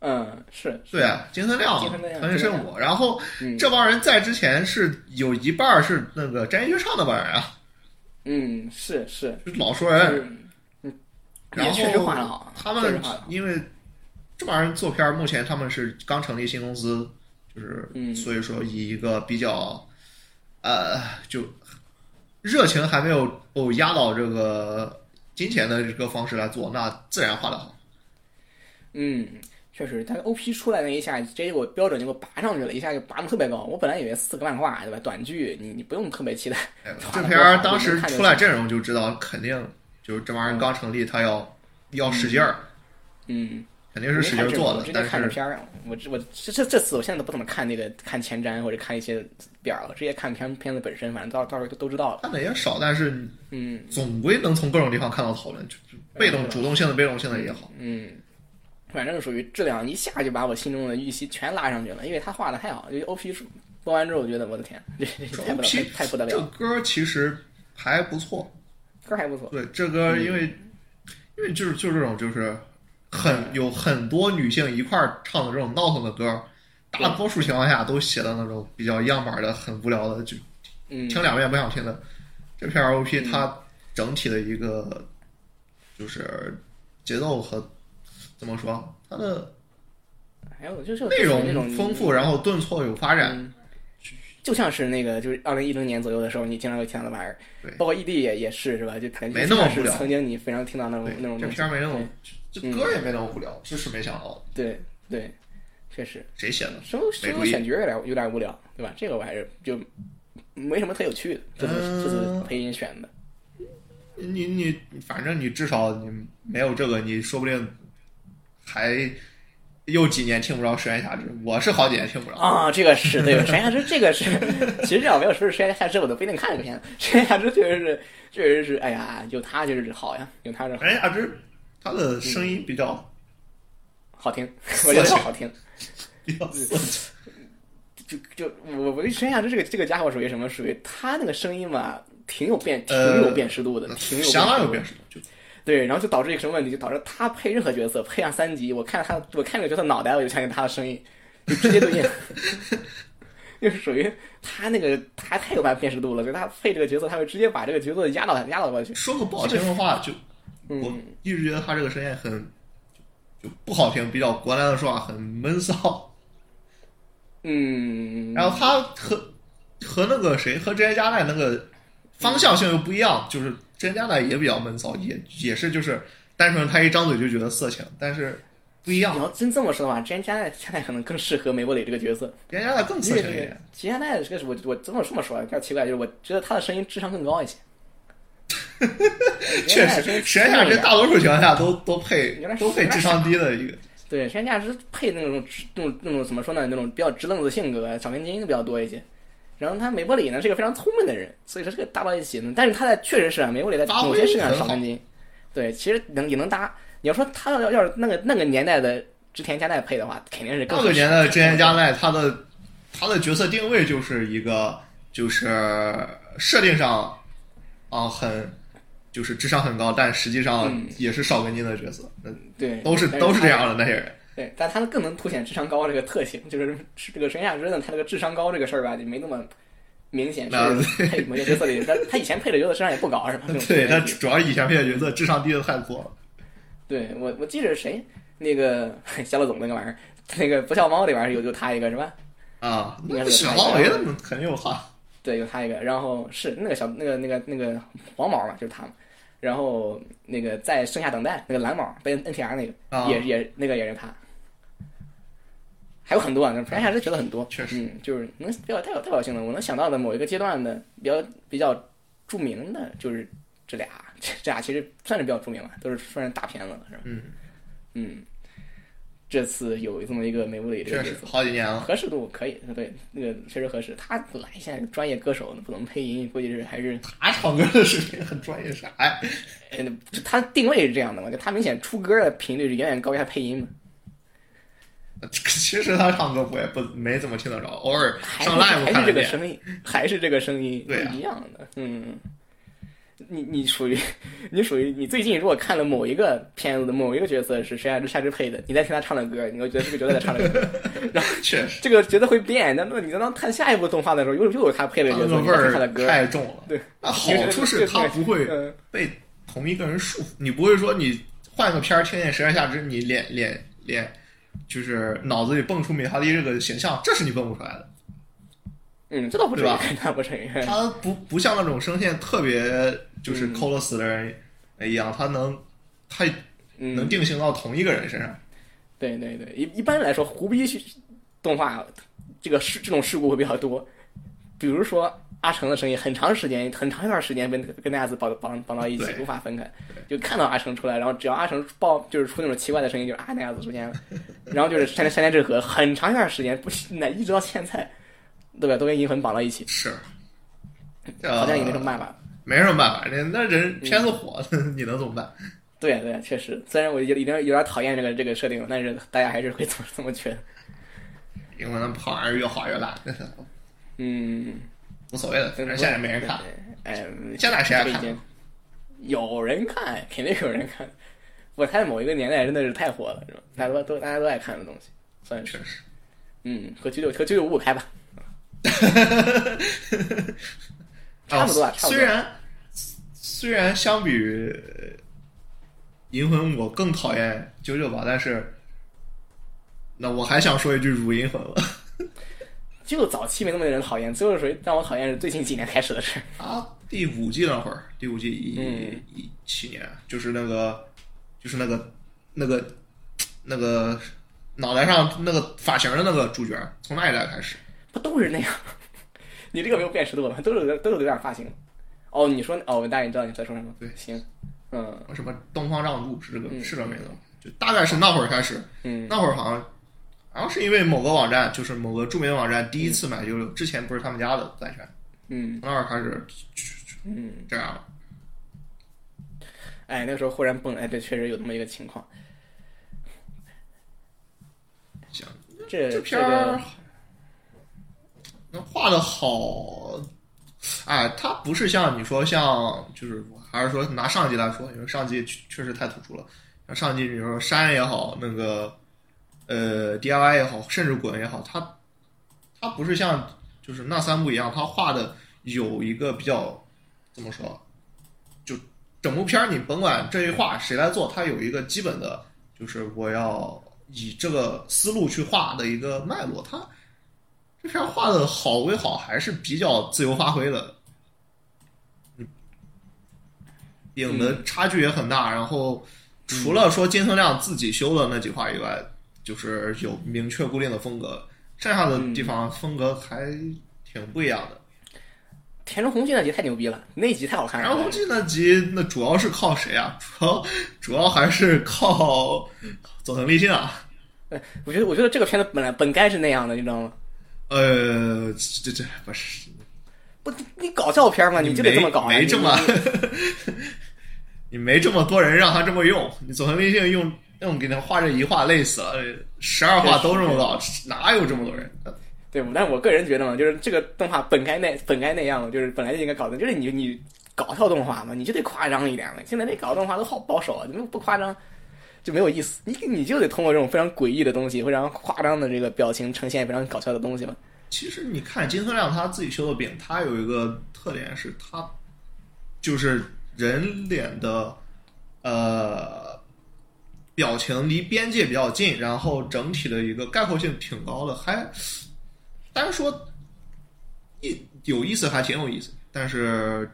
Speaker 1: 嗯，是，
Speaker 2: 对啊，金森亮
Speaker 1: 金森、亮
Speaker 2: 藤井圣武，然后
Speaker 1: 嗯
Speaker 2: 这帮人在之前是有一半儿是那个斋音乐唱那帮人啊，
Speaker 1: 嗯，是是，
Speaker 2: 就是老说
Speaker 1: 就
Speaker 2: 人。
Speaker 1: 是嗯，
Speaker 2: 然
Speaker 1: 也
Speaker 2: 后
Speaker 1: 确实画的好，
Speaker 2: 他
Speaker 1: 确
Speaker 2: 们
Speaker 1: 实画的好。
Speaker 2: 因为这帮人做片儿，目前他们是刚成立新公司，就是、
Speaker 1: 嗯
Speaker 2: 所以说以一个比较呃就热情还没有哦压倒这个金钱的一个方式来做，那自然画的好。
Speaker 1: 嗯，确实，他 OP 出来那一下，直接给我标准就给我拔上去了，一下就拔的特别高。我本来以为四个漫画对吧，短剧你你不用特别期待，
Speaker 2: 哎
Speaker 1: 画得多
Speaker 2: 这片儿
Speaker 1: 好
Speaker 2: 当
Speaker 1: 你能
Speaker 2: 时
Speaker 1: 看就
Speaker 2: 出来阵容就知道，肯定就是这帮人刚成立，他要要使劲儿，
Speaker 1: 嗯，
Speaker 2: 肯定是使劲儿做
Speaker 1: 我
Speaker 2: 的
Speaker 1: 直。接
Speaker 2: 但
Speaker 1: 看着
Speaker 2: 是
Speaker 1: 片儿，我这我这这这次我现在都不怎么看那个看前瞻或者看一些表了，我直接看片片子本身，反正到到时候都都知道了。
Speaker 2: 看的也少，但是
Speaker 1: 嗯
Speaker 2: 总归能从各种地方看到讨论，就就被动、主动性的、被动性的也好。
Speaker 1: 嗯，反正属于质量一下就把我心中的预期全拉上去了，因为他画的太好，就 OP 出播完之后，我觉得我的天，这这太不得
Speaker 2: 这 OP
Speaker 1: 太不得
Speaker 2: 这
Speaker 1: 了，
Speaker 2: 歌其实还不错，
Speaker 1: 歌还不嗯错。
Speaker 2: 对这歌，因为、因为就是就是这种就是很有很多女性一块儿唱的这种闹腾的歌，大多数情况下都写的那种比较样板的、很无聊的，就
Speaker 1: 嗯，
Speaker 2: 听两遍不想听的。这片 OP 它整体的一个就是节奏和怎么说，它的
Speaker 1: 还有就是
Speaker 2: 内
Speaker 1: 那
Speaker 2: 容
Speaker 1: 种
Speaker 2: 丰富，然后顿挫有发展。
Speaker 1: 嗯，就像是那个就是二零一零年左右的时候，你经常会听到的玩意儿
Speaker 2: 对，
Speaker 1: 包括异地也也是是吧？就感觉
Speaker 2: 没那么
Speaker 1: 像是
Speaker 2: 无聊
Speaker 1: 曾经你非常听到那种
Speaker 2: 对
Speaker 1: 那种，
Speaker 2: 这
Speaker 1: 东西嗯
Speaker 2: 片儿没那么，这这歌也没那么无聊，这是没想到的，
Speaker 1: 对对，确实，
Speaker 2: 谁写的？
Speaker 1: 声声优选角有点有点无聊，对吧？这个我还是就没什么特有趣的，这次
Speaker 2: 嗯
Speaker 1: 这次配音选的，
Speaker 2: 你你反正你至少你没有这个，你说不定还又几年听不着神仙下之，我是好几年听不着。
Speaker 1: 啊、这个是对， 神下之这个是，其实这样没有说是神下之，我都不一定看这个片子。神下之确实是，确实是，哎呀，有他确实是好呀，有他是
Speaker 2: 神仙下之，他的声音比较
Speaker 1: 好听，我觉得好听。
Speaker 2: 比较涩气
Speaker 1: 就就我我觉得神下之这个这个家伙属于什么？属于他那个声音吧，挺有辨，挺
Speaker 2: 呃
Speaker 1: 有辨识度的，嗯挺有
Speaker 2: 相当
Speaker 1: 识
Speaker 2: 有
Speaker 1: 度的
Speaker 2: 辨识度。就
Speaker 1: 对，然后就导致一个什么问题？就导致他配任何角色，配上三集，我看他，我看这个角色脑袋，我就相信他的声音，就直接对应，就是属于他那个他太有辨识度了，就他配这个角色，他会直接把这个角色压倒压倒过去。
Speaker 2: 说个不好听的话，就我
Speaker 1: 嗯，
Speaker 2: 一直觉得他这个声音很就就不好听，比较国难的说法很闷骚。
Speaker 1: 嗯，
Speaker 2: 然后他和和那个谁和真田佳奈那个方向性又不一样，就是真田佳奈也比较闷骚，也也是就是单纯他一张嘴就觉得色情，但是不一样
Speaker 1: 你，要真这么说的话，之前加奈加奈可能更适合梅博里这个角色，
Speaker 2: 真田佳奈更
Speaker 1: 因
Speaker 2: 色
Speaker 1: 为
Speaker 2: 情一
Speaker 1: 这
Speaker 2: 点
Speaker 1: 个。加奈这个是我我这么这么说啊，比较奇怪，就是我觉得他的声音智商更 高一些。
Speaker 2: 确实，神下这
Speaker 1: 这
Speaker 2: 大多数情况下都都配
Speaker 1: 有点
Speaker 2: 都配智商低的一个，
Speaker 1: 对，神仙价值配那种那种那种怎么说呢？那种比较直愣子的性格，啊小面筋比较多一些。然后他梅伯里呢是一个非常聪明的人，所以说这个搭到一起呢，但是他在确实是啊，梅伯里在
Speaker 2: 发挥
Speaker 1: 某些事情上
Speaker 2: 很
Speaker 1: 少
Speaker 2: 好
Speaker 1: 根筋。对，其实能也能搭。你要说他要要是那个那个年代的织田家代配的话，肯定是更
Speaker 2: 那
Speaker 1: 合
Speaker 2: 个
Speaker 1: 适
Speaker 2: 年代的真田佳奈，他的他的角色定位就是一个就是设定上啊、很就是智商很高，但实际上
Speaker 1: 嗯
Speaker 2: 也是少根筋的角色，那
Speaker 1: 对，
Speaker 2: 都是
Speaker 1: 但
Speaker 2: 都是
Speaker 1: 他
Speaker 2: 这样的那些人。
Speaker 1: 对，但他更能凸显智商高这个特性，就是这个神下之呢，他这个智商高这个事儿吧，就没那么明显。
Speaker 2: 那
Speaker 1: 是配某些角色里，他他以前配的角色身上也不高，是吧？这种
Speaker 2: 对，
Speaker 1: 感
Speaker 2: 但
Speaker 1: 觉
Speaker 2: 主要是以前配的角色智商低的太多了。
Speaker 1: 对我我记着谁那个 小老总那个玩意儿，那个不笑猫里边儿有有他一个是吧？
Speaker 2: 啊，
Speaker 1: 应该
Speaker 2: 那
Speaker 1: 是
Speaker 2: 小
Speaker 1: 太
Speaker 2: 黄
Speaker 1: 小
Speaker 2: 维
Speaker 1: 了
Speaker 2: 那肯定有哈，
Speaker 1: 对，有他一个，然后是那个小那个那个那个黄毛嘛，就是他嘛。然后那个在盛夏等待那个蓝毛被 NTR 那个、
Speaker 2: 啊
Speaker 1: 也也那个也是他，还有很多啊，反正还是觉得很多，
Speaker 2: 确实
Speaker 1: 嗯，就是能比较代表代表性的，我能想到的某一个阶段的比较比较著名的就是这俩，这这俩其实算是比较著名了，都是算是大片子了，是吧？
Speaker 2: 嗯
Speaker 1: 嗯，这次有这么一个梅布里这
Speaker 2: 确
Speaker 1: 个角
Speaker 2: 实
Speaker 1: 色，
Speaker 2: 好几年了。
Speaker 1: 合适度可以，对，那个确实合适。他本来现在专业歌手，不能配音，估计是还是
Speaker 2: 他唱歌的水平很专业啥呀？
Speaker 1: 呃，就他定位是这样的嘛，就他明显出歌的频率是远远高于他配音嘛。
Speaker 2: 呃其实他唱歌我也不没怎么听得着，偶尔
Speaker 1: 还是
Speaker 2: 上 live
Speaker 1: 还是
Speaker 2: 看
Speaker 1: 这
Speaker 2: 了
Speaker 1: 个
Speaker 2: 遍。
Speaker 1: 声音，还是这个声音，
Speaker 2: 对啊
Speaker 1: 一样的。嗯，你你属于你属于你最近如果看了某一个片子的某一个角色是谁啊？是夏之配的，你再听他唱的歌，你会觉得这个角色在唱 这个歌，
Speaker 2: 确实，
Speaker 1: 这个角色会变。那么你当看下一部动画的时候，又又有他配了一
Speaker 2: 他
Speaker 1: 个
Speaker 2: 那
Speaker 1: 角色，
Speaker 2: 个
Speaker 1: 你
Speaker 2: 味
Speaker 1: 再听他的
Speaker 2: 儿
Speaker 1: 歌，嗯
Speaker 2: 太重了。
Speaker 1: 对，
Speaker 2: 那好处是他不会
Speaker 1: 嗯。
Speaker 2: 被同一个人束缚，你不会说你换个片儿听见《十二下之》，你脸脸脸就是脑子里蹦出米哈利这个形象，这是你蹦不出来的。
Speaker 1: 嗯，这倒不至于
Speaker 2: 对吧，
Speaker 1: 那不至于。
Speaker 2: 他不不像那种声线特别就是
Speaker 1: 嗯
Speaker 2: 抠了死的人一样，他能他能
Speaker 1: 嗯，
Speaker 2: 定型到同一个人身上。
Speaker 1: 对对对，一一般来说，胡逼动画这个事这种事故会比较多。比如说阿成的声音，很长时间、很长一段时间跟跟大家子绑绑绑到一起
Speaker 2: 对，
Speaker 1: 无法分开。就看到阿成出来，然后只要阿成爆，就是出那种奇怪的声音，就是啊那样子出现了。然后就是山田山田智和，很长一段时间不，那一直到现在，对吧？都跟银魂绑到一起，
Speaker 2: 是，
Speaker 1: 好像也没什
Speaker 2: 呃
Speaker 1: 么办法了。
Speaker 2: 没什么办法，那那人片子火， 你能怎么办？
Speaker 1: 对对，确实，虽然我有有点有点讨厌这个这个设定，但是大家还是会这 么这么觉得。
Speaker 2: 因为那跑玩意儿越画越烂，
Speaker 1: 嗯，
Speaker 2: 无所谓的，反正现在也没人看。嗯
Speaker 1: 哎，
Speaker 2: 现在谁还
Speaker 1: 这
Speaker 2: 看
Speaker 1: 个已经有人看，肯定有人看。 我猜某一个年代真的是太火了，是吧？大家都
Speaker 2: 嗯
Speaker 1: 都大家都爱看的东西，算是
Speaker 2: 确实，
Speaker 1: 嗯，和九九和九九五五开吧， 差不多啊差不多
Speaker 2: 啊虽然虽然相比于呃银魂，我更讨厌九九吧，但是那我还想说一句如银魂了。
Speaker 1: 就早期没那么多人讨厌，最后谁让我讨厌是最近几年开始的事儿。
Speaker 2: 他啊第五季那会儿，第五季一
Speaker 1: 嗯
Speaker 2: 一七年，就是那个，就是那个，那个，那个脑袋上那个发型的那个主角，从那一代开始，
Speaker 1: 不都是那样？ 你这个没有辨识度了，都是都是有点发型。哦，你说哦，我大概知道你在说什么。
Speaker 2: 对
Speaker 1: 行，嗯，
Speaker 2: 什么东方让路是这个、
Speaker 1: 嗯
Speaker 2: 是这名字吗？就大概是那会儿开始，
Speaker 1: 嗯
Speaker 2: 那会儿好像好像是因为某个网站，就是某个著名的网站第一次买九六，之前不是他们家的版权，
Speaker 1: 嗯
Speaker 2: 从那会儿开始
Speaker 1: 嗯，
Speaker 2: 这样了。
Speaker 1: 哎，那个时候忽然蹦，哎，对，确实有那么一个情况。
Speaker 2: 行，
Speaker 1: 这
Speaker 2: 这片
Speaker 1: 个
Speaker 2: 儿那画的好，哎，它不是像你说像，就是还是说拿上季来说，因为上季确确实太突出了。像上季，比如说山也好，那个呃 DIY 也好，甚至滚也好，它它不是像就是那三部一样，它画的有一个比较怎么说，就整部片儿你甭管这一画谁来做，它有一个基本的，就是我要以这个思路去画的一个脉络，它。这片儿画的好归好，还是比较自由发挥的，影的差距也很大。然后除了说金藤亮自己修的那几画以外，就是有明确固定的风格，剩下的地方风格还挺不一样的。
Speaker 1: 田中宏纪那集太牛逼了，那集太好看
Speaker 2: 然后
Speaker 1: 了。
Speaker 2: 这那集那主要是靠谁啊？主要主要还是靠 佐藤立信啊。
Speaker 1: 我觉得，我觉得这个片子本来本该是那样的，你知道吗？
Speaker 2: 呃，这这不是
Speaker 1: 不，你搞笑片嘛，啊你就得这么搞呀、
Speaker 2: 没没这么
Speaker 1: 你，
Speaker 2: 你没这么多人让他这么用，你佐藤立信用用给他画这一画累死了，十二画都这么搞，哪有这么多人？呃
Speaker 1: 对，但我个人觉得嘛，就是这个动画本该那本该那样，就是本来就应该搞的，就是你你搞笑动画嘛，你就得夸张一点嘛。现在这搞笑动画都好保守啊，你们不夸张就没有意思。你你就得通过这种非常诡异的东西，非常夸张的这个表情呈现非常搞笑的东西嘛。
Speaker 2: 其实你看金村亮他自己修的饼，他有一个特点是，他就是人脸的呃表情离边界比较近，然后整体的一个概括性挺高的，还单说一有意思还挺有意思，但是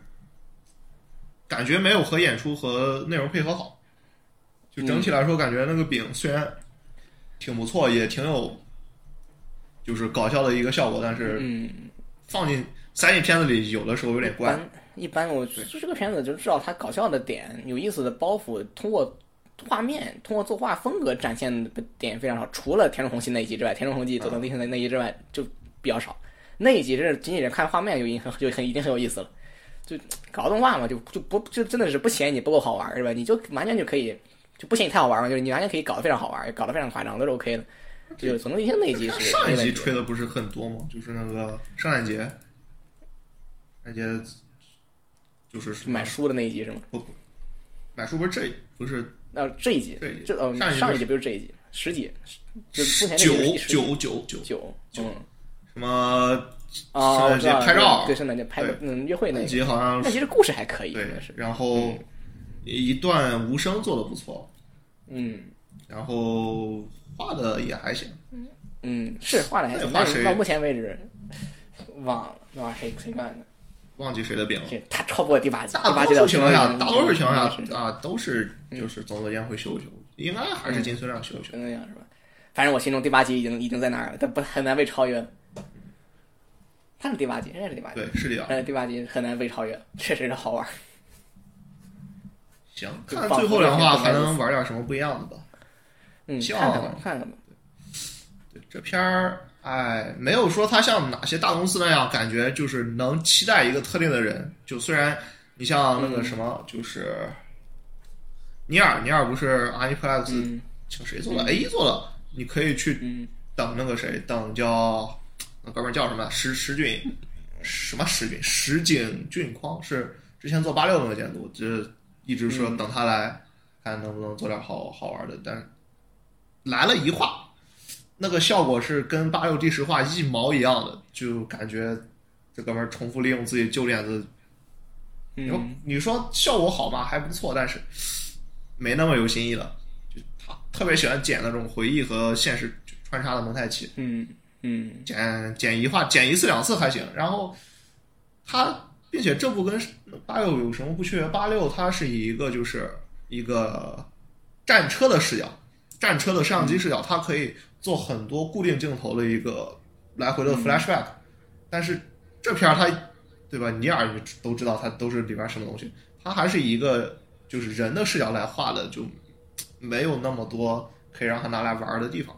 Speaker 2: 感觉没有和演出和内容配合好，就整体来说感觉那个饼虽然挺不错，也挺有。就是搞笑的一个效果，但是
Speaker 1: 嗯，
Speaker 2: 放进塞进片子里，有的时候有点
Speaker 1: 一
Speaker 2: 怪。
Speaker 1: 般一般我就这个片子就知道它搞笑的点、有意思的包袱，通过画面、通过作画风格展现的点非常少。除了田中宏希那一集之外，田中宏希佐藤利信的那一集之外就比较少。那一集是仅仅是看画面就已经很就很已经很有意思了。就搞动画嘛，就就不就真的是不嫌你不够好玩是吧？你就完全就可以就不嫌你太好玩嘛，就是你完全可以搞得非常好玩，也搞得非常夸张都是 OK 的。就是佐藤利信那一集是
Speaker 2: 上一
Speaker 1: 没
Speaker 2: 集
Speaker 1: 问题的
Speaker 2: 吹的不是很多吗？就是那个圣诞节，圣诞节就是什么
Speaker 1: 买书的那一集是吗？
Speaker 2: 买书不是这不是
Speaker 1: 那、这一集
Speaker 2: 这一集
Speaker 1: 这哦，
Speaker 2: 上一集
Speaker 1: 上
Speaker 2: 就
Speaker 1: 一
Speaker 2: 是
Speaker 1: 集不是这一集，十集，就目前这
Speaker 2: 九
Speaker 1: 一集是十集
Speaker 2: 九九九
Speaker 1: 九
Speaker 2: 九
Speaker 1: 嗯
Speaker 2: 什么
Speaker 1: 啊，
Speaker 2: 圣
Speaker 1: 我
Speaker 2: 诞
Speaker 1: 知
Speaker 2: 节
Speaker 1: 道了
Speaker 2: 拍照
Speaker 1: 对，圣诞节拍
Speaker 2: 对
Speaker 1: 嗯约会那
Speaker 2: 那
Speaker 1: 个，
Speaker 2: 集好像
Speaker 1: 那其实故事还可以，
Speaker 2: 对
Speaker 1: 应该是，
Speaker 2: 然后一段无声做的不错，
Speaker 1: 嗯
Speaker 2: 然后画的也还行。
Speaker 1: 嗯是画的还行，
Speaker 2: 那画
Speaker 1: 但是
Speaker 2: 谁
Speaker 1: 到目前为止忘了那玩意儿谁谁干的，
Speaker 2: 忘记谁的饼了。
Speaker 1: 这他超不过第八集，
Speaker 2: 大
Speaker 1: 第八集
Speaker 2: 多数
Speaker 1: 的
Speaker 2: 情况下，
Speaker 1: 嗯
Speaker 2: 大多数情况
Speaker 1: 嗯是
Speaker 2: 下啊，都是就是总佐间会修一修，应该还
Speaker 1: 嗯
Speaker 2: 是金村亮修一修。
Speaker 1: 真的样是吧？反正我心中第八集已经已经在那儿了，但不很难被超越了。他是第八集，应该是第八集，
Speaker 2: 对，是这样。
Speaker 1: 但是第八集很难被超越，确实是好玩。
Speaker 2: 行，
Speaker 1: 就
Speaker 2: 看
Speaker 1: 仿
Speaker 2: 最
Speaker 1: 佛
Speaker 2: 后两
Speaker 1: 有
Speaker 2: 话
Speaker 1: 点
Speaker 2: 还
Speaker 1: 不好意
Speaker 2: 能玩点什么不一样的吧。
Speaker 1: 嗯，
Speaker 2: 希
Speaker 1: 看
Speaker 2: 望
Speaker 1: 看吧，看看吧。
Speaker 2: 对，这片儿，哎，没有说它像哪些大公司那样，感觉就是能期待一个特定的人。就虽然你像那个什
Speaker 1: 嗯
Speaker 2: 么，就是尼尔，尼尔不是 Aniplex
Speaker 1: 嗯
Speaker 2: 请谁做的？A 做的，你可以去
Speaker 1: 嗯。
Speaker 2: 等那个谁，等叫那哥们儿叫什么石石井什么石井石井俊匡是之前做八六那个监督，就是一直说
Speaker 1: 嗯
Speaker 2: 等他来、看能不能做点好好玩的，但是来了一画，那个效果是跟八六第十画一毛一样的，就感觉这哥们儿重复利用自己旧点子，你说、
Speaker 1: 嗯，
Speaker 2: 你说效果好吗？还不错，但是没那么有新意了。就他特别喜欢剪那种回忆和现实穿插的蒙太奇。
Speaker 1: 嗯嗯
Speaker 2: 剪剪一画剪一次两次还行。然后他，并且这部跟八六有什么不区别？八六它是以一个就是一个战车的视角，战车的摄像机视角，它可以做很多固定镜头的一个来回的 flashback、但是这片儿它，对吧？尼尔你都知道它都是里边儿什么东西，它还是以一个就是人的视角来画的，就没有那么多可以让他拿来玩的地方，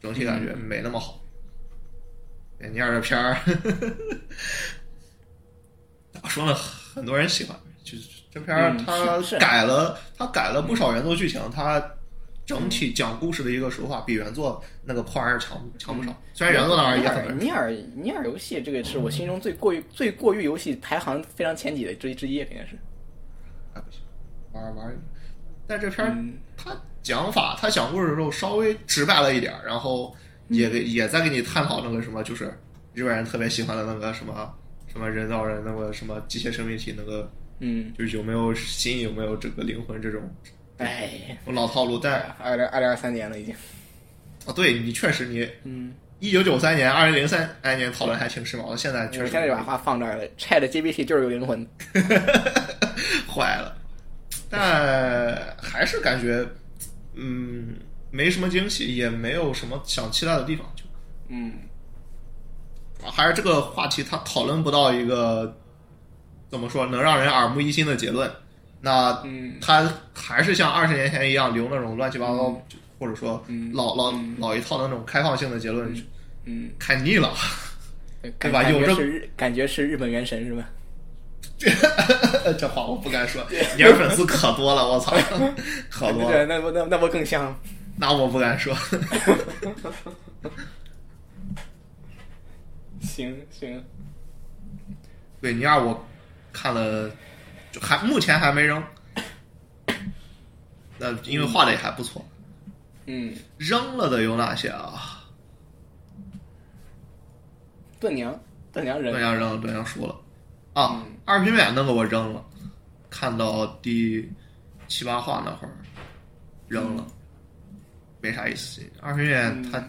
Speaker 2: 整体感觉没那么好。哎你要是片儿，咋说呢？很多人喜欢，就是这片儿
Speaker 1: 嗯
Speaker 2: 它
Speaker 1: 是是嗯
Speaker 2: 改了，它改了不少原作剧情，它整体讲故事的一个手法比原作那个破玩意儿强强
Speaker 1: 嗯
Speaker 2: 不少。虽然原作那玩意儿也很难
Speaker 1: 尼尔尼尔游戏这个是我心中最过于最过于游戏排行非常前几的之之一，肯定是。
Speaker 2: 哎不行，玩儿玩儿。但这片儿
Speaker 1: 嗯，
Speaker 2: 它讲法，它讲故事的时候稍微直白了一点儿，然后也
Speaker 1: 嗯
Speaker 2: 给也在给你探讨那个什么，就是日本人特别喜欢的那个什么什么人造人，那个什么机械生命体，那个
Speaker 1: 嗯，
Speaker 2: 就是有没有心，有没有这个灵魂这种
Speaker 1: 哎，
Speaker 2: 老套路。但啊，
Speaker 1: 二零二零二三年了已经。
Speaker 2: 对你确实你
Speaker 1: 嗯，
Speaker 2: 一九九三年、二零零三年讨论还挺时髦的，现
Speaker 1: 我
Speaker 2: 在确实
Speaker 1: 嗯现在就把话放这儿了。Chat GPT 就是有灵魂的。
Speaker 2: 坏了，但还是感觉，嗯，没什么惊喜，也没有什么想期待的地方，就啊
Speaker 1: 嗯，
Speaker 2: 还是这个话题，它讨论不到一个怎么说能让人耳目一新的结论。那
Speaker 1: 嗯
Speaker 2: 它还是像二十年前一样留那种乱七八糟，就或者说
Speaker 1: 嗯
Speaker 2: 老老老一套的那种开放性的结论，就
Speaker 1: 嗯，
Speaker 2: 看腻了。
Speaker 1: 感
Speaker 2: 吧
Speaker 1: 感
Speaker 2: 有
Speaker 1: 觉
Speaker 2: 这
Speaker 1: 是日感觉是日本原神是吧？
Speaker 2: 这话我不敢说， 你是粉丝可多了，我操，可多了
Speaker 1: 对，。那不那那不更像？
Speaker 2: 那我不敢说。
Speaker 1: 行行，
Speaker 2: 对，尼尔我看了，就还目前还没扔。那因为画的也还不错，
Speaker 1: 嗯，
Speaker 2: 扔了的有哪些啊？
Speaker 1: 盾娘，盾娘
Speaker 2: 段
Speaker 1: 人，
Speaker 2: 阳扔，段阳输了。啊
Speaker 1: 嗯，
Speaker 2: 二平面那个我扔了，看到第七八话那会儿扔了，
Speaker 1: 嗯
Speaker 2: 没啥意思。二平面他、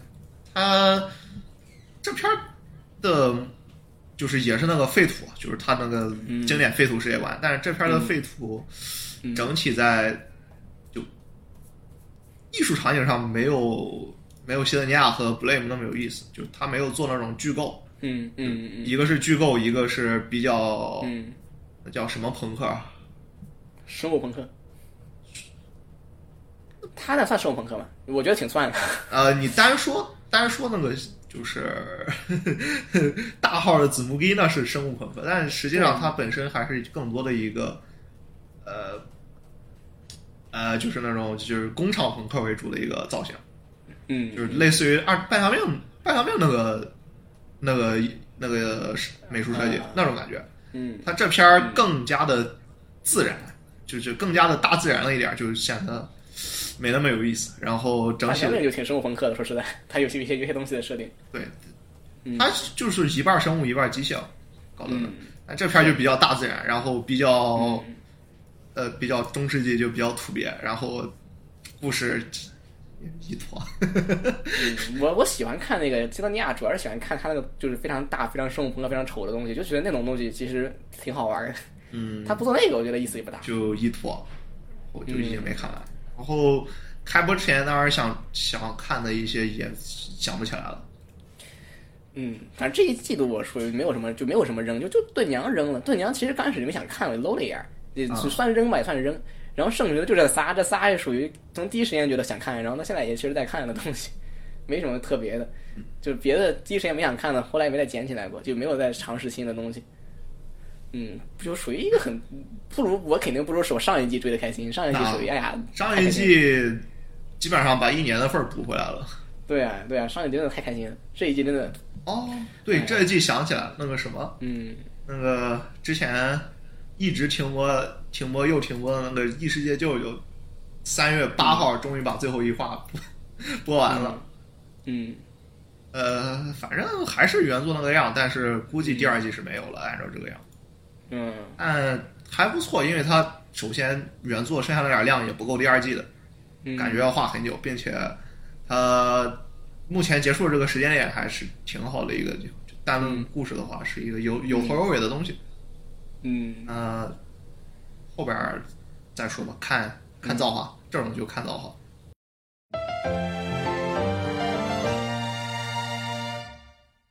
Speaker 2: 他这片儿的，就是也是那个废土，啊就是他那个
Speaker 1: 嗯
Speaker 2: 经典废土世界观，但是这片儿的废土
Speaker 1: 嗯
Speaker 2: 整体在就艺术场景上没有没有西德尼亚和 Blame 那么有意思，就是他没有做那种剧构。
Speaker 1: 嗯嗯嗯
Speaker 2: 一个是剧构，一个是比较、
Speaker 1: 嗯，
Speaker 2: 那叫什么朋克啊？
Speaker 1: 生物朋克，他那算生物朋克吗？我觉得挺算的。
Speaker 2: 呃，你单说单说那个就是 大号的子木鸡呢是生物朋克，但实际上它本身还是更多的一个呃呃，就是那种就是工厂朋克为主的一个造型，
Speaker 1: 嗯，
Speaker 2: 就是类似于二半条命半条命那个那个那个美术设计、
Speaker 1: 啊
Speaker 2: 那种感觉。
Speaker 1: 嗯
Speaker 2: 它这片儿更加的自然，就是更加的大自然了一点儿，就显得没那么有意思。然后整
Speaker 1: 大
Speaker 2: 体
Speaker 1: 小面就挺生物朋克的，说实在，它有些有些有些东西的设定，
Speaker 2: 对
Speaker 1: 嗯，
Speaker 2: 它就是一半儿生物一半儿机械搞的。
Speaker 1: 嗯
Speaker 2: 那这片儿就比较大自然，然后比较、呃比较中世纪就比较土鳖，然后故事一坨。
Speaker 1: 嗯，我我喜欢看那个基德尼亚，主要是喜欢看他那个就是非常大、非常生物朋克、非常丑的东西，就觉得那种东西其实挺好玩的。
Speaker 2: 嗯，
Speaker 1: 他不做那个，我觉得意思也不大。
Speaker 2: 就一坨，我就已经没看完。然后开播之前当时想想看的一些也想不起来了。
Speaker 1: 嗯，反正这一季度我属于没有什么，就没有什么扔，就就盾娘扔了。盾娘其实刚开始就没想看，我就搂了一眼儿，也
Speaker 2: 啊
Speaker 1: 算是扔吧，也算是扔。然后剩下的就这仨，这仨也属于从第一时间觉得想看，然后到现在也其实在看的东西， 没什么特别的，就别的第一时间没想看的，后来也没再捡起来过，就没有再尝试新的东西。嗯，就属于一个很不如我肯定不如我上一季追的开心，上一季属于哎呀，
Speaker 2: 啊上
Speaker 1: 太
Speaker 2: 一
Speaker 1: 开心了
Speaker 2: 季基本上把一年的份儿补回来了。
Speaker 1: 对啊对啊，上一季真的太开心了，这一季真的
Speaker 2: 哦，对，这一季想起来了那个什么，
Speaker 1: 嗯
Speaker 2: 那个之前一直停播、停播又停播的那个《异世界舅舅》，三月八号终于把最后一话 播完了。
Speaker 1: 嗯
Speaker 2: 呃，反正还是原作那个样，但是估计第二季是没有了，按照这个样。
Speaker 1: 嗯
Speaker 2: 但呃还不错，因为它首先原作剩下那点量也不够第二季的，
Speaker 1: 嗯，
Speaker 2: 感觉要画很久，并且它目前结束的这个时间点还是挺好的一个，单论故事的话是一个有有头有尾的东西。
Speaker 1: 嗯。嗯
Speaker 2: 那、后边儿再说吧，看看造化，这种就看造化。